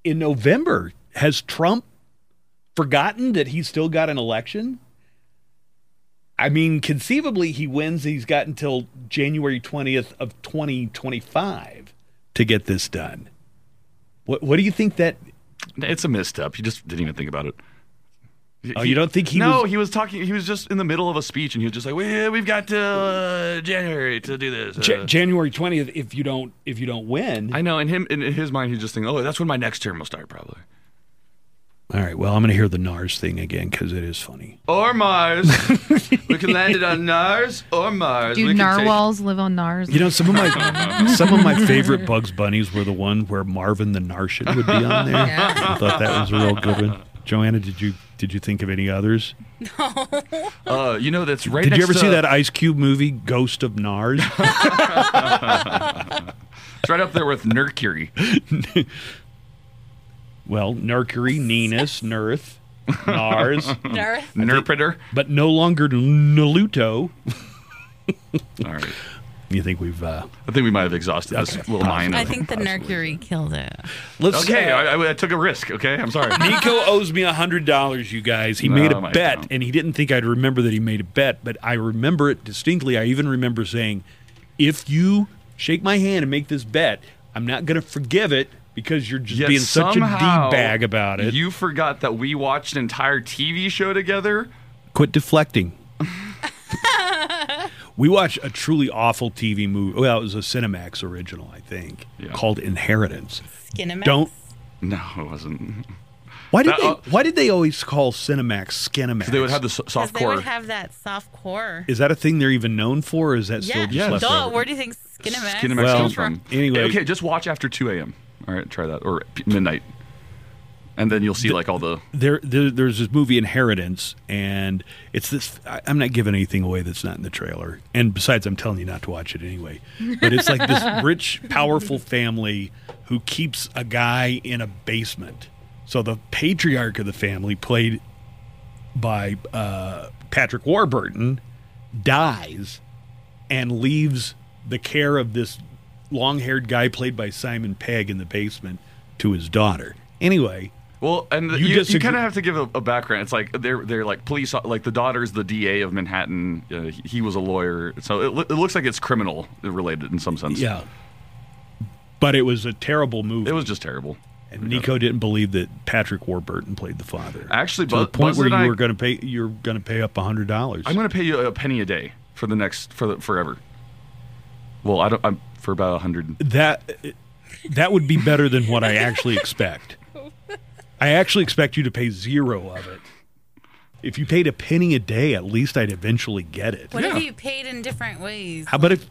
[SPEAKER 2] in November. Has Trump forgotten that he's still got an election? I mean, conceivably, he wins. He's got until January 20th of 2025 to get this done. What, what do you think that?
[SPEAKER 5] it's a misstep. He just didn't even think about it.
[SPEAKER 2] Oh, you don't think he
[SPEAKER 5] no,
[SPEAKER 2] was-
[SPEAKER 5] he was talking. He was just in the middle of a speech, and he was just like, "We we've got to uh, January to do this." uh."
[SPEAKER 2] Ja- January 20th, if you don't, if you don't win.
[SPEAKER 5] I know. In him, in his mind, he's just thinking, "Oh, that's when my next term will start, probably."
[SPEAKER 2] All right. Well, I'm going to hear the NARS thing again because it is funny.
[SPEAKER 5] Or Mars. we can land it on Nars or Mars.
[SPEAKER 3] Do
[SPEAKER 5] We can take-
[SPEAKER 3] narwhals live on Nars?
[SPEAKER 2] You know, some of my some of my favorite Bugs Bunnies were the one where Marvin the Martian would be on there. I thought that was a real good one. Joanna, did you did you think of any others?
[SPEAKER 5] uh, you know, that's right.
[SPEAKER 2] did you
[SPEAKER 5] next
[SPEAKER 2] ever
[SPEAKER 5] to,
[SPEAKER 2] see that Ice Cube movie, Ghost of Nars?
[SPEAKER 5] It's right up there with Mercury.
[SPEAKER 2] well, Mercury, Ninus, Nerth, Nars,
[SPEAKER 4] Darth.
[SPEAKER 5] Nerpiter.
[SPEAKER 2] but no longer Naluto.
[SPEAKER 5] All right.
[SPEAKER 2] You think we've uh,
[SPEAKER 5] I think we might have exhausted this little mine.
[SPEAKER 4] I think the Mercury killed it.
[SPEAKER 2] let's
[SPEAKER 5] Okay,
[SPEAKER 2] uh,
[SPEAKER 5] I, I- I took a risk. Okay, I'm sorry.
[SPEAKER 2] Nico owes me a hundred dollars, you guys. He made
[SPEAKER 5] Oh,
[SPEAKER 2] a
[SPEAKER 5] my
[SPEAKER 2] bet,
[SPEAKER 5] God.
[SPEAKER 2] and he didn't think I'd remember that he made a bet, but I remember it distinctly. I even remember saying, "If you shake my hand and make this bet, I'm not going to forgive it because you're just
[SPEAKER 5] Yet
[SPEAKER 2] being such a d
[SPEAKER 5] somehow
[SPEAKER 2] bag about it."
[SPEAKER 5] You forgot that we watched an entire TV show together.
[SPEAKER 2] Quit deflecting. we watched a truly awful TV movie. Well, it was a Cinemax original, I think,
[SPEAKER 5] Yeah.
[SPEAKER 2] called Inheritance.
[SPEAKER 4] Skinemax.
[SPEAKER 2] Don't.
[SPEAKER 5] No, it wasn't.
[SPEAKER 2] Why did
[SPEAKER 5] That-
[SPEAKER 2] they?
[SPEAKER 5] uh,
[SPEAKER 2] why did they always call Cinemax Skinemax?
[SPEAKER 5] They would have the so-
[SPEAKER 4] Because
[SPEAKER 5] soft
[SPEAKER 4] they
[SPEAKER 5] core.
[SPEAKER 4] would have that soft core.
[SPEAKER 2] Is that a thing they're even known for? Or is that still
[SPEAKER 4] Yeah.
[SPEAKER 2] just
[SPEAKER 5] Yes.
[SPEAKER 2] left
[SPEAKER 4] Duh.
[SPEAKER 2] over?
[SPEAKER 4] Where do you think Skinemax,
[SPEAKER 5] Skinemax
[SPEAKER 2] Well,
[SPEAKER 5] comes from.
[SPEAKER 2] anyway.
[SPEAKER 5] okay, just watch after 2 a.m. All right, try that or p- midnight, and then you'll see like all the.
[SPEAKER 2] there, there there's this movie Inheritance, and it's this. I, I'm not giving anything away that's not in the trailer, and besides, I'm telling you not to watch it anyway. But it's like this rich, powerful family who keeps a guy in a basement. So the patriarch of the family, played by uh, Patrick Warburton, dies and leaves the care of this long-haired guy played by Simon Pegg in the basement to his daughter. Anyway.
[SPEAKER 5] Well, and the,
[SPEAKER 2] You
[SPEAKER 5] you, you,
[SPEAKER 2] disagree-
[SPEAKER 5] kind of have to give a, a background. It's like they're they're like police. Like the daughter's the DA of Manhattan. Uh, he, he was a lawyer, so it, loo- it looks like it's criminal related in some sense.
[SPEAKER 2] Yeah. But it was a terrible movie.
[SPEAKER 5] it was just terrible.
[SPEAKER 2] and Nico didn't believe that Patrick Warburton played the father.
[SPEAKER 5] Actually,
[SPEAKER 2] to the
[SPEAKER 5] Bu-
[SPEAKER 2] point
[SPEAKER 5] Buzz
[SPEAKER 2] where you
[SPEAKER 5] and I-
[SPEAKER 2] were going to pay you're going to pay up hundred dollars.
[SPEAKER 5] I'm gonna pay you a penny a day for the next for the, forever. Well, I don't. I'm for about a hundred.
[SPEAKER 2] That that would be better than what I actually expect. I actually expect you to pay zero of it, If you paid a penny a day, at least I'd eventually get it.
[SPEAKER 4] What
[SPEAKER 5] Yeah.
[SPEAKER 4] if you paid in different ways?
[SPEAKER 2] How about if?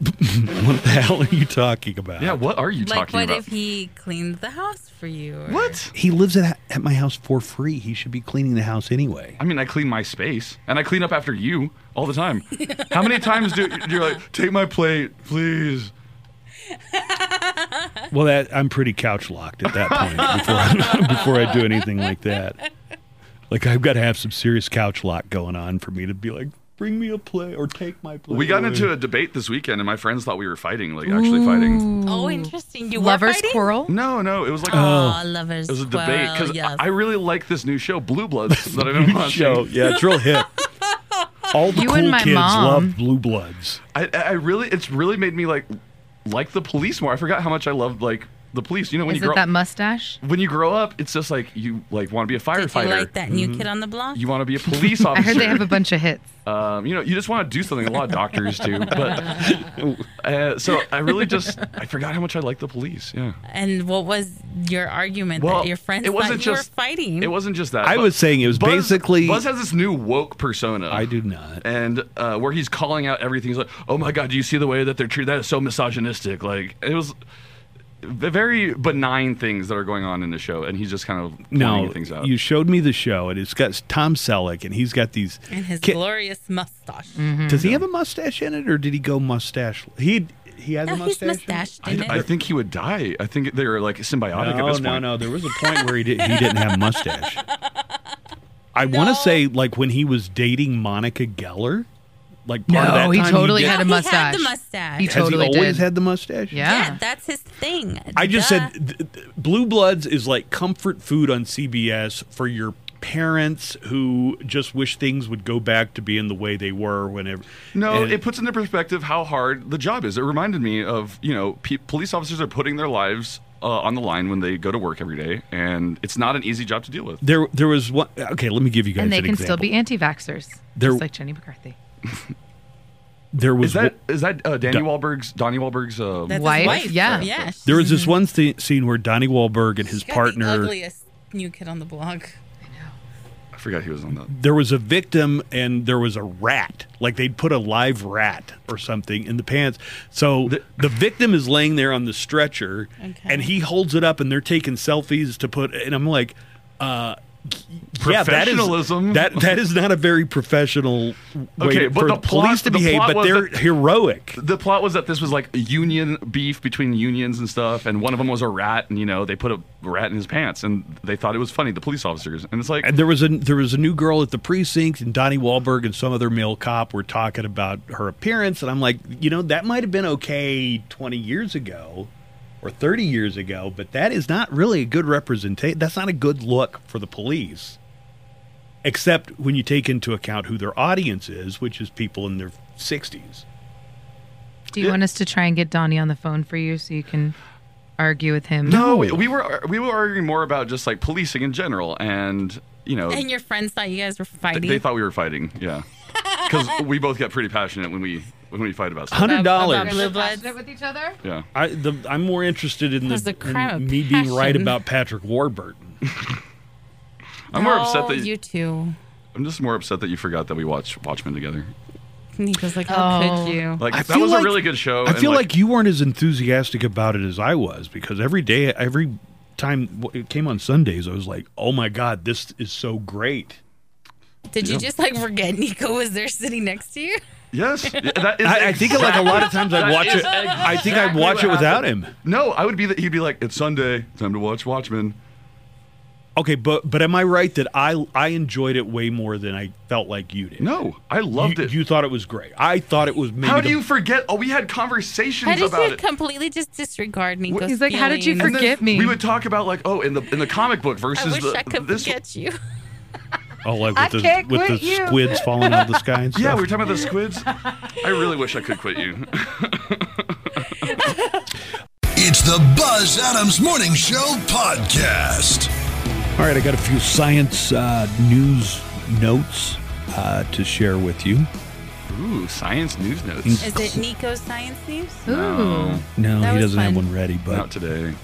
[SPEAKER 2] what the hell are you talking about?
[SPEAKER 5] Yeah, what are you
[SPEAKER 4] like,
[SPEAKER 5] talking
[SPEAKER 4] what
[SPEAKER 5] about?
[SPEAKER 4] if he cleaned the house for you? Or,
[SPEAKER 5] what?
[SPEAKER 2] He lives at at my house for free. He should be cleaning the house anyway.
[SPEAKER 5] I mean, I clean my space and I clean up after you all the time. How many times do you're like, take my plate, please?
[SPEAKER 2] Well, that I'm pretty couch locked at that point before I, before I do anything like that. Like I've got to have some serious couch lock going on for me to be like, bring me a play or take my play.
[SPEAKER 5] We got into a debate this weekend, and my friends thought we were fighting, like actually fighting.
[SPEAKER 4] Oh, interesting. You were
[SPEAKER 3] Lovers
[SPEAKER 4] fighting?
[SPEAKER 3] quarrel.
[SPEAKER 5] No, no, it was like
[SPEAKER 4] Oh, lovers.
[SPEAKER 5] it was a debate because
[SPEAKER 4] yes.
[SPEAKER 5] I really like this new show, Blue Bloods, that I've been watching.
[SPEAKER 2] show. Yeah, it's real hip. All the
[SPEAKER 3] You
[SPEAKER 2] cool
[SPEAKER 3] and my
[SPEAKER 2] kids
[SPEAKER 3] mom.
[SPEAKER 2] love Blue Bloods.
[SPEAKER 5] I, I really, it's really made me like like the police more. I forgot how much I loved like the police. You know, when
[SPEAKER 3] Is
[SPEAKER 5] you grow
[SPEAKER 3] it that mustache?
[SPEAKER 5] when you grow up, it's just like you like want to be a
[SPEAKER 4] Did you
[SPEAKER 5] firefighter.
[SPEAKER 4] like that new kid on the block?
[SPEAKER 5] You want to be a police
[SPEAKER 3] I
[SPEAKER 5] officer.
[SPEAKER 3] heard they have a bunch of hits.
[SPEAKER 5] um, you know, you just want to do something. A lot of doctors do, but uh, so I really just I forgot how much I like the police. Yeah.
[SPEAKER 4] and what was your argument
[SPEAKER 5] Well,
[SPEAKER 4] that your friends
[SPEAKER 5] it wasn't
[SPEAKER 4] thought you
[SPEAKER 5] just-
[SPEAKER 4] were fighting?
[SPEAKER 5] It wasn't just that.
[SPEAKER 2] I
[SPEAKER 5] but
[SPEAKER 2] was saying it was
[SPEAKER 5] Buzz-
[SPEAKER 2] basically-
[SPEAKER 5] Buzz has this new woke persona.
[SPEAKER 2] I do not.
[SPEAKER 5] and uh, where he's calling out everything. He's like, "Oh my god, do you see the way that they're treated? That is so misogynistic." Like it was the very benign things that are going on in the show, and he's just kind of pointing
[SPEAKER 2] No,
[SPEAKER 5] things out.
[SPEAKER 2] you showed me the show, and it's got Tom Selleck, and he's got these.
[SPEAKER 4] and his
[SPEAKER 2] ki-
[SPEAKER 4] glorious mustache.
[SPEAKER 2] Does he have a mustache in it, or did he go mustache? He he has
[SPEAKER 4] No,
[SPEAKER 2] a
[SPEAKER 4] he's
[SPEAKER 2] mustache. in it?
[SPEAKER 4] mustached,
[SPEAKER 5] I,
[SPEAKER 4] didn't
[SPEAKER 5] I
[SPEAKER 4] it?
[SPEAKER 5] think he would die. I think they were like symbiotic
[SPEAKER 2] No,
[SPEAKER 5] at this
[SPEAKER 2] no,
[SPEAKER 5] point.
[SPEAKER 2] no. There was a point where he did, he didn't have a mustache. I want to say like when he was dating Monica Geller, like part of
[SPEAKER 3] No,
[SPEAKER 2] that
[SPEAKER 3] he
[SPEAKER 2] time
[SPEAKER 3] totally
[SPEAKER 2] did-
[SPEAKER 3] had a
[SPEAKER 4] No, he had
[SPEAKER 3] mustache.
[SPEAKER 4] the mustache.
[SPEAKER 3] He
[SPEAKER 4] Has
[SPEAKER 2] has
[SPEAKER 3] totally
[SPEAKER 2] he always
[SPEAKER 3] did.
[SPEAKER 2] had the mustache.
[SPEAKER 4] yeah.
[SPEAKER 3] yeah.
[SPEAKER 4] that's his thing.
[SPEAKER 2] I just
[SPEAKER 4] Duh.
[SPEAKER 2] said th- th- Blue Bloods is like comfort food on CBS for your parents who just wish things would go back to being the way they were whenever.
[SPEAKER 5] No,
[SPEAKER 2] and-
[SPEAKER 5] it puts into perspective how hard the job is. It reminded me of you know pe- police officers are putting their lives uh, on the line when they go to work every day, and it's not an easy job to deal with.
[SPEAKER 2] there there was one. Okay, let me give you guys
[SPEAKER 3] And they
[SPEAKER 2] an
[SPEAKER 3] can still
[SPEAKER 2] example.
[SPEAKER 3] be anti-vaxxers,
[SPEAKER 2] There-
[SPEAKER 3] just like Jenny McCarthy.
[SPEAKER 2] there was
[SPEAKER 5] Is that
[SPEAKER 2] one-
[SPEAKER 5] is that uh, Danny Wahlberg's Donnie Wahlberg's? Uh,
[SPEAKER 4] That's his
[SPEAKER 3] Wife?
[SPEAKER 4] wife.
[SPEAKER 3] Yeah.
[SPEAKER 4] yeah.
[SPEAKER 2] there was
[SPEAKER 3] Mm-hmm.
[SPEAKER 2] this one th- scene where Donnie Wahlberg and his
[SPEAKER 4] She's got
[SPEAKER 2] partner.
[SPEAKER 4] The ugliest new kid on the block.
[SPEAKER 5] I forgot he was on that.
[SPEAKER 2] there was a victim and there was a rat. Like they'd put a live rat or something in the pants. So the, the victim is laying there on the stretcher and he holds it up and they're taking selfies to put and I'm like uh yeah, that is-
[SPEAKER 5] Professionalism.
[SPEAKER 2] that that is not a very professional way
[SPEAKER 5] Okay, but
[SPEAKER 2] for
[SPEAKER 5] the plot-
[SPEAKER 2] police to
[SPEAKER 5] the
[SPEAKER 2] behave,
[SPEAKER 5] plot
[SPEAKER 2] but
[SPEAKER 5] was
[SPEAKER 2] they're
[SPEAKER 5] that-
[SPEAKER 2] heroic.
[SPEAKER 5] the plot was that this was like union beef between unions and stuff, and one of them was a rat, and you know they put a rat in his pants, and they thought it was funny. The police officers, and it's like
[SPEAKER 2] And there was a there was a new girl at the precinct, and Donnie Wahlberg and some other male cop were talking about her appearance, and I'm like, you know, that might have been okay 20 years ago, or 30 years ago, but that is not really a good representation. That's not a good look for the police, except when you take into account who their audience is, which is people in their 60s.
[SPEAKER 3] Do you want us to try and get Donnie on the phone for you so you can argue with him?
[SPEAKER 5] no, we, we were we were arguing more about just like policing in general, and you know
[SPEAKER 4] And your friends thought you guys were fighting.
[SPEAKER 5] th- they thought we were fighting, yeah, because we both get pretty passionate when we when we fight about stuff.
[SPEAKER 2] Hundred dollars.
[SPEAKER 4] Blue Bloods.
[SPEAKER 3] with each other.
[SPEAKER 5] Yeah,
[SPEAKER 2] I, the, I'm more interested in,
[SPEAKER 4] That's
[SPEAKER 2] the,
[SPEAKER 4] a crime
[SPEAKER 2] in
[SPEAKER 4] of
[SPEAKER 2] me being right
[SPEAKER 4] passion.
[SPEAKER 2] about Patrick Warburton.
[SPEAKER 5] I'm more
[SPEAKER 4] Oh,
[SPEAKER 5] upset that
[SPEAKER 4] you two.
[SPEAKER 5] I'm just more upset that you forgot that we watched Watchmen together.
[SPEAKER 4] Nico's like, how
[SPEAKER 3] Oh.
[SPEAKER 4] could you?
[SPEAKER 5] Like
[SPEAKER 2] I
[SPEAKER 5] that
[SPEAKER 2] feel
[SPEAKER 5] was
[SPEAKER 2] like-
[SPEAKER 5] a really good show.
[SPEAKER 2] I
[SPEAKER 5] and,
[SPEAKER 2] feel like, you weren't as enthusiastic about it as I was because every day, every time w- it came on Sundays, I was like, "Oh my god, this is so great!"
[SPEAKER 4] Did you just like forget Nico was there sitting next to you?
[SPEAKER 5] yes, yeah, that is
[SPEAKER 2] I, I think like a lot of times I'd
[SPEAKER 5] That
[SPEAKER 2] watch
[SPEAKER 5] is
[SPEAKER 2] it. I think I'd
[SPEAKER 5] exactly
[SPEAKER 2] watch
[SPEAKER 5] what
[SPEAKER 2] it without
[SPEAKER 5] happened.
[SPEAKER 2] him.
[SPEAKER 5] No, I would be that he'd be like, it's Sunday, time to watch Watchmen.
[SPEAKER 2] Okay, but but am I right that I I enjoyed it way more than I felt like you did?
[SPEAKER 5] No, I loved
[SPEAKER 2] you,
[SPEAKER 5] it.
[SPEAKER 2] You thought it was great. I thought it was maybe.
[SPEAKER 5] How do
[SPEAKER 2] the-
[SPEAKER 5] you forget? Oh, we had conversations
[SPEAKER 4] How did
[SPEAKER 5] about
[SPEAKER 4] you
[SPEAKER 5] it.
[SPEAKER 4] completely just disregard Nico's
[SPEAKER 3] He's like, how did you
[SPEAKER 4] feelings?
[SPEAKER 5] And then
[SPEAKER 3] forget me?
[SPEAKER 5] We would talk about like, oh, in the in the comic book versus
[SPEAKER 4] I wish
[SPEAKER 5] the,
[SPEAKER 4] I could
[SPEAKER 5] this.
[SPEAKER 4] forget you.
[SPEAKER 2] Oh, like
[SPEAKER 3] I
[SPEAKER 2] with the
[SPEAKER 3] can't
[SPEAKER 2] with the
[SPEAKER 3] quit you.
[SPEAKER 2] squids falling out of the sky and stuff.
[SPEAKER 5] Yeah, we were talking about the squids. I really wish I could quit you.
[SPEAKER 1] It's the Buzz Adams Morning Show podcast.
[SPEAKER 2] All right, I got a few science uh, news notes uh, to share with you.
[SPEAKER 5] Ooh, science news notes.
[SPEAKER 4] Is it Nico's science news?
[SPEAKER 3] Ooh.
[SPEAKER 2] No, he
[SPEAKER 4] That was
[SPEAKER 2] doesn't have
[SPEAKER 4] fun.
[SPEAKER 2] one ready, but
[SPEAKER 5] Not today.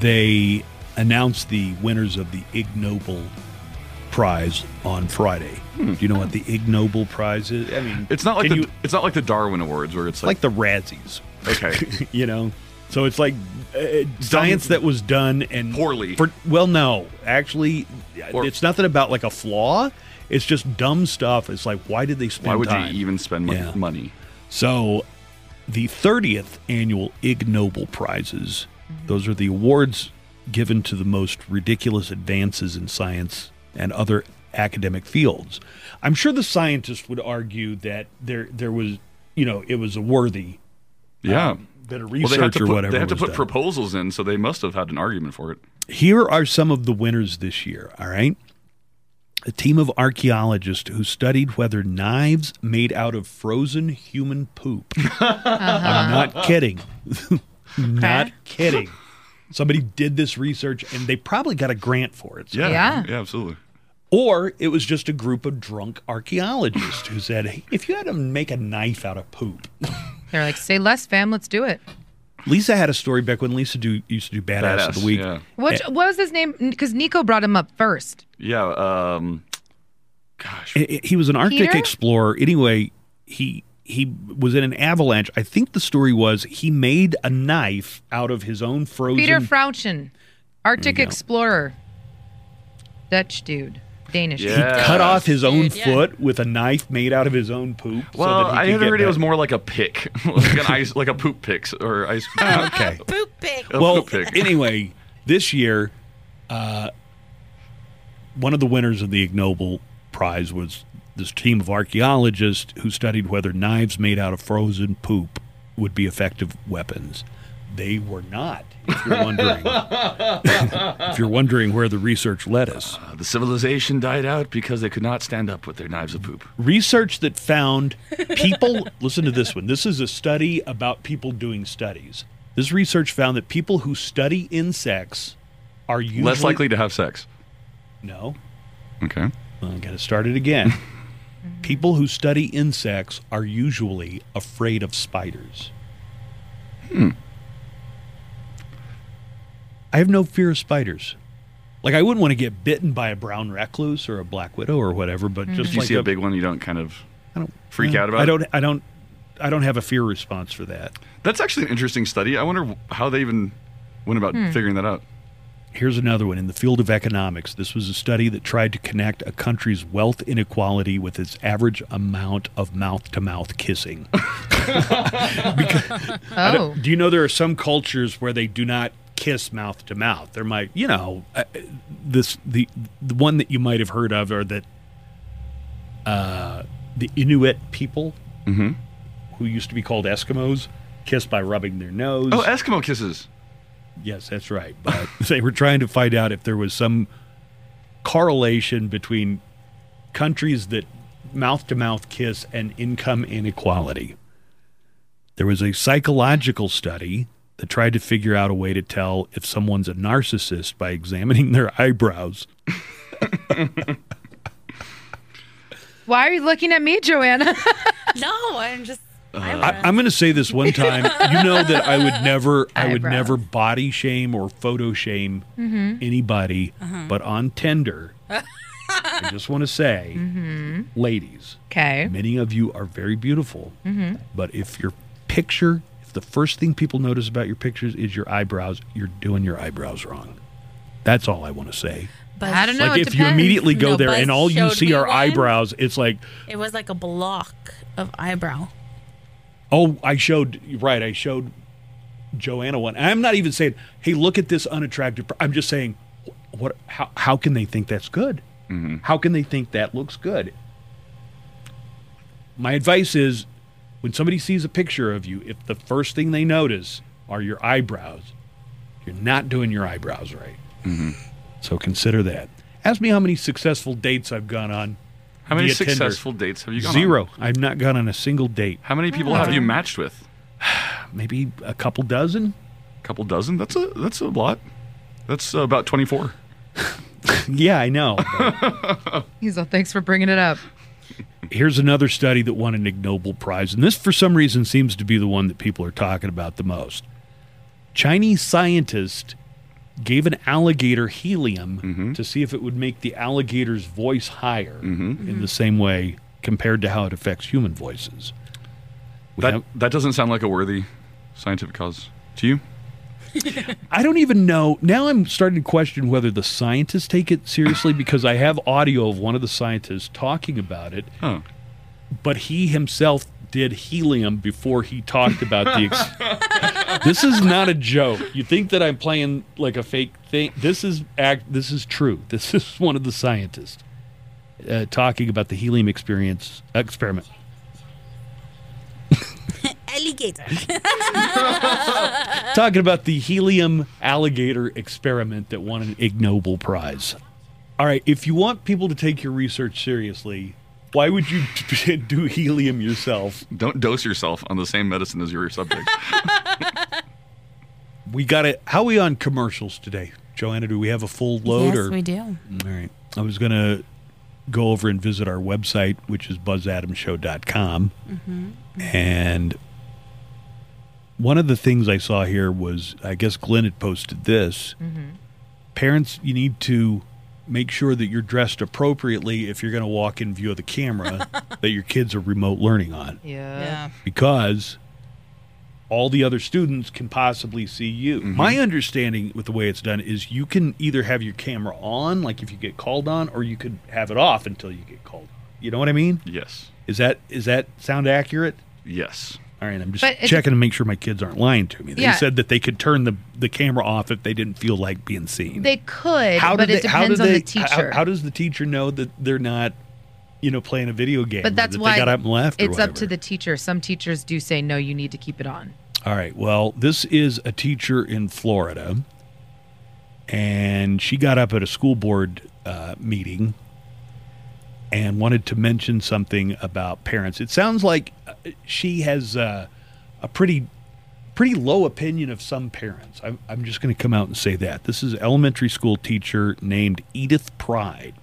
[SPEAKER 2] they announced the winners of the Ig Nobel prize on Friday. Do you know what the Ig Nobel prize is? I mean,
[SPEAKER 5] Hmm. It's not like the
[SPEAKER 2] can you-
[SPEAKER 5] it's not like the Darwin Awards where it's
[SPEAKER 2] like
[SPEAKER 5] like,
[SPEAKER 2] the Razzies,
[SPEAKER 5] okay,
[SPEAKER 2] you know. So it's like uh, science that was done and
[SPEAKER 5] Poorly.
[SPEAKER 2] For well, no, actually,
[SPEAKER 5] Or-
[SPEAKER 2] it's nothing about like a flaw. It's just dumb stuff. It's like, why did they spend?
[SPEAKER 5] why would
[SPEAKER 2] time?
[SPEAKER 5] you even spend mon-
[SPEAKER 2] Yeah.
[SPEAKER 5] money?
[SPEAKER 2] So, the 30th annual Ig Nobel Prizes, those are the awards given to the most ridiculous advances in science and other academic fields. I'm sure the scientists would argue that there there was, you know, it was a worthy um,
[SPEAKER 5] Yeah.
[SPEAKER 2] bit of
[SPEAKER 5] well,
[SPEAKER 2] research
[SPEAKER 5] they have to
[SPEAKER 2] or
[SPEAKER 5] put,
[SPEAKER 2] whatever.
[SPEAKER 5] They have to
[SPEAKER 2] was
[SPEAKER 5] put
[SPEAKER 2] done.
[SPEAKER 5] proposals in, so they must have had an argument for it.
[SPEAKER 2] Here are some of the winners this year, all right? A team of archaeologists who studied whether knives made out of frozen human poop. I'm not kidding. not
[SPEAKER 4] Okay.
[SPEAKER 2] kidding. Somebody did this research and they probably got a grant for it.
[SPEAKER 5] Yeah.
[SPEAKER 3] Yeah.
[SPEAKER 5] Yeah, absolutely.
[SPEAKER 2] Or it was just a group of drunk archaeologists who said, hey, if you had to make a knife out of poop.
[SPEAKER 3] They're like, say less, fam. Let's do it.
[SPEAKER 2] Lisa had a story back when Lisa do, used to do Badass, of
[SPEAKER 5] Badass,
[SPEAKER 2] the Week.
[SPEAKER 5] yeah.
[SPEAKER 3] What,
[SPEAKER 2] Eh.
[SPEAKER 3] what was his name? Because Nico brought him up first.
[SPEAKER 5] Yeah. Um, gosh.
[SPEAKER 2] I- I- he was an Arctic
[SPEAKER 3] Peter?
[SPEAKER 2] explorer. Anyway, he he was in an avalanche. I think the story was he made a knife out of his own frozen.
[SPEAKER 3] Peter Frauchen,
[SPEAKER 2] Mm,
[SPEAKER 3] Arctic explorer, Dutch dude, Danish.
[SPEAKER 5] Yeah.
[SPEAKER 2] he cut off his own
[SPEAKER 4] Dude, yeah.
[SPEAKER 2] foot with a knife made out of his own poop.
[SPEAKER 5] well,
[SPEAKER 2] so that
[SPEAKER 5] I
[SPEAKER 2] he
[SPEAKER 5] had
[SPEAKER 2] could get
[SPEAKER 5] heard it was
[SPEAKER 2] back-
[SPEAKER 5] more like a pick, like an ice, like a poop pick or ice.
[SPEAKER 2] okay.
[SPEAKER 4] Poop pick.
[SPEAKER 5] a
[SPEAKER 2] well,
[SPEAKER 5] poop pick.
[SPEAKER 2] anyway, this year, uh, one of the winners of the Ig Nobel Prize was this team of archaeologists who studied whether knives made out of frozen poop would be effective weapons. They were not. If you're wondering, if you're wondering where the research led us,
[SPEAKER 5] Uh, the civilization died out because they could not stand up with their knives of poop.
[SPEAKER 2] research that found people listen to this one this is a study about people doing studies this research found that people who study insects are usually
[SPEAKER 5] Less likely to have sex.
[SPEAKER 2] no
[SPEAKER 5] Okay.
[SPEAKER 2] i gotta start it again people who study insects are usually afraid of spiders i have no fear of spiders like i wouldn't want to get bitten by a brown recluse or a black widow or whatever but just
[SPEAKER 5] If Mm-hmm. you
[SPEAKER 2] like
[SPEAKER 5] see a big one, you don't kind of
[SPEAKER 2] I don't
[SPEAKER 5] freak
[SPEAKER 2] yeah,
[SPEAKER 5] out about
[SPEAKER 2] I
[SPEAKER 5] it?
[SPEAKER 2] don't. I don't. I don't have a fear response for that.
[SPEAKER 5] That's actually an interesting study. I wonder how they even went about
[SPEAKER 2] Hmm.
[SPEAKER 5] figuring that out.
[SPEAKER 2] Here's another one in the field of economics. This was a study that tried to connect a country's wealth inequality with its average amount of mouth-to-mouth kissing. I don't-
[SPEAKER 3] Oh,
[SPEAKER 2] Do you know there are some cultures where they do not kiss mouth to mouth? There might, you know, uh, this the the one that you might have heard of are that uh, the Inuit people, who used to be called Eskimos, kiss by rubbing their nose.
[SPEAKER 5] Oh, Eskimo kisses.
[SPEAKER 2] Yes, that's right. But they were trying to find out if there was some correlation between countries that mouth to mouth kiss and income inequality. There was a psychological study that tried to figure out a way to tell if someone's a narcissist by examining their eyebrows.
[SPEAKER 3] why are you looking at me, Joanna?
[SPEAKER 4] No, I'm just. I'm
[SPEAKER 2] I, I'm going to say this one time. You know that I would never, I would
[SPEAKER 3] Eyebrows.
[SPEAKER 2] never body shame or photo shame anybody, but on Tinder, I just want to say, ladies,
[SPEAKER 3] okay.
[SPEAKER 2] many of you are very beautiful, but if your picture, if the first thing people notice about your pictures is your eyebrows, you're doing your eyebrows wrong. That's all I want to say.
[SPEAKER 4] Buzz-
[SPEAKER 3] I don't know.
[SPEAKER 2] like
[SPEAKER 3] it
[SPEAKER 2] if you
[SPEAKER 3] depends.
[SPEAKER 2] immediately go
[SPEAKER 4] No,
[SPEAKER 2] there
[SPEAKER 4] Buzz
[SPEAKER 2] and all you
[SPEAKER 4] showed
[SPEAKER 2] see
[SPEAKER 4] me
[SPEAKER 2] are
[SPEAKER 4] one.
[SPEAKER 2] eyebrows, it's like,
[SPEAKER 4] It was like a block of eyebrow.
[SPEAKER 2] Oh, I showed right. I showed Joanna one. And I'm not even saying, "Hey, look at this unattractive." per-" I'm just saying, what? How? How can they think that's good?
[SPEAKER 5] Mm-hmm.
[SPEAKER 2] How can they think that looks good? My advice is, when somebody sees a picture of you, if the first thing they notice are your eyebrows, you're not doing your eyebrows right.
[SPEAKER 5] Mm-hmm.
[SPEAKER 2] So consider that. Ask me how many successful dates I've gone on.
[SPEAKER 5] How many
[SPEAKER 2] via Tinder.
[SPEAKER 5] successful dates have you gone on?
[SPEAKER 2] Zero. I've not gone on a single date.
[SPEAKER 5] How many people have you matched with?
[SPEAKER 2] Maybe a couple dozen.
[SPEAKER 5] A couple dozen. That's a that's a lot. That's about 24.
[SPEAKER 2] Yeah, I know. But
[SPEAKER 3] He's all, thanks for bringing it up.
[SPEAKER 2] Here's another study that won an Ig Nobel Prize, and this for some reason seems to be the one that people are talking about the most. Chinese scientists gave an alligator helium to see if it would make the alligator's voice higher in the same way compared to how it affects human voices. We
[SPEAKER 5] That
[SPEAKER 2] have-
[SPEAKER 5] that doesn't sound like a worthy scientific cause to you.
[SPEAKER 2] I don't even know. Now I'm starting to question whether the scientists take it seriously because I have audio of one of the scientists talking about it,
[SPEAKER 5] Oh,
[SPEAKER 2] but he himself did helium before he talked about the. Ex- this is not a joke. You think that I'm playing like a fake thing? This is act. This is true. This is one of the scientists uh, talking about the helium experience experiment.
[SPEAKER 4] Alligator.
[SPEAKER 2] talking about the helium alligator experiment that won an Ig Nobel Prize. All right, if you want people to take your research seriously, why would you do helium yourself?
[SPEAKER 5] don't dose yourself on the same medicine as your subject.
[SPEAKER 2] We got it. How are we on commercials today, Joanna? Do we have a full load?
[SPEAKER 4] yes,
[SPEAKER 2] or?
[SPEAKER 4] we do.
[SPEAKER 2] All right. I was going to go over and visit our website, which is buzzadamshow.com.
[SPEAKER 4] Mm-hmm.
[SPEAKER 2] And one of the things I saw here was I guess Glenn had posted this.
[SPEAKER 4] Mm-hmm.
[SPEAKER 2] Parents, you need to make sure that you're dressed appropriately if you're going to walk in view of the camera that your kids are remote learning on
[SPEAKER 3] Yeah.
[SPEAKER 4] Yeah.
[SPEAKER 2] because all the other students can possibly see you. My understanding with the way it's done is you can either have your camera on, like if you get called on, or you could have it off until you get called. on. You know what I mean?
[SPEAKER 5] yes,
[SPEAKER 2] Is that is that sound accurate?
[SPEAKER 5] yes.
[SPEAKER 2] All right, I'm just
[SPEAKER 3] But it-
[SPEAKER 2] checking to make sure my kids aren't lying to me. They
[SPEAKER 3] Yeah.
[SPEAKER 2] said that they could turn the, the camera off if they didn't feel like being seen.
[SPEAKER 3] They could,
[SPEAKER 2] how
[SPEAKER 3] but
[SPEAKER 2] do
[SPEAKER 3] it
[SPEAKER 2] they- how do
[SPEAKER 3] depends on
[SPEAKER 2] they-
[SPEAKER 3] the
[SPEAKER 2] how-
[SPEAKER 3] teacher.
[SPEAKER 2] How, does the teacher know that they're not, you know, playing a video game? or
[SPEAKER 3] but that's
[SPEAKER 2] that
[SPEAKER 3] why
[SPEAKER 2] they got up and left. or
[SPEAKER 3] it's up to
[SPEAKER 2] whatever?
[SPEAKER 3] the teacher. Some teachers do say no, you need to keep it on.
[SPEAKER 2] All right. Well, this is a teacher in Florida, and she got up at a school board uh, meeting and wanted to mention something about parents. It sounds like uh, she has uh, a pretty pretty low opinion of some parents. I'm, I'm just going to come out and say that. This is elementary school teacher named Edith Pride,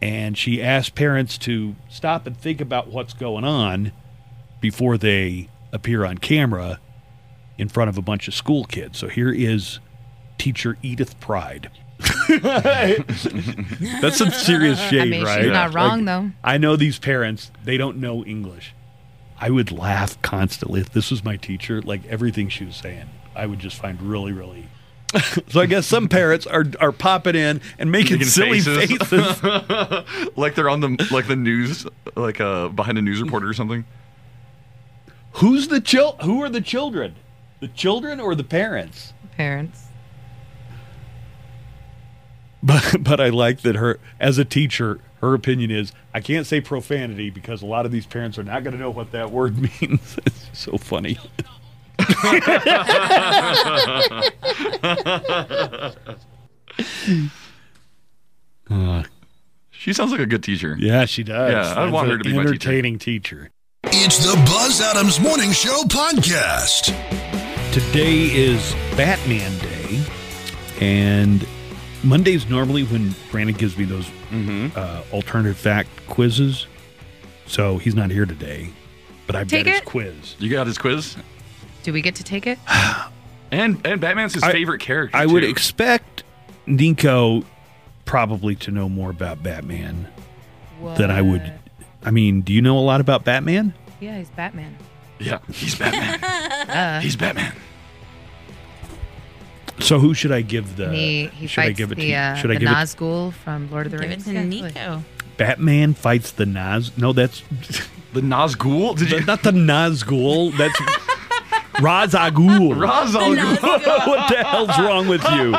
[SPEAKER 2] and she asked parents to stop and think about what's going on before they appear on camera in front of a bunch of school kids. So here is teacher Edith Pride. That's some serious shade,
[SPEAKER 3] I mean,
[SPEAKER 2] right?
[SPEAKER 3] she's not
[SPEAKER 2] Like,
[SPEAKER 3] wrong though.
[SPEAKER 2] I know these parents, they don't know English. I would laugh constantly. If this was my teacher, like everything she was saying, I would just find really, really. so I guess some parents are are popping in and making
[SPEAKER 5] Making
[SPEAKER 2] silly
[SPEAKER 5] faces.
[SPEAKER 2] faces.
[SPEAKER 5] Like they're on the like the news, like uh behind a news reporter or something.
[SPEAKER 2] Who's the chil- Who are the children? The children or the parents?
[SPEAKER 3] Parents.
[SPEAKER 2] But but I like that her as a teacher, her opinion is I can't say profanity because a lot of these parents are not going to know what that word means. it's so funny.
[SPEAKER 5] She sounds like a good teacher.
[SPEAKER 2] Uh, Yeah, she does.
[SPEAKER 5] Yeah, I'd
[SPEAKER 2] That's
[SPEAKER 5] want her
[SPEAKER 2] an
[SPEAKER 5] to be my teacher.
[SPEAKER 2] entertaining teacher.
[SPEAKER 1] It's the Buzz Adams Morning Show podcast.
[SPEAKER 2] Today is Batman Day, and Monday's normally when Brandon gives me those
[SPEAKER 5] Mm-hmm.
[SPEAKER 2] uh, alternative fact quizzes. So he's not here today, but I
[SPEAKER 3] Take
[SPEAKER 2] bet his
[SPEAKER 3] it.
[SPEAKER 2] quiz.
[SPEAKER 5] You got his quiz,
[SPEAKER 3] Do we get to take it?
[SPEAKER 5] and and Batman's his
[SPEAKER 2] I-
[SPEAKER 5] favorite character.
[SPEAKER 2] I would
[SPEAKER 5] too.
[SPEAKER 2] expect Nico probably to know more about Batman than I would. I mean, do you know a lot about Batman?
[SPEAKER 3] Yeah, he's Batman.
[SPEAKER 5] Yeah, he's Batman.
[SPEAKER 2] Ah.
[SPEAKER 5] he's Batman.
[SPEAKER 2] So who should I give the?
[SPEAKER 3] he he
[SPEAKER 2] Uh, should
[SPEAKER 3] fights
[SPEAKER 2] I give it
[SPEAKER 3] the,
[SPEAKER 2] to? you?
[SPEAKER 3] uh,
[SPEAKER 2] should I
[SPEAKER 3] the
[SPEAKER 2] give it
[SPEAKER 3] Nazgul from Lord of the
[SPEAKER 4] Give it
[SPEAKER 3] Rings.
[SPEAKER 4] to
[SPEAKER 3] Yeah, absolutely.
[SPEAKER 4] Nico.
[SPEAKER 2] Batman fights the Naz? No, that's
[SPEAKER 5] The Nazgul? Did you?
[SPEAKER 2] But not the Nazgul. That's Razagul.
[SPEAKER 5] Razal Ghul.
[SPEAKER 2] what the hell's wrong with you?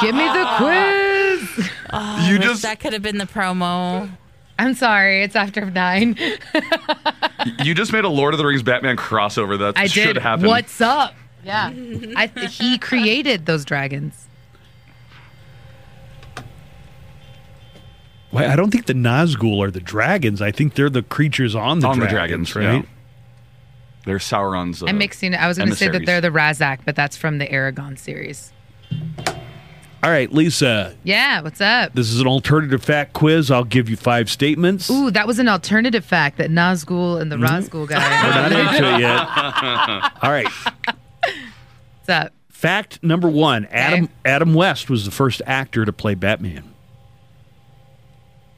[SPEAKER 3] Give me the quiz.
[SPEAKER 5] You
[SPEAKER 3] Oh,
[SPEAKER 4] Wish
[SPEAKER 5] just
[SPEAKER 4] that could have been the promo.
[SPEAKER 3] I'm sorry, it's after nine.
[SPEAKER 5] you just made a Lord of the Rings Batman crossover that
[SPEAKER 3] I
[SPEAKER 5] should
[SPEAKER 3] did.
[SPEAKER 5] happen.
[SPEAKER 3] What's up? Yeah, I, he created those dragons.
[SPEAKER 2] Wait, I don't think the Nazgul are the dragons. I think they're the creatures on the
[SPEAKER 5] on the
[SPEAKER 2] dragons,
[SPEAKER 5] dragons,
[SPEAKER 2] right?
[SPEAKER 5] yeah. They're Sauron's. Uh,
[SPEAKER 3] I'm mixing. I was going to say that
[SPEAKER 5] emissaries.
[SPEAKER 3] they're the Razak, but that's from the Aragon series.
[SPEAKER 2] All right, Lisa.
[SPEAKER 3] Yeah, what's up?
[SPEAKER 2] This is an alternative fact quiz. I'll give you five statements.
[SPEAKER 3] Ooh, that was an alternative fact that Nazgul and the
[SPEAKER 5] Mm-hmm.
[SPEAKER 3] Razgul guy.
[SPEAKER 2] We're not into it yet. All right.
[SPEAKER 3] what's up?
[SPEAKER 2] Fact number one: Adam Adam West was the first actor to play Batman.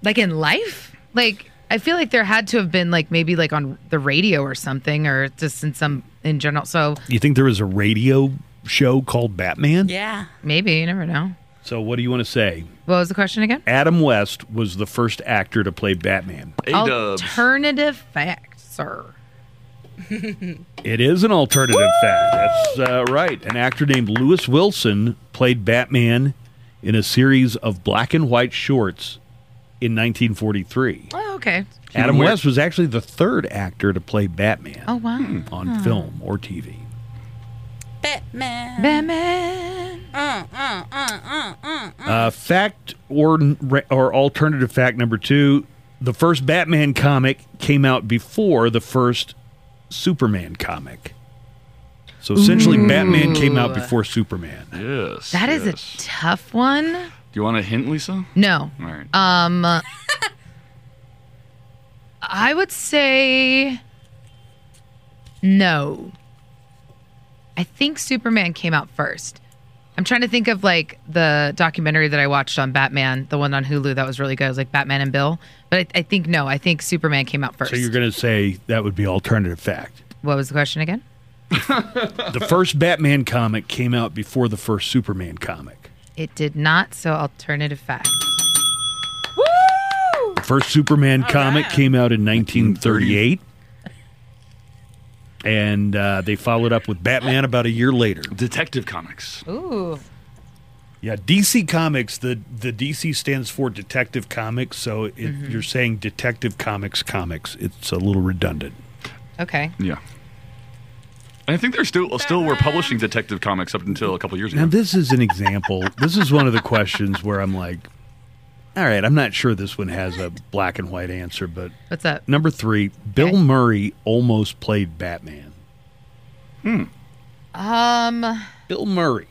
[SPEAKER 3] Like in life? Like I feel like there had to have been like maybe like on the radio or something or just in some in general. So
[SPEAKER 2] You think there was a radio show called Batman?
[SPEAKER 4] Yeah.
[SPEAKER 3] maybe you never know.
[SPEAKER 2] So what do you want to say?
[SPEAKER 3] What was the question again?
[SPEAKER 2] Adam West was the first actor to play Batman.
[SPEAKER 5] A dubs.
[SPEAKER 3] Alternative fact, sir.
[SPEAKER 2] It is an alternative fact. That's uh, right. An actor named Lewis Wilson played Batman in a series of black and white shorts in 1943.
[SPEAKER 3] Oh, okay.
[SPEAKER 2] Adam West was actually the third actor to play Batman
[SPEAKER 3] Oh wow.
[SPEAKER 5] Hmm.
[SPEAKER 2] on film or TV.
[SPEAKER 4] Batman.
[SPEAKER 3] Batman.
[SPEAKER 4] Uh, uh, uh, uh, uh.
[SPEAKER 2] Uh, fact or or alternative fact number two: the first Batman comic came out before the first Superman comic. So essentially, Batman came out before Superman.
[SPEAKER 5] Yes.
[SPEAKER 3] That is
[SPEAKER 5] yes.
[SPEAKER 3] a tough one.
[SPEAKER 5] Do you want a hint, Lisa?
[SPEAKER 3] No.
[SPEAKER 5] All right.
[SPEAKER 3] Um I would say no. I think Superman came out first. I'm trying to think of like the documentary that I watched on Batman, the one on Hulu that was really good. It was like Batman and Bill. But I, I think no, I think Superman came out first.
[SPEAKER 2] So you're going to say that would be alternative fact.
[SPEAKER 3] what was the question again?
[SPEAKER 2] The first Batman comic came out before the first Superman comic.
[SPEAKER 3] It did not, so alternative fact.
[SPEAKER 2] The first Superman comic came out in 1938. And uh, they followed up with Batman about a year later.
[SPEAKER 5] Detective Comics.
[SPEAKER 3] Ooh.
[SPEAKER 2] Yeah, DC Comics. The the DC stands for Detective Comics. So it, you're saying Detective Comics comics. It's a little redundant.
[SPEAKER 3] Okay.
[SPEAKER 5] Yeah. And I think they're still still were publishing Detective Comics up until a couple years ago.
[SPEAKER 2] Now this is an example. this is one of the questions where I'm like, all right, I'm not sure this one has a black and white answer, but
[SPEAKER 3] What's up?
[SPEAKER 2] number three, Bill Murray almost played Batman.
[SPEAKER 5] Hmm.
[SPEAKER 3] Um
[SPEAKER 2] Bill Murray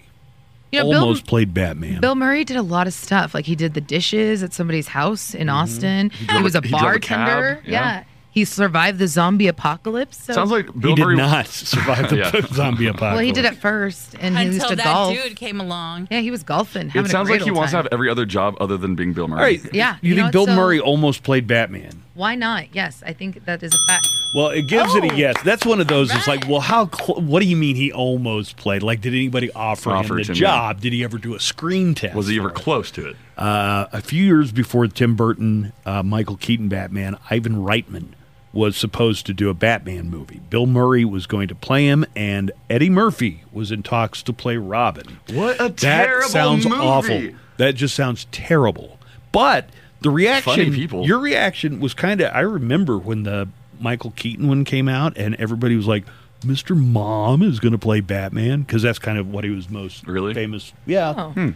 [SPEAKER 3] you know, Bill,
[SPEAKER 2] almost played Batman.
[SPEAKER 3] Bill Murray did a lot of stuff. Like he did the dishes at somebody's house in Austin. He,
[SPEAKER 5] drove
[SPEAKER 3] was
[SPEAKER 5] a-
[SPEAKER 3] a
[SPEAKER 5] Mm-hmm. he drove a cab,
[SPEAKER 3] bartender.
[SPEAKER 5] yeah.
[SPEAKER 3] yeah. He survived the zombie apocalypse. So.
[SPEAKER 5] Sounds like Bill
[SPEAKER 2] he did
[SPEAKER 5] Murray.
[SPEAKER 2] not survive the
[SPEAKER 5] Yeah.
[SPEAKER 2] zombie apocalypse.
[SPEAKER 3] Well, he did it first, and he used
[SPEAKER 4] Until
[SPEAKER 3] to
[SPEAKER 4] that
[SPEAKER 3] golf.
[SPEAKER 4] dude came along.
[SPEAKER 3] Yeah, he was golfing. having a
[SPEAKER 5] It sounds like
[SPEAKER 3] great
[SPEAKER 5] he
[SPEAKER 3] old
[SPEAKER 5] wants to
[SPEAKER 3] time.
[SPEAKER 5] have every other job other than being Bill Murray.
[SPEAKER 2] All right.
[SPEAKER 3] Yeah,
[SPEAKER 2] You,
[SPEAKER 3] you know
[SPEAKER 2] think
[SPEAKER 3] what,
[SPEAKER 2] Bill
[SPEAKER 3] so-
[SPEAKER 2] Murray almost played Batman?
[SPEAKER 3] Why not? Yes, I think that is a fact.
[SPEAKER 2] Well, it gives
[SPEAKER 3] Oh,
[SPEAKER 2] it a yes. That's one of those. It's like, well, how? Cl- what do you mean he almost played? Like, did anybody offer him
[SPEAKER 5] Offered
[SPEAKER 2] the
[SPEAKER 5] him, yeah.
[SPEAKER 2] job? Did he ever do a screen test?
[SPEAKER 5] Was he ever
[SPEAKER 2] for it?
[SPEAKER 5] close to it?
[SPEAKER 2] Uh, a few years before Tim Burton, uh, Michael Keaton Batman, Ivan Reitman was supposed to do a Batman movie. Bill Murray was going to play him, and Eddie Murphy was in talks to play Robin.
[SPEAKER 5] What a
[SPEAKER 2] That sounds awful. That just sounds terrible. But the reaction,
[SPEAKER 5] Funny people.
[SPEAKER 2] your reaction was kind of. I remember when the Michael Keaton one came out, and everybody was like, "Mr. Mom is going to play Batman," because that's kind of what he was most
[SPEAKER 5] Really?
[SPEAKER 2] famous. Yeah,
[SPEAKER 3] Oh.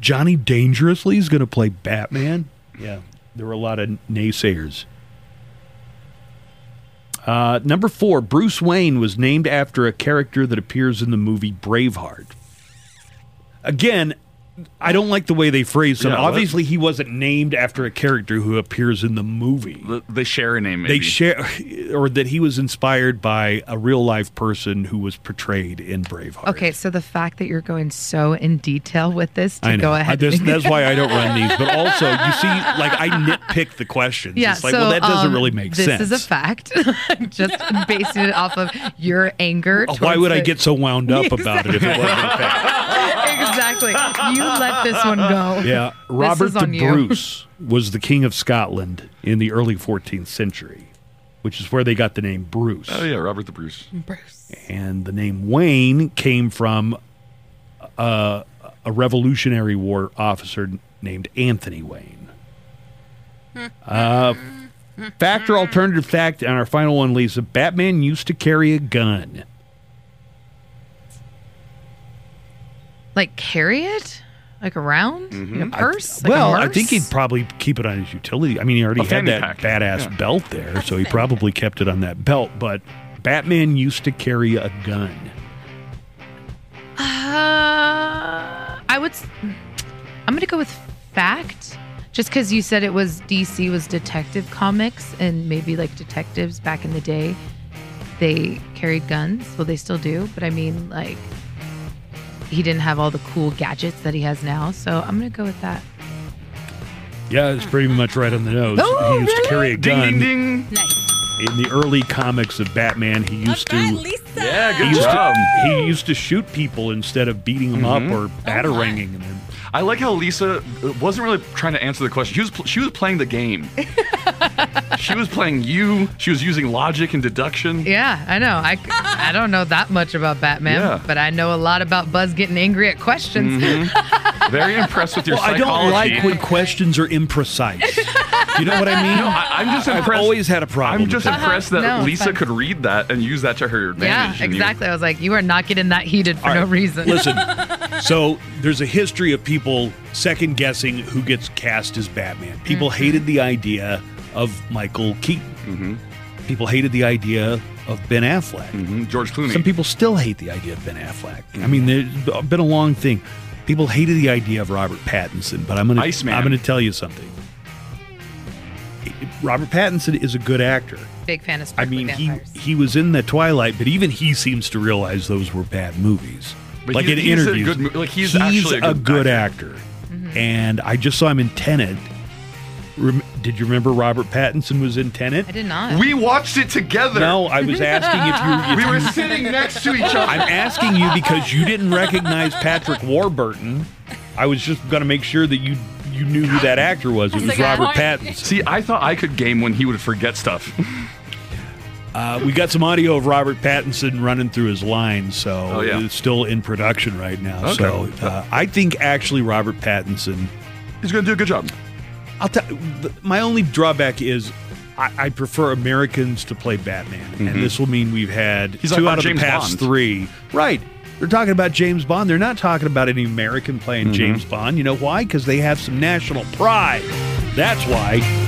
[SPEAKER 2] Johnny Dangerously is going to play Batman. Yeah, there were a lot of naysayers. Uh, number four, Bruce Wayne was named after a character that appears in the movie Braveheart. Again, I don't like the way they phrase them.
[SPEAKER 5] Yeah, what-
[SPEAKER 2] Obviously, he wasn't named after a character who appears in the movie.
[SPEAKER 5] Th- They share a name. Maybe.
[SPEAKER 2] They share, or that he was inspired by a real life person who was portrayed in Braveheart.
[SPEAKER 3] Okay, so the fact that you're going so in detail with this to
[SPEAKER 2] I know.
[SPEAKER 3] go
[SPEAKER 2] I-
[SPEAKER 3] ahead.
[SPEAKER 2] that's,
[SPEAKER 3] and-
[SPEAKER 2] that's why I don't run these. But also, you see, like I nitpick the questions.
[SPEAKER 3] yeah,
[SPEAKER 2] it's like,
[SPEAKER 3] so,
[SPEAKER 2] well, that doesn't
[SPEAKER 3] um,
[SPEAKER 2] really make
[SPEAKER 3] this
[SPEAKER 2] sense.
[SPEAKER 3] This is a fact. I'm just basing it off of your anger.
[SPEAKER 2] Oh, Why
[SPEAKER 3] towards
[SPEAKER 2] would I
[SPEAKER 3] the-
[SPEAKER 2] get so wound up about it if it wasn't a fact?
[SPEAKER 3] exactly? You let this one go.
[SPEAKER 2] Yeah, Robert
[SPEAKER 3] is
[SPEAKER 2] the
[SPEAKER 3] on you.
[SPEAKER 2] Bruce was the king of Scotland in the early 14th century, which is where they got the name Bruce.
[SPEAKER 5] Oh yeah, Robert the Bruce.
[SPEAKER 2] And the name Wayne came from a, a Revolutionary War officer named Anthony Wayne. Uh, fact or alternative fact, and our final one, Lisa Batman used to carry a gun.
[SPEAKER 3] Like carry it, like around in a purse.
[SPEAKER 2] Mm-hmm.
[SPEAKER 3] like a
[SPEAKER 2] well, I think
[SPEAKER 3] purse?
[SPEAKER 2] he'd probably keep it on his utility. I mean, he already
[SPEAKER 5] A
[SPEAKER 2] had
[SPEAKER 5] fanny
[SPEAKER 2] that
[SPEAKER 5] pack.
[SPEAKER 2] badass
[SPEAKER 5] Yeah.
[SPEAKER 2] belt there, so he probably kept it on that belt. But Batman used to carry a gun.
[SPEAKER 3] Uh, I would. s- I'm gonna go with fact, just because you said it was DC was Detective Comics, and maybe like detectives back in the day, they carried guns. Well, they still do, but I mean like he didn't have all the cool gadgets that he has now. So I'm gonna go with that.
[SPEAKER 2] Yeah, it's pretty much right on the nose.
[SPEAKER 3] Oh,
[SPEAKER 2] he used to
[SPEAKER 3] really?
[SPEAKER 2] carry a
[SPEAKER 5] Ding
[SPEAKER 2] gun
[SPEAKER 5] ding ding.
[SPEAKER 4] Nice.
[SPEAKER 2] in the early comics of Batman. He used
[SPEAKER 4] All right,
[SPEAKER 2] to
[SPEAKER 4] Lisa.
[SPEAKER 5] Yeah,
[SPEAKER 2] he
[SPEAKER 5] good
[SPEAKER 2] used
[SPEAKER 5] job.
[SPEAKER 2] to he used to shoot people instead of beating them
[SPEAKER 5] Mm-hmm.
[SPEAKER 2] up or bataranging them.
[SPEAKER 5] I like how Lisa uh, wasn't really trying to answer the question. She was pl- she was playing the game. she was playing you. She was using logic and deduction.
[SPEAKER 3] Yeah, I know. I, I don't know that much about Batman,
[SPEAKER 5] Yeah.
[SPEAKER 3] but I know a lot about Buzz getting angry at questions.
[SPEAKER 5] Very impressed with your
[SPEAKER 2] Well, I
[SPEAKER 5] psychology.
[SPEAKER 2] don't like when questions are imprecise. you know what I mean?
[SPEAKER 5] I, am just
[SPEAKER 2] I've
[SPEAKER 5] impressed.
[SPEAKER 2] always had a problem
[SPEAKER 5] I'm just
[SPEAKER 2] with that.
[SPEAKER 5] impressed that
[SPEAKER 3] Uh-huh. No, it's
[SPEAKER 5] Lisa
[SPEAKER 3] fine.
[SPEAKER 5] could read that and use that to her
[SPEAKER 3] yeah,
[SPEAKER 5] advantage. and you-
[SPEAKER 3] exactly. I was like, you are not getting that heated for
[SPEAKER 2] All
[SPEAKER 3] no
[SPEAKER 2] right,
[SPEAKER 3] reason.
[SPEAKER 2] Listen, so there's a history of people second guessing who gets cast as Batman. People hated the idea of Michael Keaton.
[SPEAKER 5] Mm-hmm.
[SPEAKER 2] People hated the idea of Ben Affleck.
[SPEAKER 5] Mhm, George Clooney.
[SPEAKER 2] Some people still hate the idea of Ben Affleck. I mean,
[SPEAKER 5] Mm-hmm.
[SPEAKER 2] there's been a long thing. People hated the idea of Robert Pattinson, but I'm gonna
[SPEAKER 5] Iceman.
[SPEAKER 2] I'm gonna tell you something. Robert Pattinson is a good actor.
[SPEAKER 3] Big fan of
[SPEAKER 2] I
[SPEAKER 3] sparkly
[SPEAKER 2] mean, he
[SPEAKER 3] vampires.
[SPEAKER 2] he was in the Twilight, but even he seems to realize those were bad movies.
[SPEAKER 5] But
[SPEAKER 2] like
[SPEAKER 5] he-
[SPEAKER 2] in
[SPEAKER 5] he's a
[SPEAKER 2] interviews,
[SPEAKER 5] good mo- like, he's actually a good
[SPEAKER 2] actor. And I just saw him in Tenet. Rem- did you remember Robert Pattinson was in Tenet?
[SPEAKER 3] I did not.
[SPEAKER 5] we watched it together.
[SPEAKER 2] No, I was asking if
[SPEAKER 5] We
[SPEAKER 2] you. If
[SPEAKER 5] were
[SPEAKER 2] you
[SPEAKER 5] sitting next to each other.
[SPEAKER 2] I'm asking you because you didn't recognize Patrick Warburton. I was just going to make sure that you you knew who that actor was. It
[SPEAKER 4] That's
[SPEAKER 2] was
[SPEAKER 4] a good
[SPEAKER 2] Robert
[SPEAKER 4] point.
[SPEAKER 2] Pattinson.
[SPEAKER 5] See, I thought I could game when he would forget stuff.
[SPEAKER 2] Uh, we got some audio of Robert Pattinson running through his lines, so
[SPEAKER 5] Oh, yeah.
[SPEAKER 2] it's still in production right now.
[SPEAKER 5] Okay.
[SPEAKER 2] So uh, I think actually Robert Pattinson.
[SPEAKER 5] He's going to do a good job.
[SPEAKER 2] I'll tell. th- My only drawback is I, I prefer Americans to play Batman, and this will mean we've had
[SPEAKER 5] Mm-hmm. He's like
[SPEAKER 2] two
[SPEAKER 5] our
[SPEAKER 2] out of
[SPEAKER 5] James
[SPEAKER 2] the past
[SPEAKER 5] Bond.
[SPEAKER 2] three. Right. They're talking about James Bond. They're not talking about any American playing James Bond. You know why? Because they have some national pride. That's why.